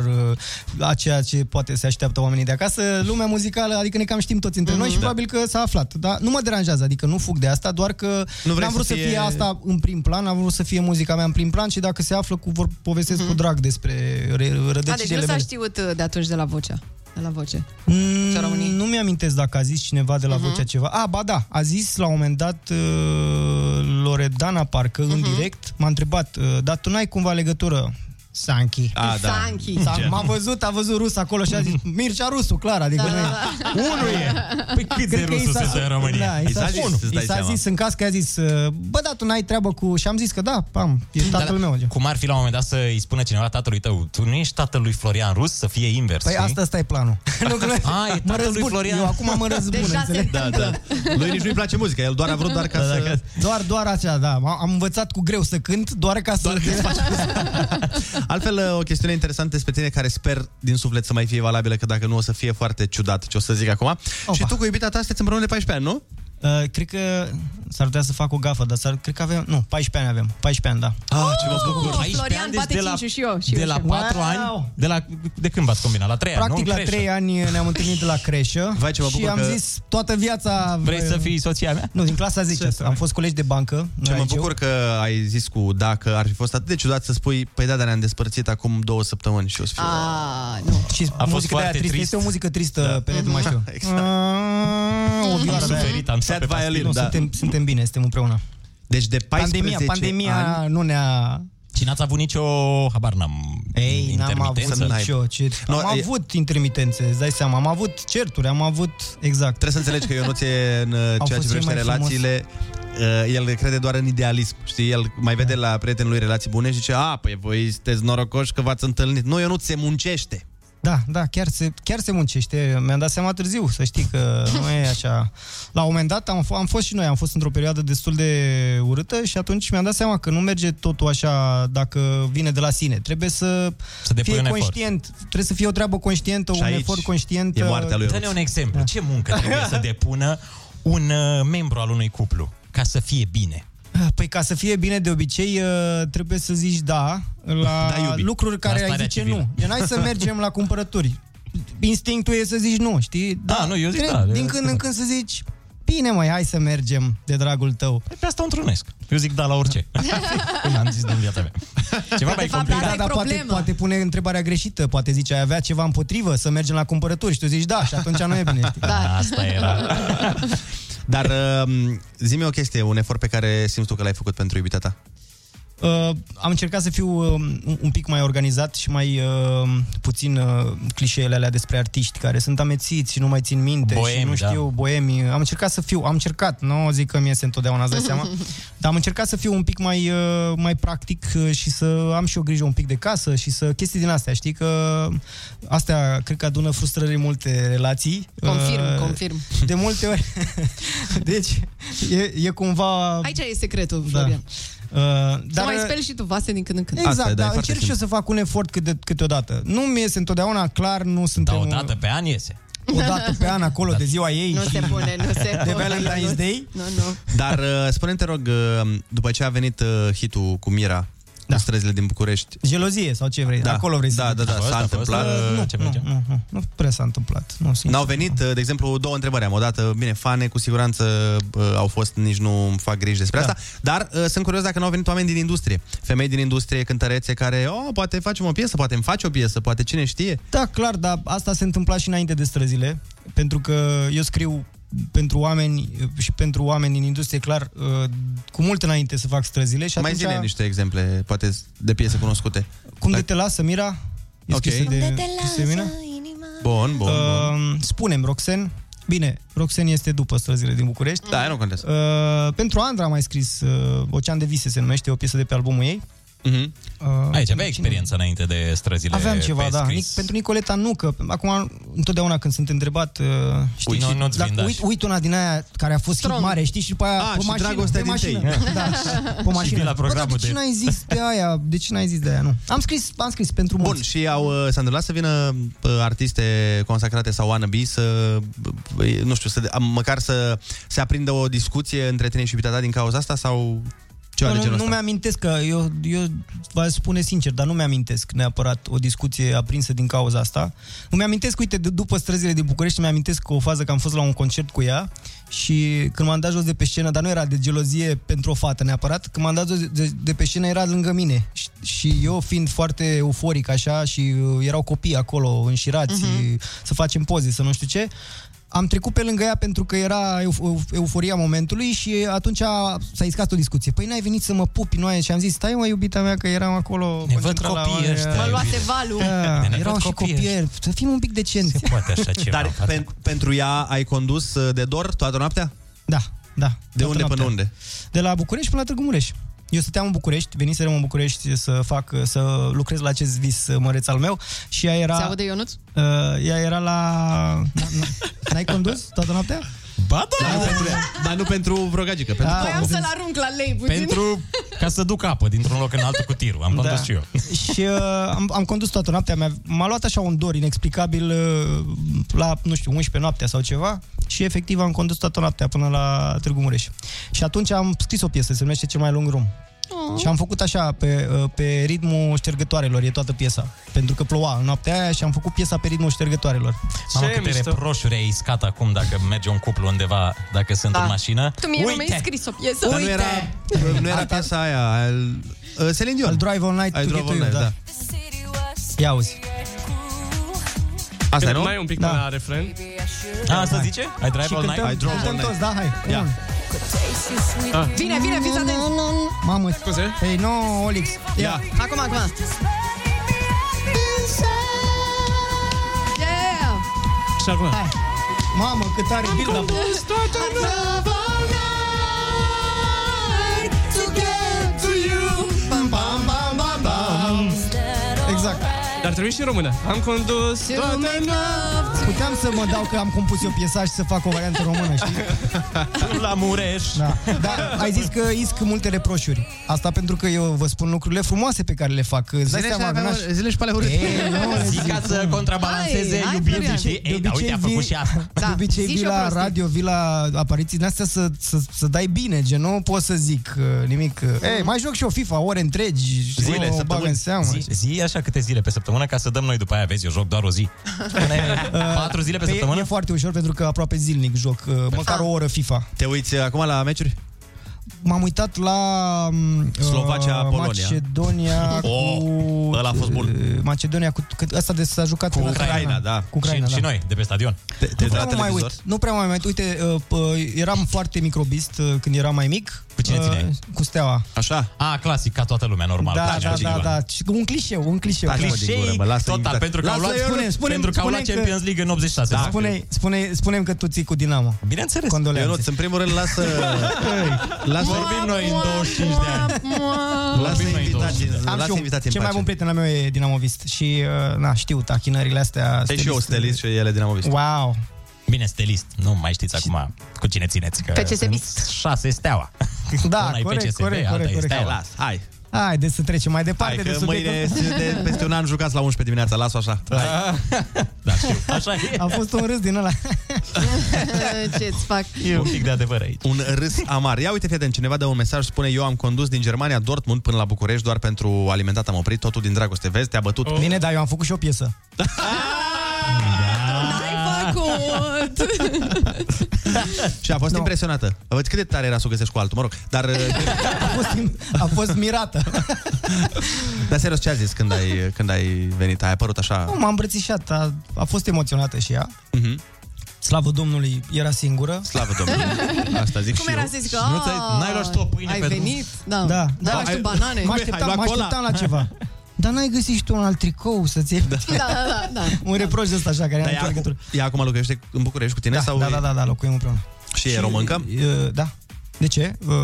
Speaker 3: uh, a ceea ce poate se așteaptă oamenii de acasă. Lumea muzicală, adică ne cam știm
Speaker 21: Mm.
Speaker 3: toți între
Speaker 21: Da.
Speaker 3: noi și probabil că s-a aflat. Dar nu mă deranjează, adică nu fug de asta, doar că
Speaker 6: Nu
Speaker 3: nu
Speaker 6: vrei
Speaker 3: n-am vrut
Speaker 6: să
Speaker 3: să fie...
Speaker 6: fie-
Speaker 3: asta în prim plan, am vrut să fie muzica mea în prim plan și dacă se află, cu, vor povestesc cu drag despre re- rădăcinile
Speaker 21: A, deci nu s-a
Speaker 3: mele.
Speaker 21: știut uh, de atunci de la vocea. De la voce.
Speaker 3: Mm, nu mi-amintesc dacă a zis cineva
Speaker 12: Mhm.
Speaker 3: de la Vocea ceva. A, ba da, a zis la un moment dat uh, Loredana, parcă, în
Speaker 12: Mhm.
Speaker 3: direct, m-a întrebat, uh, dar tu n-ai cumva legătură Sanchi.
Speaker 6: A, da. Sanchi.
Speaker 3: S-a- M-a văzut, a văzut rus acolo și a zis Mircea Rusu, clar, adică
Speaker 12: Da,
Speaker 3: da, nu
Speaker 9: Ah.
Speaker 12: da, da. Unul e. Păi cât de rusul sunt în România?
Speaker 3: Da, i s-a, zis,
Speaker 7: Unul.
Speaker 3: i s-a zis în caz că a zis uh, Bă, da, tu n-ai treabă cu... Și am zis că da, pam, e tatăl meu.
Speaker 7: Cum ar fi la un moment dat să îi spună cineva tatălui tău, tu nu ești tatăl lui Florian Rus, să fie invers,
Speaker 3: Păi
Speaker 7: știi?
Speaker 3: asta, asta e planul. nu, că-
Speaker 7: A, e
Speaker 3: mă
Speaker 7: tatăl lui
Speaker 3: răzbun.
Speaker 7: Florian.
Speaker 3: Eu acum mă răzbun,
Speaker 7: Deja se
Speaker 3: înțelegi?
Speaker 7: Da, da.
Speaker 6: Lui nici nu-i place muzica, el doar a vrut doar ca
Speaker 3: Da, da,
Speaker 6: să-
Speaker 3: ca- Doar, doar acea, da. Am am învățat cu greu să cânt, doar ca să... Doar că
Speaker 6: Altfel, o chestiune interesantă despre tine care sper din suflet să mai fie valabilă, că dacă nu o să fie foarte ciudat ce o să zic acum. Și tu cu iubita ta sunteți împreună de 14 ani, nu?
Speaker 3: Uh, cred că s-ar putea să fac o gafă, dar s-ar, cred că avem... Nu, 14 ani avem. 14 ani, da.
Speaker 7: Ah, ce mă bucur.
Speaker 3: Oh,
Speaker 7: 14
Speaker 3: Florian
Speaker 7: ani, deci
Speaker 3: bate
Speaker 7: de la,
Speaker 3: cinciul și eu, și
Speaker 7: de
Speaker 3: eu
Speaker 7: la
Speaker 3: și eu.
Speaker 7: 4
Speaker 3: Wow!
Speaker 7: ani, de, la, de când v-ați combinat? La 3 ani,
Speaker 3: Practic
Speaker 7: nu?
Speaker 3: la
Speaker 7: Creșă.
Speaker 3: 3 ani ne-am întâlnit la creșă
Speaker 7: Vai, ce mă
Speaker 3: și
Speaker 7: bucur
Speaker 3: am
Speaker 7: că-
Speaker 3: zis toată viața...
Speaker 7: Vrei să fii soția mea?
Speaker 3: uh, Nu, din clasa 10. Am fost colegi de bancă.
Speaker 6: Ce
Speaker 3: la
Speaker 6: Da, mă
Speaker 3: liceu.
Speaker 6: bucur că ai zis cu dacă ar fi fost atât de ciudat să spui, păi da, dar ne-am despărțit acum două săptămăni și o să fiu...
Speaker 3: Ah, nu. Și
Speaker 6: A fost
Speaker 3: muzica de aia
Speaker 6: foarte
Speaker 3: tristă.
Speaker 6: trist.
Speaker 3: Este o muzică tristă
Speaker 6: Da.
Speaker 3: pe Red Mai Show.
Speaker 6: Exact.
Speaker 3: O vioară
Speaker 6: Am
Speaker 3: de aia.
Speaker 6: suferit, am stat pe pastile.
Speaker 3: Nu,
Speaker 6: Da.
Speaker 3: Suntem, suntem bine, suntem împreună.
Speaker 6: Deci de 14
Speaker 3: Pandemia, pandemia
Speaker 6: ani,
Speaker 3: nu ne-a
Speaker 7: Și n-ați avut nicio... Habar n-am...
Speaker 3: Ei, n-am avut
Speaker 7: intermitență?
Speaker 3: nicio. Ce...
Speaker 7: Nu,
Speaker 3: am
Speaker 7: e-
Speaker 3: avut intermitențe, îți dai seama. Am avut certuri, am avut... Exact.
Speaker 6: Trebuie să înțelegi că Ionuț e în uh,
Speaker 3: Au
Speaker 6: ceea ce
Speaker 3: fost cel
Speaker 6: privește
Speaker 3: mai frumos.
Speaker 6: relațiile, uh, el crede doar în idealism, știi? El mai vede la prietenul lui relații bune și zice, a, păi voi sunteți norocoși că v-ați întâlnit. Nu, Ionuț se muncește.
Speaker 3: Da, da, chiar se, chiar se muncește. Mi-am dat seama târziu, să știi că nu e așa. La un moment dat am, f- am fost și noi, am fost într-o perioadă destul de urâtă și atunci mi-am dat seama că nu merge totul așa dacă vine de la sine. Trebuie să,
Speaker 7: Să depui
Speaker 3: fie
Speaker 7: un efort.
Speaker 3: conștient. Trebuie să fie o treabă conștientă,
Speaker 7: Și
Speaker 3: un
Speaker 7: aici
Speaker 3: efort conștient. uh,
Speaker 7: Dă-ne un exemplu. Da. Ce muncă trebuie să depună un uh, membru al unui cuplu ca să fie bine?
Speaker 3: Păi ca să fie bine de obicei uh, trebuie să zici da la
Speaker 7: Da,
Speaker 3: da,
Speaker 7: iubi.
Speaker 3: lucruri care
Speaker 7: La
Speaker 3: ai
Speaker 7: starea
Speaker 3: zice
Speaker 7: civilă.
Speaker 3: nu. Gen, hai să mergem la cumpărături. Instinctul e să zici nu, știi?
Speaker 7: Da, nu, eu zic
Speaker 3: Din-
Speaker 7: da, eu
Speaker 3: Din
Speaker 7: zic
Speaker 3: când
Speaker 7: da.
Speaker 3: în când să zici Bine măi, hai să mergem de dragul tău. Păi
Speaker 7: pe asta o întrunesc. Eu zic da la orice. Cum am zis din viața mea. Ceva mai complicat.
Speaker 3: Da, dar poate, poate pune întrebarea greșită, poate zice ai avea ceva împotrivă să mergem la cumpărături și tu zici da și atunci nu e bine. Știi?
Speaker 21: Da.
Speaker 7: Asta era.
Speaker 6: Dar uh, zi-mi o chestie, un efort pe care simți tu că l-ai făcut pentru iubita ta.
Speaker 3: Uh, am încercat să fiu uh, un- un pic mai organizat și mai uh, puțin uh, clișeele alea despre artiști care sunt amețiți și nu mai țin minte și
Speaker 7: Boemi,
Speaker 3: nu
Speaker 7: da.
Speaker 3: știu, boemi. Am încercat să fiu, am încercat, nu zic că mi iese întotdeauna, îți dai seama, dar am încercat să fiu un pic mai, uh, mai practic uh, și să am și o grijă un pic de casă și să chestii din astea, știi că astea cred că adună frustrări în multe relații.
Speaker 21: Confirm,
Speaker 3: Uh,
Speaker 21: confirm.
Speaker 3: De multe ori. deci, e, e cumva...
Speaker 21: Aici e secretul, Florian.
Speaker 3: Da. Uh,
Speaker 21: Dar... Să mai speli și tu vase din când în când.
Speaker 3: Exact,
Speaker 6: da,
Speaker 3: dar încerc și eu să fac un efort câte, câteodată. Nu mi iese întotdeauna clar, nu suntem...
Speaker 6: Da,
Speaker 7: Dar odată pe an iese.
Speaker 3: o dată pe an acolo de ziua ei
Speaker 21: Nu
Speaker 3: și
Speaker 21: se pune, nu se
Speaker 3: de
Speaker 21: pune.
Speaker 3: Valentine's Day.
Speaker 21: Nu, nu.
Speaker 6: Dar uh, spune-mi, te rog, uh, după ce a venit uh, hitul cu Mira, da. cu străzile din București,
Speaker 3: Gelozie sau ce vrei,
Speaker 6: Da.
Speaker 3: acolo vrei să
Speaker 6: Da,
Speaker 3: zici.
Speaker 6: da, da, A fost, s-a a fost, întâmplat. a-
Speaker 3: Nu,
Speaker 6: ce
Speaker 3: nu,
Speaker 6: mergem?
Speaker 3: nu, nu, nu prea s-a întâmplat. Nu, sincer.
Speaker 6: N-au venit, de exemplu, două întrebări am. Odată, bine, fane, cu siguranță uh, au fost, nici nu îmi fac griji despre da. asta, dar uh, sunt curios dacă n-au venit oameni din industrie. Femei din industrie, cântărețe care, oh, poate facem o piesă, poate îmi faci o piesă, poate cine știe.
Speaker 3: Da, clar, dar asta se întâmpla și înainte de străzile, pentru că eu scriu pentru oameni uh, și pentru oameni din industrie, clar, uh, cu mult înainte să fac străzile și
Speaker 6: Mai
Speaker 3: atunci...
Speaker 6: zine niște exemple, poate de piese cunoscute.
Speaker 3: Cum de te lasă, Mira? E
Speaker 6: Ok.
Speaker 3: scrisă
Speaker 6: Cum de te
Speaker 3: scrisă de mine?
Speaker 6: Bun, bun, bun.
Speaker 3: Uh, Spune-mi, Roxen. Bine, Roxen este după străzile din București.
Speaker 6: Da, nu contează.
Speaker 3: Uh, pentru Andra am mai scris uh, Ocean de Vise, se numește, o piesă de pe albumul ei.
Speaker 6: Mm-hmm.
Speaker 3: Uh,
Speaker 7: Aici aveai experiență înainte de străzile
Speaker 3: Aveam ceva,
Speaker 7: pe
Speaker 3: da. Nic-
Speaker 7: scris.
Speaker 3: pentru Nicoleta nu, că acum, întotdeauna când sunt întrebat, uh, știi,
Speaker 7: Ui,
Speaker 3: și
Speaker 7: nu- nu-ți
Speaker 3: dacă
Speaker 7: vindași.
Speaker 3: uit, uit una din aia care a fost hit mare, știi, și după aia
Speaker 6: Ah,
Speaker 3: pe
Speaker 6: și
Speaker 3: mașină,
Speaker 6: dragostea
Speaker 3: pe
Speaker 6: din
Speaker 3: mașină.
Speaker 6: tei.
Speaker 3: Da, pe
Speaker 6: Și
Speaker 3: mașină.
Speaker 6: vii la
Speaker 3: Bă,
Speaker 6: programul
Speaker 3: dar de ce
Speaker 6: de-
Speaker 3: n-ai zis de aia? De ce n-ai zis de aia? Nu. Am scris, am scris pentru mulți.
Speaker 6: Bun, și au, uh, s-a întâmplat să vină uh, artiste consacrate sau wannabe să, uh, nu știu, să, de- am- măcar să se aprindă o discuție între tine și iubita ta din cauza asta sau ceva de
Speaker 3: nu,
Speaker 6: genul
Speaker 3: nu
Speaker 6: ăsta?
Speaker 3: mi-amintesc că eu, eu vă spune sincer, dar nu mi-amintesc neapărat o discuție aprinsă din cauza asta. Îmi amintesc, uite, de, după străzile din București, îmi amintesc că o fază că am fost la un concert cu ea și când m-am dat jos de pe scenă, dar nu era de gelozie pentru o fată neapărat, când m-am dat jos de, de pe scenă era lângă mine și, și eu fiind foarte euforic așa și uh, erau copii acolo înșirați uh-huh. să facem poze, să nu știu ce, am trecut pe lângă ea pentru că era eu, eu, euforia momentului și atunci a, s-a iscat o discuție. Păi n-ai venit să mă pupi, nu ai? Și am zis, stai mă, iubita mea, că eram acolo...
Speaker 7: Ne văd
Speaker 3: concentrat la
Speaker 7: copiii
Speaker 3: oameni."
Speaker 7: ăștia, Mă luase iubire. valul.
Speaker 3: Da,
Speaker 7: Ne- ne
Speaker 3: erau
Speaker 7: văd
Speaker 3: și
Speaker 7: copiii
Speaker 3: copii, să fim un pic decenți. Se
Speaker 7: poate așa ceva.
Speaker 6: Dar pen, pentru ea ai condus uh, de dor toată noaptea?
Speaker 3: Da, da.
Speaker 6: De unde
Speaker 3: noaptea.
Speaker 6: până unde?
Speaker 3: De la București până la Târgu Mureș. Eu stăteam în București, veniserăm în București să fac, să lucrez la acest vis măreț al meu și ea era...
Speaker 21: Se aude Ionuț?
Speaker 3: Uh, ea era la... N-ai condus toată noaptea?
Speaker 7: Ba
Speaker 6: da! Dar nu pentru, ea, dar nu pentru vrogagică, pentru
Speaker 21: Da,
Speaker 6: da,
Speaker 21: Voiam să-l arunc la lei puțin.
Speaker 7: Pentru ca să duc apă dintr-un loc în altul cu tirul. Am condus
Speaker 3: Da.
Speaker 7: și eu.
Speaker 3: și uh, am, am condus toată noaptea, mi-a, m-a luat așa un dor inexplicabil uh, la, nu știu, 11 noaptea sau ceva și efectiv am condus toată noaptea până la Târgu Mureș. Și atunci am scris o piesă, se numește Cel mai lung rum.
Speaker 21: Oh.
Speaker 3: Și am făcut așa, pe, uh, pe ritmul ștergătoarelor, e toată piesa. Pentru că ploua în noaptea aia și am făcut piesa pe ritmul ștergătoarelor.
Speaker 7: Mamă, câte reproșuri ai iscat acum dacă merge un cuplu undeva, dacă sunt
Speaker 21: Da.
Speaker 7: în mașină.
Speaker 21: Tu mie nu mi-ai
Speaker 7: Uite!
Speaker 21: scris o piesă.
Speaker 6: Dar nu era, nu era piesa aia, al, uh, Celine Dion.
Speaker 3: Al Drive All Night
Speaker 6: Al
Speaker 3: to
Speaker 6: Drive
Speaker 3: Get
Speaker 6: All
Speaker 3: to You,
Speaker 6: Night, da.
Speaker 3: Ia uzi.
Speaker 6: Asta e, nu?
Speaker 9: Mai un pic da. până la refren.
Speaker 7: A, asta zice? Ai drive
Speaker 9: Și
Speaker 7: all night?
Speaker 9: cântăm-
Speaker 7: Ai drive
Speaker 9: cântăm
Speaker 7: all night?
Speaker 9: toți, da, hai.
Speaker 7: Ia.
Speaker 9: Ia. Ah.
Speaker 21: Vine, vine, fiți atenți.
Speaker 3: da. Mamă,
Speaker 9: scuze.
Speaker 3: Ei, nu, Olix.
Speaker 9: Ia.
Speaker 21: Acum, acum. Yeah!
Speaker 9: Și acum.
Speaker 21: Hai.
Speaker 3: Mamă, cât are build-up. da,
Speaker 9: Exact. Dar trebuie și în română. Am condus toată...
Speaker 3: Puteam să mă dau că am compus eu piesa și să fac o variantă română, știi?
Speaker 7: La Mureș.
Speaker 3: Da. Dar ai zis că isc multe reproșuri. Asta pentru că eu vă spun lucrurile frumoase pe care le fac. Îți dai
Speaker 6: Zile și
Speaker 3: seama,
Speaker 6: avea-
Speaker 3: Gnaș?
Speaker 6: zile și pe ale urâte.
Speaker 3: Ei, nu, le
Speaker 7: Zic ca să contrabalanceze
Speaker 3: Hai, hai,
Speaker 7: iubirii,
Speaker 3: Florian.
Speaker 7: știi? Ei, da, uite, a
Speaker 3: vii-
Speaker 7: făcut și asta.
Speaker 3: De obicei
Speaker 21: zi
Speaker 6: Da,
Speaker 3: vii
Speaker 21: și o
Speaker 3: la
Speaker 21: prostie.
Speaker 3: radio, vii la apariții din astea să, să, să dai bine, gen, nu pot să zic uh, nimic. Uh, Ei, mai joc și eu FIFA, ore întregi, și
Speaker 7: Zile,
Speaker 3: o bag
Speaker 7: săptămâni.
Speaker 3: în seamă.
Speaker 7: Zi, zi așa câte zile pe săptămână ca să dăm noi după aia, vezi, eu joc doar o zi. Spune, patru zile pe
Speaker 3: Păi e-
Speaker 7: săptămână? Păi da.
Speaker 3: E foarte ușor pentru că aproape zilnic joc, uh, măcar o oră FIFA.
Speaker 6: Te uiți uh, acum la meciuri?
Speaker 3: M-am uitat la mm,
Speaker 6: Slovacia,
Speaker 3: uh,
Speaker 6: Polonia.
Speaker 3: Macedonia
Speaker 7: Oh,
Speaker 3: cu
Speaker 7: ăla a fost bun.
Speaker 3: uh, Macedonia cu cât asta de s-a jucat
Speaker 7: Cu
Speaker 3: în
Speaker 7: Ucraina, da.
Speaker 3: Cu Ucraina,
Speaker 7: și,
Speaker 3: da.
Speaker 7: și noi, de pe stadion. Te,
Speaker 3: nu prea mă mai uit. Nu prea mă mai uit. Uite, uh, p- eram foarte microbist uh, când eram mai mic. Cu
Speaker 7: cine țineai?
Speaker 3: Cu Steaua.
Speaker 7: Așa? A, clasic, ca toată lumea, normal.
Speaker 3: Da,
Speaker 7: Dragi
Speaker 3: da, da,
Speaker 7: altcineva.
Speaker 3: da. Și Un clișeu, un clișeu.
Speaker 7: Dar clișeic total, pentru că au luat,
Speaker 3: Spune-mi, exact. spune-mi,
Speaker 7: pentru că au luat
Speaker 3: spune-mi
Speaker 7: Champions League în 86.
Speaker 3: Da, spune, spune, spune că tu ții cu Dinamo.
Speaker 7: Bineînțeles.
Speaker 3: Condoleanțe.
Speaker 6: Eu nu, în primul rând lasă... lasă
Speaker 7: Vorbim noi în 25 de ani.
Speaker 6: Lasă invitații.
Speaker 3: Am și
Speaker 6: Lasă
Speaker 3: un-
Speaker 6: invitații
Speaker 3: Cel
Speaker 6: în
Speaker 3: mai bun
Speaker 6: pace.
Speaker 3: prieten al meu e dinamovist și, uh, na, știu, tachinările astea...
Speaker 6: E și eu
Speaker 3: stelist.
Speaker 6: stelist și ele din amovist.
Speaker 3: Wow.
Speaker 7: Bine, stelist. Nu mai știți acum cu cine țineți.
Speaker 3: uh,
Speaker 7: Că
Speaker 3: PCSB.
Speaker 7: sunt Șase steaua.
Speaker 3: Da,
Speaker 7: Una e
Speaker 3: corect,
Speaker 7: PCSB,
Speaker 3: corect,
Speaker 7: alta
Speaker 3: corect,
Speaker 7: e
Speaker 3: corect.
Speaker 7: Steaua.
Speaker 3: Las,
Speaker 6: hai.
Speaker 3: Haideți să trecem mai departe
Speaker 6: Hai
Speaker 3: de
Speaker 6: că
Speaker 3: subiectul.
Speaker 6: mâine, de, peste un an, jucați la 11 dimineața. Las-o așa.
Speaker 3: Ah,
Speaker 6: Hai.
Speaker 7: Așa e.
Speaker 3: A fost un râs din ăla.
Speaker 21: Ce-ți fac?
Speaker 7: E un pic de adevăr aici.
Speaker 6: Un râs amar. Ia uite, fii atent, cineva dă un mesaj, spune Eu am condus din Germania, Dortmund, până la București Doar pentru alimentat am oprit, totul din dragoste Vezi, te-a bătut oh.
Speaker 3: Bine, dar eu am făcut și o piesă.
Speaker 21: Făcut!
Speaker 6: Și a fost no. impresionată Văd cât de tare era să o găsești cu altul, mă rog Dar, uh,
Speaker 3: A fost, a fost mirată.
Speaker 6: dar serios, ce a zis când ai, când ai venit? Ai apărut așa?
Speaker 3: Nu, M-a îmbrățișat, a, a fost emoționată și ea.
Speaker 6: Mhm.
Speaker 3: Slavă Domnului, era singură.
Speaker 6: Slavă Domnului Asta zic
Speaker 21: Cum
Speaker 6: și
Speaker 21: era
Speaker 6: eu.
Speaker 21: să zic?
Speaker 6: Nu ți-ai- n-ai luat și tu o pâine
Speaker 21: Ai
Speaker 6: pe drum?
Speaker 21: venit? Da.
Speaker 3: Da.
Speaker 21: Da,
Speaker 3: Da,
Speaker 21: da,
Speaker 3: ai-
Speaker 21: banane.
Speaker 3: Mă așteptam, mă așteptam la ceva. Dar n-ai găsit și tu un alt tricou să-ți iei? Da,
Speaker 21: Da, da, da, da.
Speaker 3: Un reproș de ăsta așa, care
Speaker 6: Dar
Speaker 3: are
Speaker 6: ea,
Speaker 3: legătură.
Speaker 6: acum, ea acum locuiește în București cu tine?
Speaker 3: Da,
Speaker 6: sau
Speaker 3: da, da, da, da, locuim împreună.
Speaker 6: Și e româncă?
Speaker 3: E, da. De ce? Uh,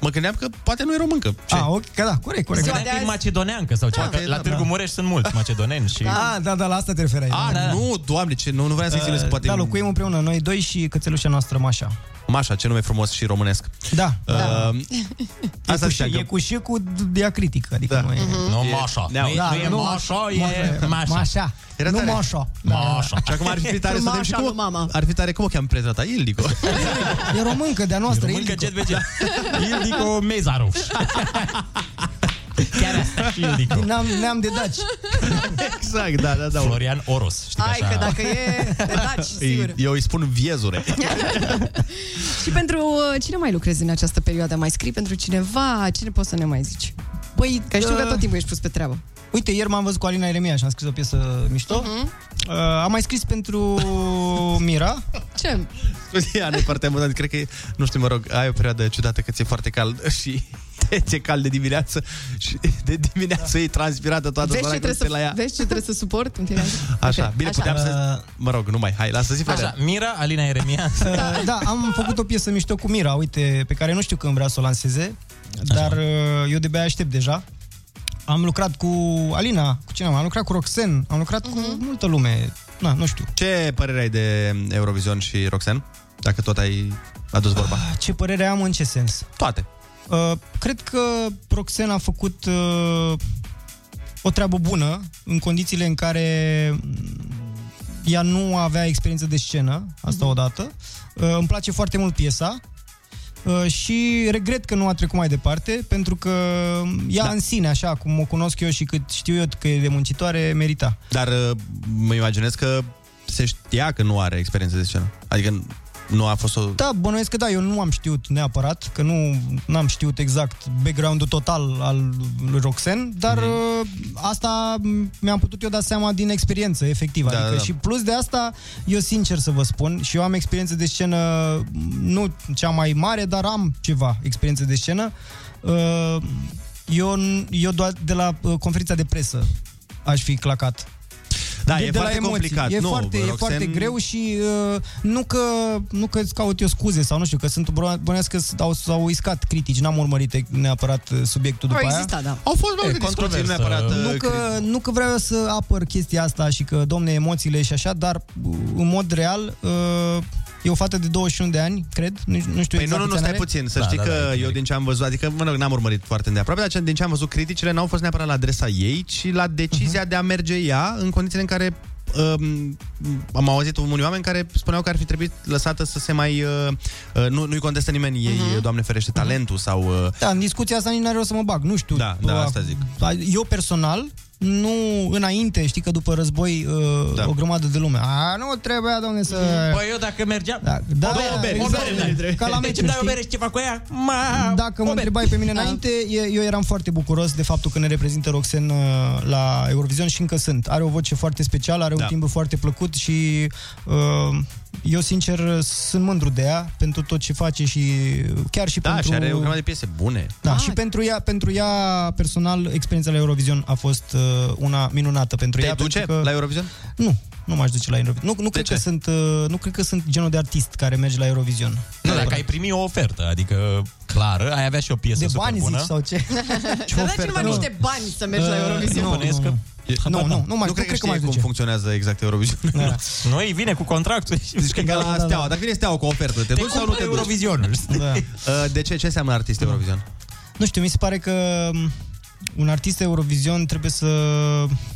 Speaker 6: Mă gândeam că poate nu e româncă. Ce?
Speaker 3: A, ok, că da, corect, corect.
Speaker 7: Credeam că e macedoneancă sau ceva.
Speaker 6: Da.
Speaker 7: că La Târgu Mureș sunt mulți macedoneni și... Ah,
Speaker 3: Da, da, da, la asta te referai.
Speaker 6: A,
Speaker 3: da.
Speaker 6: Ah, nu, doamne, ce, nu, nu vreau să-i țineți că poate...
Speaker 3: Da, locuim împreună, noi doi și cățelușa noastră, Mașa.
Speaker 6: Mașa, ce nume frumos și românesc.
Speaker 3: Da,
Speaker 6: da.
Speaker 21: Mhm.
Speaker 3: E
Speaker 6: Asta
Speaker 3: cu,
Speaker 6: știam
Speaker 3: și,
Speaker 6: că...
Speaker 3: e cu și cu diacritică, adică da. nu e...
Speaker 21: Mhm.
Speaker 7: Nu Mașa. Nu e-
Speaker 3: Da,
Speaker 7: nu e
Speaker 3: nu.
Speaker 7: Mașa, e Mașa.
Speaker 3: Mașa.
Speaker 6: Era
Speaker 3: Nu
Speaker 6: tare. Da.
Speaker 3: Mașa. Da.
Speaker 7: Mașa.
Speaker 6: Și acum ar fi tare să vedem și cum... Ar fi tare cum o cheamă prietena ta? Ildico.
Speaker 3: E româncă de-a noastră.
Speaker 7: Mâncă
Speaker 3: Ilico.
Speaker 7: GBG. Ildico Mezaru. Chiar asta și Ildico.
Speaker 3: N-am, ne-am de daci.
Speaker 6: Exact, da, da, da.
Speaker 7: Florian Oros. Știi
Speaker 21: Hai
Speaker 7: așa?
Speaker 21: că dacă e, te daci, sigur.
Speaker 6: Îi- Eu îi spun viezure.
Speaker 21: Și pentru uh, cine mai lucrezi în această perioadă? Mai scrii pentru cineva? Cine poți să ne mai zici?
Speaker 3: Păi,
Speaker 21: Că știu că
Speaker 3: uh,
Speaker 21: tot timpul ești pus pe treabă.
Speaker 3: Uite, ieri m-am văzut cu Alina Eremia și am scris o piesă mișto.
Speaker 21: Mhm.
Speaker 3: Uh, am mai scris pentru Mira.
Speaker 21: Ce?
Speaker 6: Ea nu e foarte amuzant. Cred că, e- nu știu, mă rog, ai o perioadă ciudată că ți-e foarte cald și te ți-e cald de dimineață și de dimineață e transpirată toată
Speaker 21: Vezi ce,
Speaker 6: zona
Speaker 21: trebuie
Speaker 6: când te la
Speaker 21: să,
Speaker 6: ea.
Speaker 21: vezi ce trebuie să suport în fiecare zi?
Speaker 6: Așa,
Speaker 21: Ok,
Speaker 6: bine, puteam să... Mă rog, nu mai, hai, lasă zi,
Speaker 7: Așa,
Speaker 6: Florian.
Speaker 7: Mira, Alina Eremia.
Speaker 3: Uh, da, am făcut o piesă mișto cu Mira, uite, pe care nu știu când vrea să o lanseze, dar uh, eu de bea aștept deja. Am lucrat cu Alina, cu cine am? Am lucrat cu Roxen, am lucrat cu
Speaker 21: Mhm.
Speaker 3: multă lume. Na, nu știu.
Speaker 6: Ce părere ai de Eurovision și Roxen? Dacă tot ai adus vorba.
Speaker 21: Ah.
Speaker 3: Ce părere am în ce sens?
Speaker 6: Toate.
Speaker 3: Uh, cred că Roxen a făcut uh, o treabă bună în condițiile în care mm, ea nu avea experiență de scenă, asta odată. Uh, îmi place foarte mult piesa uh, și regret că nu a trecut mai departe, pentru că ea da. în sine, așa cum o cunosc eu și cât știu eu că e de muncitoare, merita.
Speaker 6: Dar uh, mă imaginez că se știa că nu are experiență de scenă. Adică nu a fost o...
Speaker 3: Da, bănuiesc că da, eu nu am știut neapărat, că nu am știut exact background-ul total al lui Roxen, dar mm. asta mi-am putut eu da seama din experiență, efectiv. Da, adică da. și plus de asta, eu sincer să vă spun, și eu am experiență de scenă, nu cea mai mare, dar am ceva experiență de scenă. Uh, Eu, eu doar de la uh, conferința de presă aș fi clacat.
Speaker 6: Da,
Speaker 3: de,
Speaker 6: e
Speaker 3: de
Speaker 6: foarte
Speaker 3: emoții.
Speaker 6: complicat.
Speaker 3: E,
Speaker 6: Nu,
Speaker 3: foarte, e
Speaker 6: Roxen-
Speaker 3: foarte greu și uh, nu că nu că îți caut eu scuze sau nu știu, că sunt bro- bănuiesc că s-au, s-au iscat critici, n-am urmărit neapărat uh, subiectul după
Speaker 21: Au
Speaker 3: aia.
Speaker 21: existat, da.
Speaker 6: Au fost
Speaker 21: multe
Speaker 6: discuții, nu neapărat, uh,
Speaker 3: nu, că, nu că vreau eu să apăr chestia asta și că, domne, emoțiile și așa, dar uh, în mod real uh, e o fată de 21 de ani, cred, nu, nu știu
Speaker 6: Păi nu,
Speaker 3: exact
Speaker 6: nu, nu,
Speaker 3: câți ani
Speaker 6: stai
Speaker 3: are.
Speaker 6: puțin, să da, știi da, că da, eu din ce am văzut, adică, mă rog, n-am urmărit foarte îndeaproape, dar ce- din ce am văzut, criticile n-au fost neapărat la adresa ei, ci la decizia uh-huh. de a merge ea în condițiile în care um, am auzit unii oameni care spuneau că ar fi trebuit lăsată să se mai... Uh, uh, nu, nu-i contestă nimeni ei, uh-huh. doamne ferește, talentul sau... Uh,
Speaker 3: Da, în discuția asta nici n-are rost să mă bag, nu știu.
Speaker 6: Da, da, asta zic.
Speaker 3: Eu personal, nu înainte, știi că după război uh, da. o grămadă de lume. A, nu trebuia, domne, să...
Speaker 7: Păi eu dacă mergeam...
Speaker 3: Da, da,
Speaker 7: două
Speaker 3: da,
Speaker 7: beri,
Speaker 3: exact.
Speaker 7: o bere, da.
Speaker 3: Ca la meciuri,
Speaker 7: Îmi dai o
Speaker 3: știi?
Speaker 7: bere și ceva cu ea? Ma,
Speaker 3: Dacă mă
Speaker 7: o bere.
Speaker 3: întrebai pe mine
Speaker 6: Da.
Speaker 3: înainte, e- eu eram foarte bucuros de faptul că ne reprezintă Roxen uh, la Eurovision și încă sunt. Are o voce foarte specială, are un
Speaker 6: Da.
Speaker 3: timbru foarte plăcut și uh, eu, sincer, sunt mândru de ea pentru tot ce face și chiar și
Speaker 6: da,
Speaker 3: pentru...
Speaker 6: și are o grămadă de piese bune.
Speaker 3: Da, și pentru ea, pentru ea personal, experiența la Eurovision a fost uh, una minunată pentru
Speaker 6: Te
Speaker 3: ea.
Speaker 6: duce
Speaker 3: pentru că...
Speaker 6: la Eurovision?
Speaker 3: Nu, nu m-aș duce la Eurovision. Nu, nu, cred, că sunt, uh, nu cred că sunt genul de artist care merge la Eurovision.
Speaker 7: Nu, dacă ai primi o ofertă, adică clară, ai avea și o piesă
Speaker 3: De
Speaker 7: super
Speaker 3: bani,
Speaker 7: bună.
Speaker 3: zici, sau ce?
Speaker 21: Să dai numai niște bani să mergi
Speaker 6: Uh,
Speaker 21: la Eurovision.
Speaker 7: Nu, nu, nu.
Speaker 3: Nu, nu, nu, mai-
Speaker 6: nu cred că
Speaker 3: cred că
Speaker 6: știe
Speaker 3: m-aș
Speaker 6: cum
Speaker 3: duce.
Speaker 6: funcționează exact Eurovision.
Speaker 3: Da.
Speaker 7: Noi vine cu contractul și...
Speaker 6: Deci că e ca la Steaua. Dacă vine Steaua cu o ofertă, te, duci sau nu
Speaker 7: cumpără
Speaker 6: te duci?
Speaker 7: Eurovisionul.
Speaker 3: Da.
Speaker 6: Uh, De ce? Ce înseamnă artist Eurovision?
Speaker 3: Nu știu, mi se pare că m, un artist Eurovision trebuie să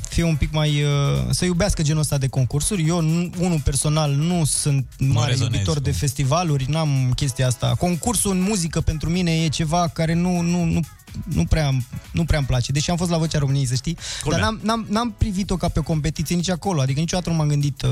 Speaker 3: fie un pic mai... uh, să iubească genul ăsta de concursuri. Eu, nu- unul personal, nu sunt mare
Speaker 7: rezonez
Speaker 3: iubitor de festivaluri, n-am chestia asta. Concursul în muzică pentru mine e ceva care nu, nu, nu nu prea, nu prea îmi place, deși am fost la Vocea României, să știi,
Speaker 7: Culmea.
Speaker 3: dar n-am, n-am, n-am privit-o ca pe o competiție nici acolo, adică niciodată nu m-am gândit, uh,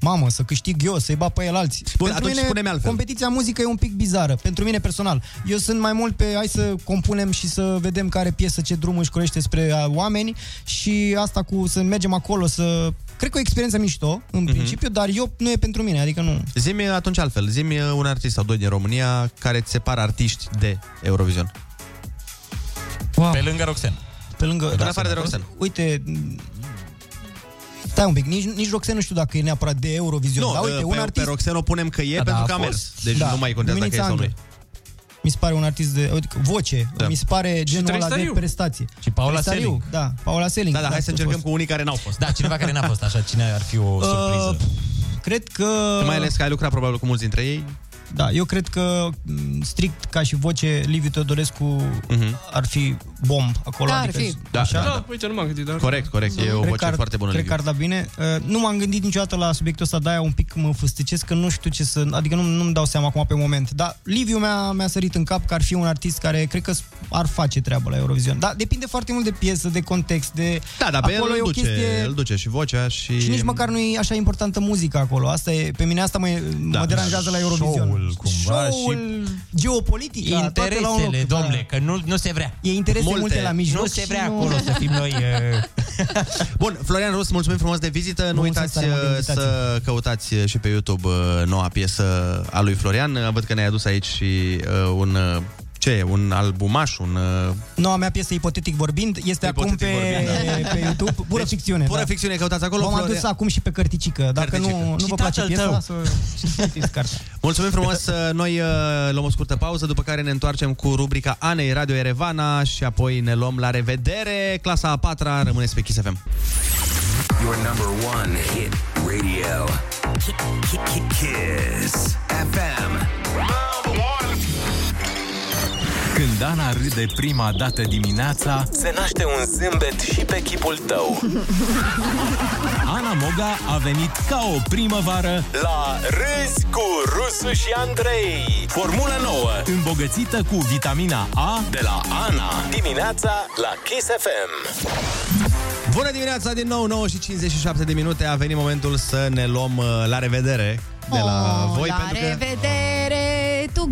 Speaker 3: mamă, să câștig eu, să-i bat pe el alții.
Speaker 6: Bun, atunci spune-mi altfel.
Speaker 3: Competiția muzică e un pic bizară, pentru mine personal. Eu sunt mai mult pe hai să compunem și să vedem care piesă, ce drum își curește spre a, oameni și asta cu să mergem acolo, să... Cred că e o experiență mișto,
Speaker 6: Mhm.
Speaker 3: în principiu, dar eu nu e pentru mine, adică nu...
Speaker 6: Zimi atunci altfel, zimi un artist sau doi din România care ți separ artiști de Eurovision.
Speaker 3: Wow.
Speaker 7: Pe lângă Roxen.
Speaker 3: Pe lângă... Da,
Speaker 6: În afară de Roxen.
Speaker 3: Uite, Stai un pic, nici, nici Roxen nu știu dacă e neapărat de Eurovision,
Speaker 6: Nu,
Speaker 3: dar Da, uite,
Speaker 6: pe,
Speaker 3: un
Speaker 6: pe
Speaker 3: artist...
Speaker 6: Roxen o punem că e
Speaker 3: Da, da,
Speaker 6: pentru
Speaker 3: a
Speaker 6: că a
Speaker 3: fost.
Speaker 6: mers. Deci
Speaker 3: Da.
Speaker 6: nu mai contează dacă e
Speaker 3: Luminița
Speaker 6: sau nu e.
Speaker 3: Andru. Mi se pare un artist de adică, voce, da. mi se pare genul ăla de
Speaker 7: Tristariu.
Speaker 3: prestație.
Speaker 7: Și Paula
Speaker 3: Tristariu,
Speaker 7: Selig.
Speaker 3: Da, Paula Selig.
Speaker 6: Da, da, hai să
Speaker 3: a
Speaker 6: încercăm
Speaker 3: fost.
Speaker 6: cu unii care n-au fost.
Speaker 7: Da, cineva care n-a fost așa, cine ar fi o surpriză?
Speaker 3: Uh, cred că...
Speaker 6: Mai ales că ai lucrat probabil cu mulți dintre ei.
Speaker 3: Da, eu cred că m, strict ca și voce Liviu Teodorescu ar fi bomb acolo.
Speaker 9: Da, ar
Speaker 3: adică,
Speaker 9: fi.
Speaker 6: Mhm. Da,
Speaker 3: așa?
Speaker 9: Da, da. uite, nu m-am gândit, dar...
Speaker 6: Corect, corect. E o
Speaker 3: Cred
Speaker 6: voce
Speaker 3: că ar-
Speaker 6: foarte bună.
Speaker 3: Cred că
Speaker 6: Liviu.
Speaker 3: ar da bine. Uh, Nu m-am gândit niciodată la subiectul ăsta, de-aia un pic mă fustecesc, că nu știu ce să... Adică nu, nu-mi dau seama acum pe moment. Dar Liviu mi-a, mi-a sărit în cap că ar fi un artist care cred că s- ar face treabă la Eurovision. Dar depinde foarte mult de piesă, de context, de...
Speaker 6: Da, dar pe el
Speaker 3: acolo e
Speaker 6: îl
Speaker 3: o
Speaker 6: duce,
Speaker 3: chestie...
Speaker 6: îl duce și vocea și...
Speaker 3: Și nici măcar nu e așa importantă muzica acolo. Asta e, pe mine asta mă, da, mă deranjează la Eurovision.
Speaker 7: Show-ul cumva
Speaker 3: Show-ul, geopolitica, toate la un loc. da.
Speaker 7: Interesele, domnule, că nu, nu se vrea.
Speaker 3: E interese multe,
Speaker 6: Multe.
Speaker 3: la mijloc.
Speaker 7: Nu se
Speaker 3: și
Speaker 7: vrea
Speaker 3: nu-
Speaker 7: acolo să fim noi...
Speaker 6: Bun, Florian Rus, mulțumim frumos de vizită. Nu uitați
Speaker 3: mulțumesc tare mult de
Speaker 6: uh, să căutați uh, și pe YouTube uh, noua piesă a lui Florian. Uh, Văd că ne-ai adus aici și uh, un... uh, Ce e? Un albumaș, un... uh,
Speaker 3: Noua mea piesă, ipotetic vorbind, este
Speaker 6: Ipotetic
Speaker 3: acum pe,
Speaker 6: vorbind,
Speaker 3: pe YouTube. Pură
Speaker 6: Deci,
Speaker 3: ficțiune.
Speaker 6: Pură
Speaker 3: da.
Speaker 6: ficțiune, căutați acolo.
Speaker 3: V-am adus
Speaker 6: Florian.
Speaker 3: acum și pe cărticică. Dacă
Speaker 6: Cărticică.
Speaker 3: nu, nu vă
Speaker 6: Și
Speaker 3: place
Speaker 6: tatăl
Speaker 3: piesa,
Speaker 6: tău.
Speaker 3: să citiți cartea.
Speaker 6: Mulțumim frumos, uh, noi uh, luăm o scurtă pauză, după care ne întoarcem cu rubrica Anei Radio Erevana și apoi ne luăm la revedere. Clasa a patra, rămâneți pe Kiss FM.
Speaker 2: Your number one hit radio. Kiss FM. Când Ana râde prima dată dimineața, se naște un zâmbet și pe chipul tău. Ana Moga a venit ca o primăvară la Râzi cu Rusu și Andrei. Formula nouă, îmbogățită cu vitamina A de la Ana. Dimineața la Kiss FM.
Speaker 6: Bună dimineața din nou, 9 și 57 de minute. A venit momentul să ne luăm uh, la revedere de la
Speaker 21: Oh,
Speaker 6: voi.
Speaker 21: la
Speaker 6: pentru că...
Speaker 21: revedere, tu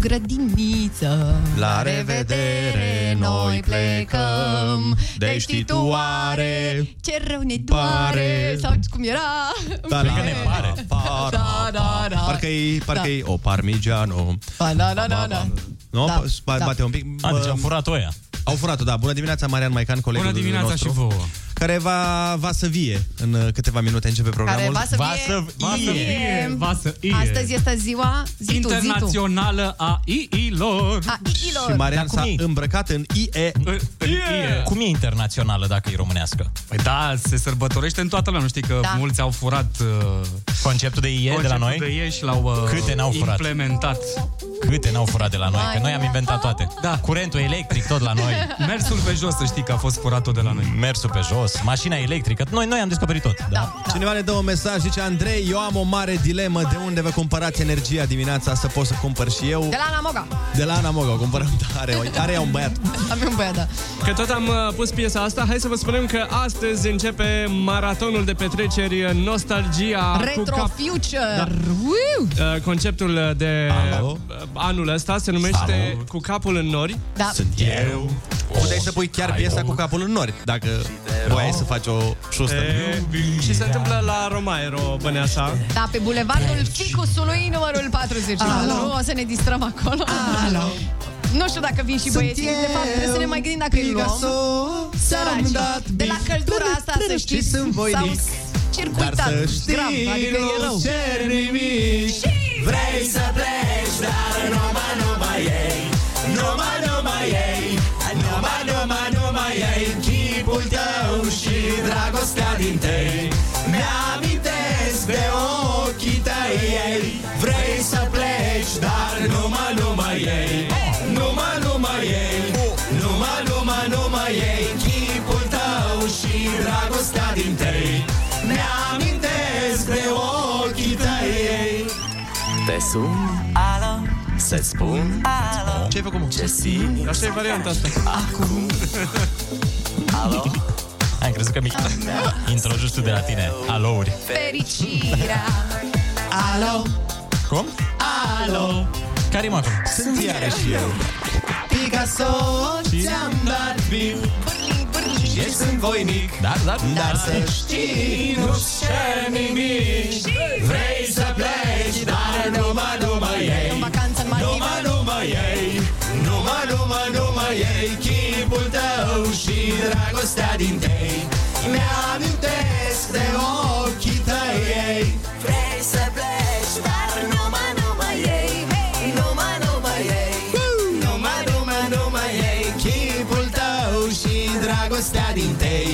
Speaker 21: grădiniță
Speaker 6: La revedere, noi plecăm
Speaker 21: Deci știi tu
Speaker 6: oare
Speaker 21: Ce rău ne doare
Speaker 6: Pare.
Speaker 21: Sau cum era
Speaker 6: Da, da, ne pare.
Speaker 21: Da, da, da
Speaker 6: Parcă-i, parcă-i
Speaker 21: Da.
Speaker 6: o parmigiano.
Speaker 21: Pa, Da, da, da, da
Speaker 6: Nu?
Speaker 21: Da,
Speaker 6: Da,
Speaker 21: da.
Speaker 6: Bate un pic.
Speaker 7: A, deci au
Speaker 6: furat oia. Au furat-o, da. Bună dimineața, Marian Maican, colegul
Speaker 7: Bună dimineața
Speaker 6: nostru,
Speaker 7: și vouă.
Speaker 6: Care va, va să vie în uh, câteva minute începe programul.
Speaker 21: va să Va vie. să Va să vie. vie. Va
Speaker 6: să
Speaker 21: Astăzi este ziua zi tu, zi tu.
Speaker 6: Internațională a II-lor.
Speaker 21: A iilor.
Speaker 6: Și
Speaker 7: Dar
Speaker 6: Marian
Speaker 7: cum e?
Speaker 6: s-a îmbrăcat în IE.
Speaker 7: Yeah. Cum e internațională dacă e românească?
Speaker 4: Păi da, se sărbătorește în toată lumea. Nu știi că
Speaker 21: Da.
Speaker 4: da. mulți au furat uh,
Speaker 7: Conceptul de IE de la noi?
Speaker 4: de ei și l-au uh,
Speaker 7: Câte n-au furat?
Speaker 4: implementat.
Speaker 7: Câte n-au furat de la noi? Că noi am inventat toate. Da. Curentul electric tot la noi.
Speaker 4: Mersul pe jos, să știi că a fost furat tot de la noi.
Speaker 7: Mersul pe jos, mașina electrică. Noi, noi am descoperit tot. Da.
Speaker 6: Cineva ne dă un mesaj, zice Andrei, eu am o mare dilemă de unde vă cumpărați energia dimineața să pot să cumpăr și eu.
Speaker 21: De la Ana Moga
Speaker 6: De la Ana Moga o cumpărăm, dar are, are ea un băiat.
Speaker 21: Am eu un băiat, da
Speaker 9: Că tot am uh, pus piesa asta, hai să vă spunem că astăzi începe maratonul de petreceri uh, Nostalgia
Speaker 21: Retro
Speaker 9: cu cap...
Speaker 21: Future
Speaker 9: Da.
Speaker 21: Uiu.
Speaker 9: Uh, Conceptul de Alo? anul ăsta se numește Alo? Cu capul în nori.
Speaker 21: Da. Sunt
Speaker 6: eu. Puteai să pui chiar piesa cu capul în nori, dacă voiai să faci o șustă.
Speaker 9: E, și se întâmplă la Romaero, Băneasa.
Speaker 21: Da, pe bulevardul Ficusului, numărul 49.
Speaker 9: Alo.
Speaker 21: O să ne distrăm acolo. Alo. Nu știu dacă vin și
Speaker 9: Sunt
Speaker 21: băieții. De fapt, trebuie să ne mai gândim dacă îi luăm.
Speaker 6: Picasso,
Speaker 21: Săraci.
Speaker 6: s-am dat
Speaker 21: De la căldura asta, să știți,
Speaker 6: și sunt voinic.
Speaker 21: s-au circuitat
Speaker 6: Dar să știi,
Speaker 21: grav, adică e rău.
Speaker 6: nu cer nimic.
Speaker 5: Vrei să pleci, dar nu mai, nu mai ei Nu mai, nu mai ei Nu mai, nu mai, nu mai ei Chipul tău și dragostea din tei Mi-amintesc de ochii tăi ei Vrei să pleci, dar nu mai, nu mai ei Nu mai, nu mai ei Nu mai, nu mai, nu mai ei Chipul tău și dragostea din tei Mi-amintesc de ochii tăi ei
Speaker 13: Te sun,
Speaker 5: Alo,
Speaker 13: să spun
Speaker 5: alo
Speaker 6: Ce ai făcut, mă?
Speaker 13: Ce simt
Speaker 9: Așa e varianta asta
Speaker 5: Acum
Speaker 7: Alo? Am crezut că mi introduci tu de la tine. Alouri.
Speaker 21: Fericirea.
Speaker 5: Alo,
Speaker 7: Cum?
Speaker 5: alo
Speaker 7: Care-i mă acum?
Speaker 5: Sunt iarăși eu Picasso, ți-am dat viu Și sunt voinic
Speaker 7: Da, da,
Speaker 5: Dar să știi, nu-ți cer nimic Vrei să pleci, dar numai, numai ei
Speaker 21: În vacanță în Maldive.
Speaker 5: Numai, numai ei Numai, numai, numai ei Chipul tău și dragostea din tei Mi-amintesc de ochii tăi ei Vrei să pleci, dar numai, numai ei Numai, numai ei Numai, numai, numai ei Chipul tău și dragostea din tei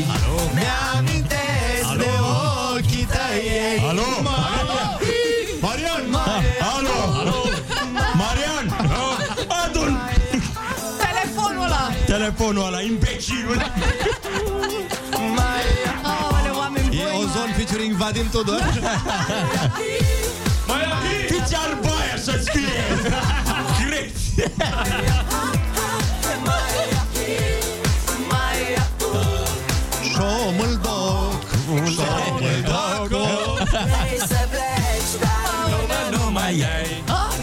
Speaker 5: Mi-amintesc de ochii tăi ei
Speaker 13: Alo?
Speaker 5: Marian! Alo! Marian! Adun!
Speaker 21: Telefonul ăla.
Speaker 13: Telefonul ăla, imbecilul
Speaker 21: Aoleu, oameni
Speaker 6: E
Speaker 21: buni.
Speaker 6: Ozon featuring Vadim Tudor.
Speaker 13: Mai fi ce ar baia să-ți fie Cred
Speaker 6: Șomul doc. Șomul doc.
Speaker 5: Vrei să pleci, dar numai, numai ei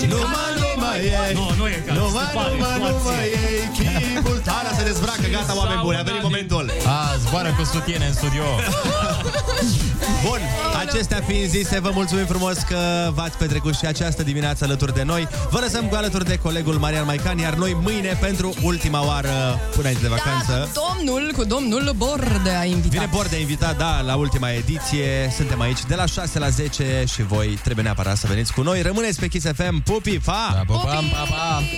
Speaker 5: Numai, numai ei
Speaker 6: Nu, nu e caz.
Speaker 5: Numai,
Speaker 6: Se pare,
Speaker 5: numai,
Speaker 6: poate.
Speaker 5: numai ei Chipul tău
Speaker 6: Ana se dezbracă, gata, oameni buni, a venit momentul ăla.
Speaker 7: A, zboară cu sutiene în studio.
Speaker 6: Bun, acestea fiind zise, vă mulțumim frumos că v-ați petrecut și această dimineață alături de noi. Vă lăsăm cu alături de colegul Marian Maican, iar noi mâine pentru ultima oară până aici de
Speaker 21: Da,
Speaker 6: vacanță.
Speaker 21: Domnul cu domnul Borde a invitat.
Speaker 6: Vine Bor de invitat, da, la ultima ediție. Suntem aici de la 6 la 10 și voi trebuie neapărat să veniți cu noi. Rămâneți pe Kiss FM. Pupi, pa! Da,
Speaker 7: pa, pa, pa, pa.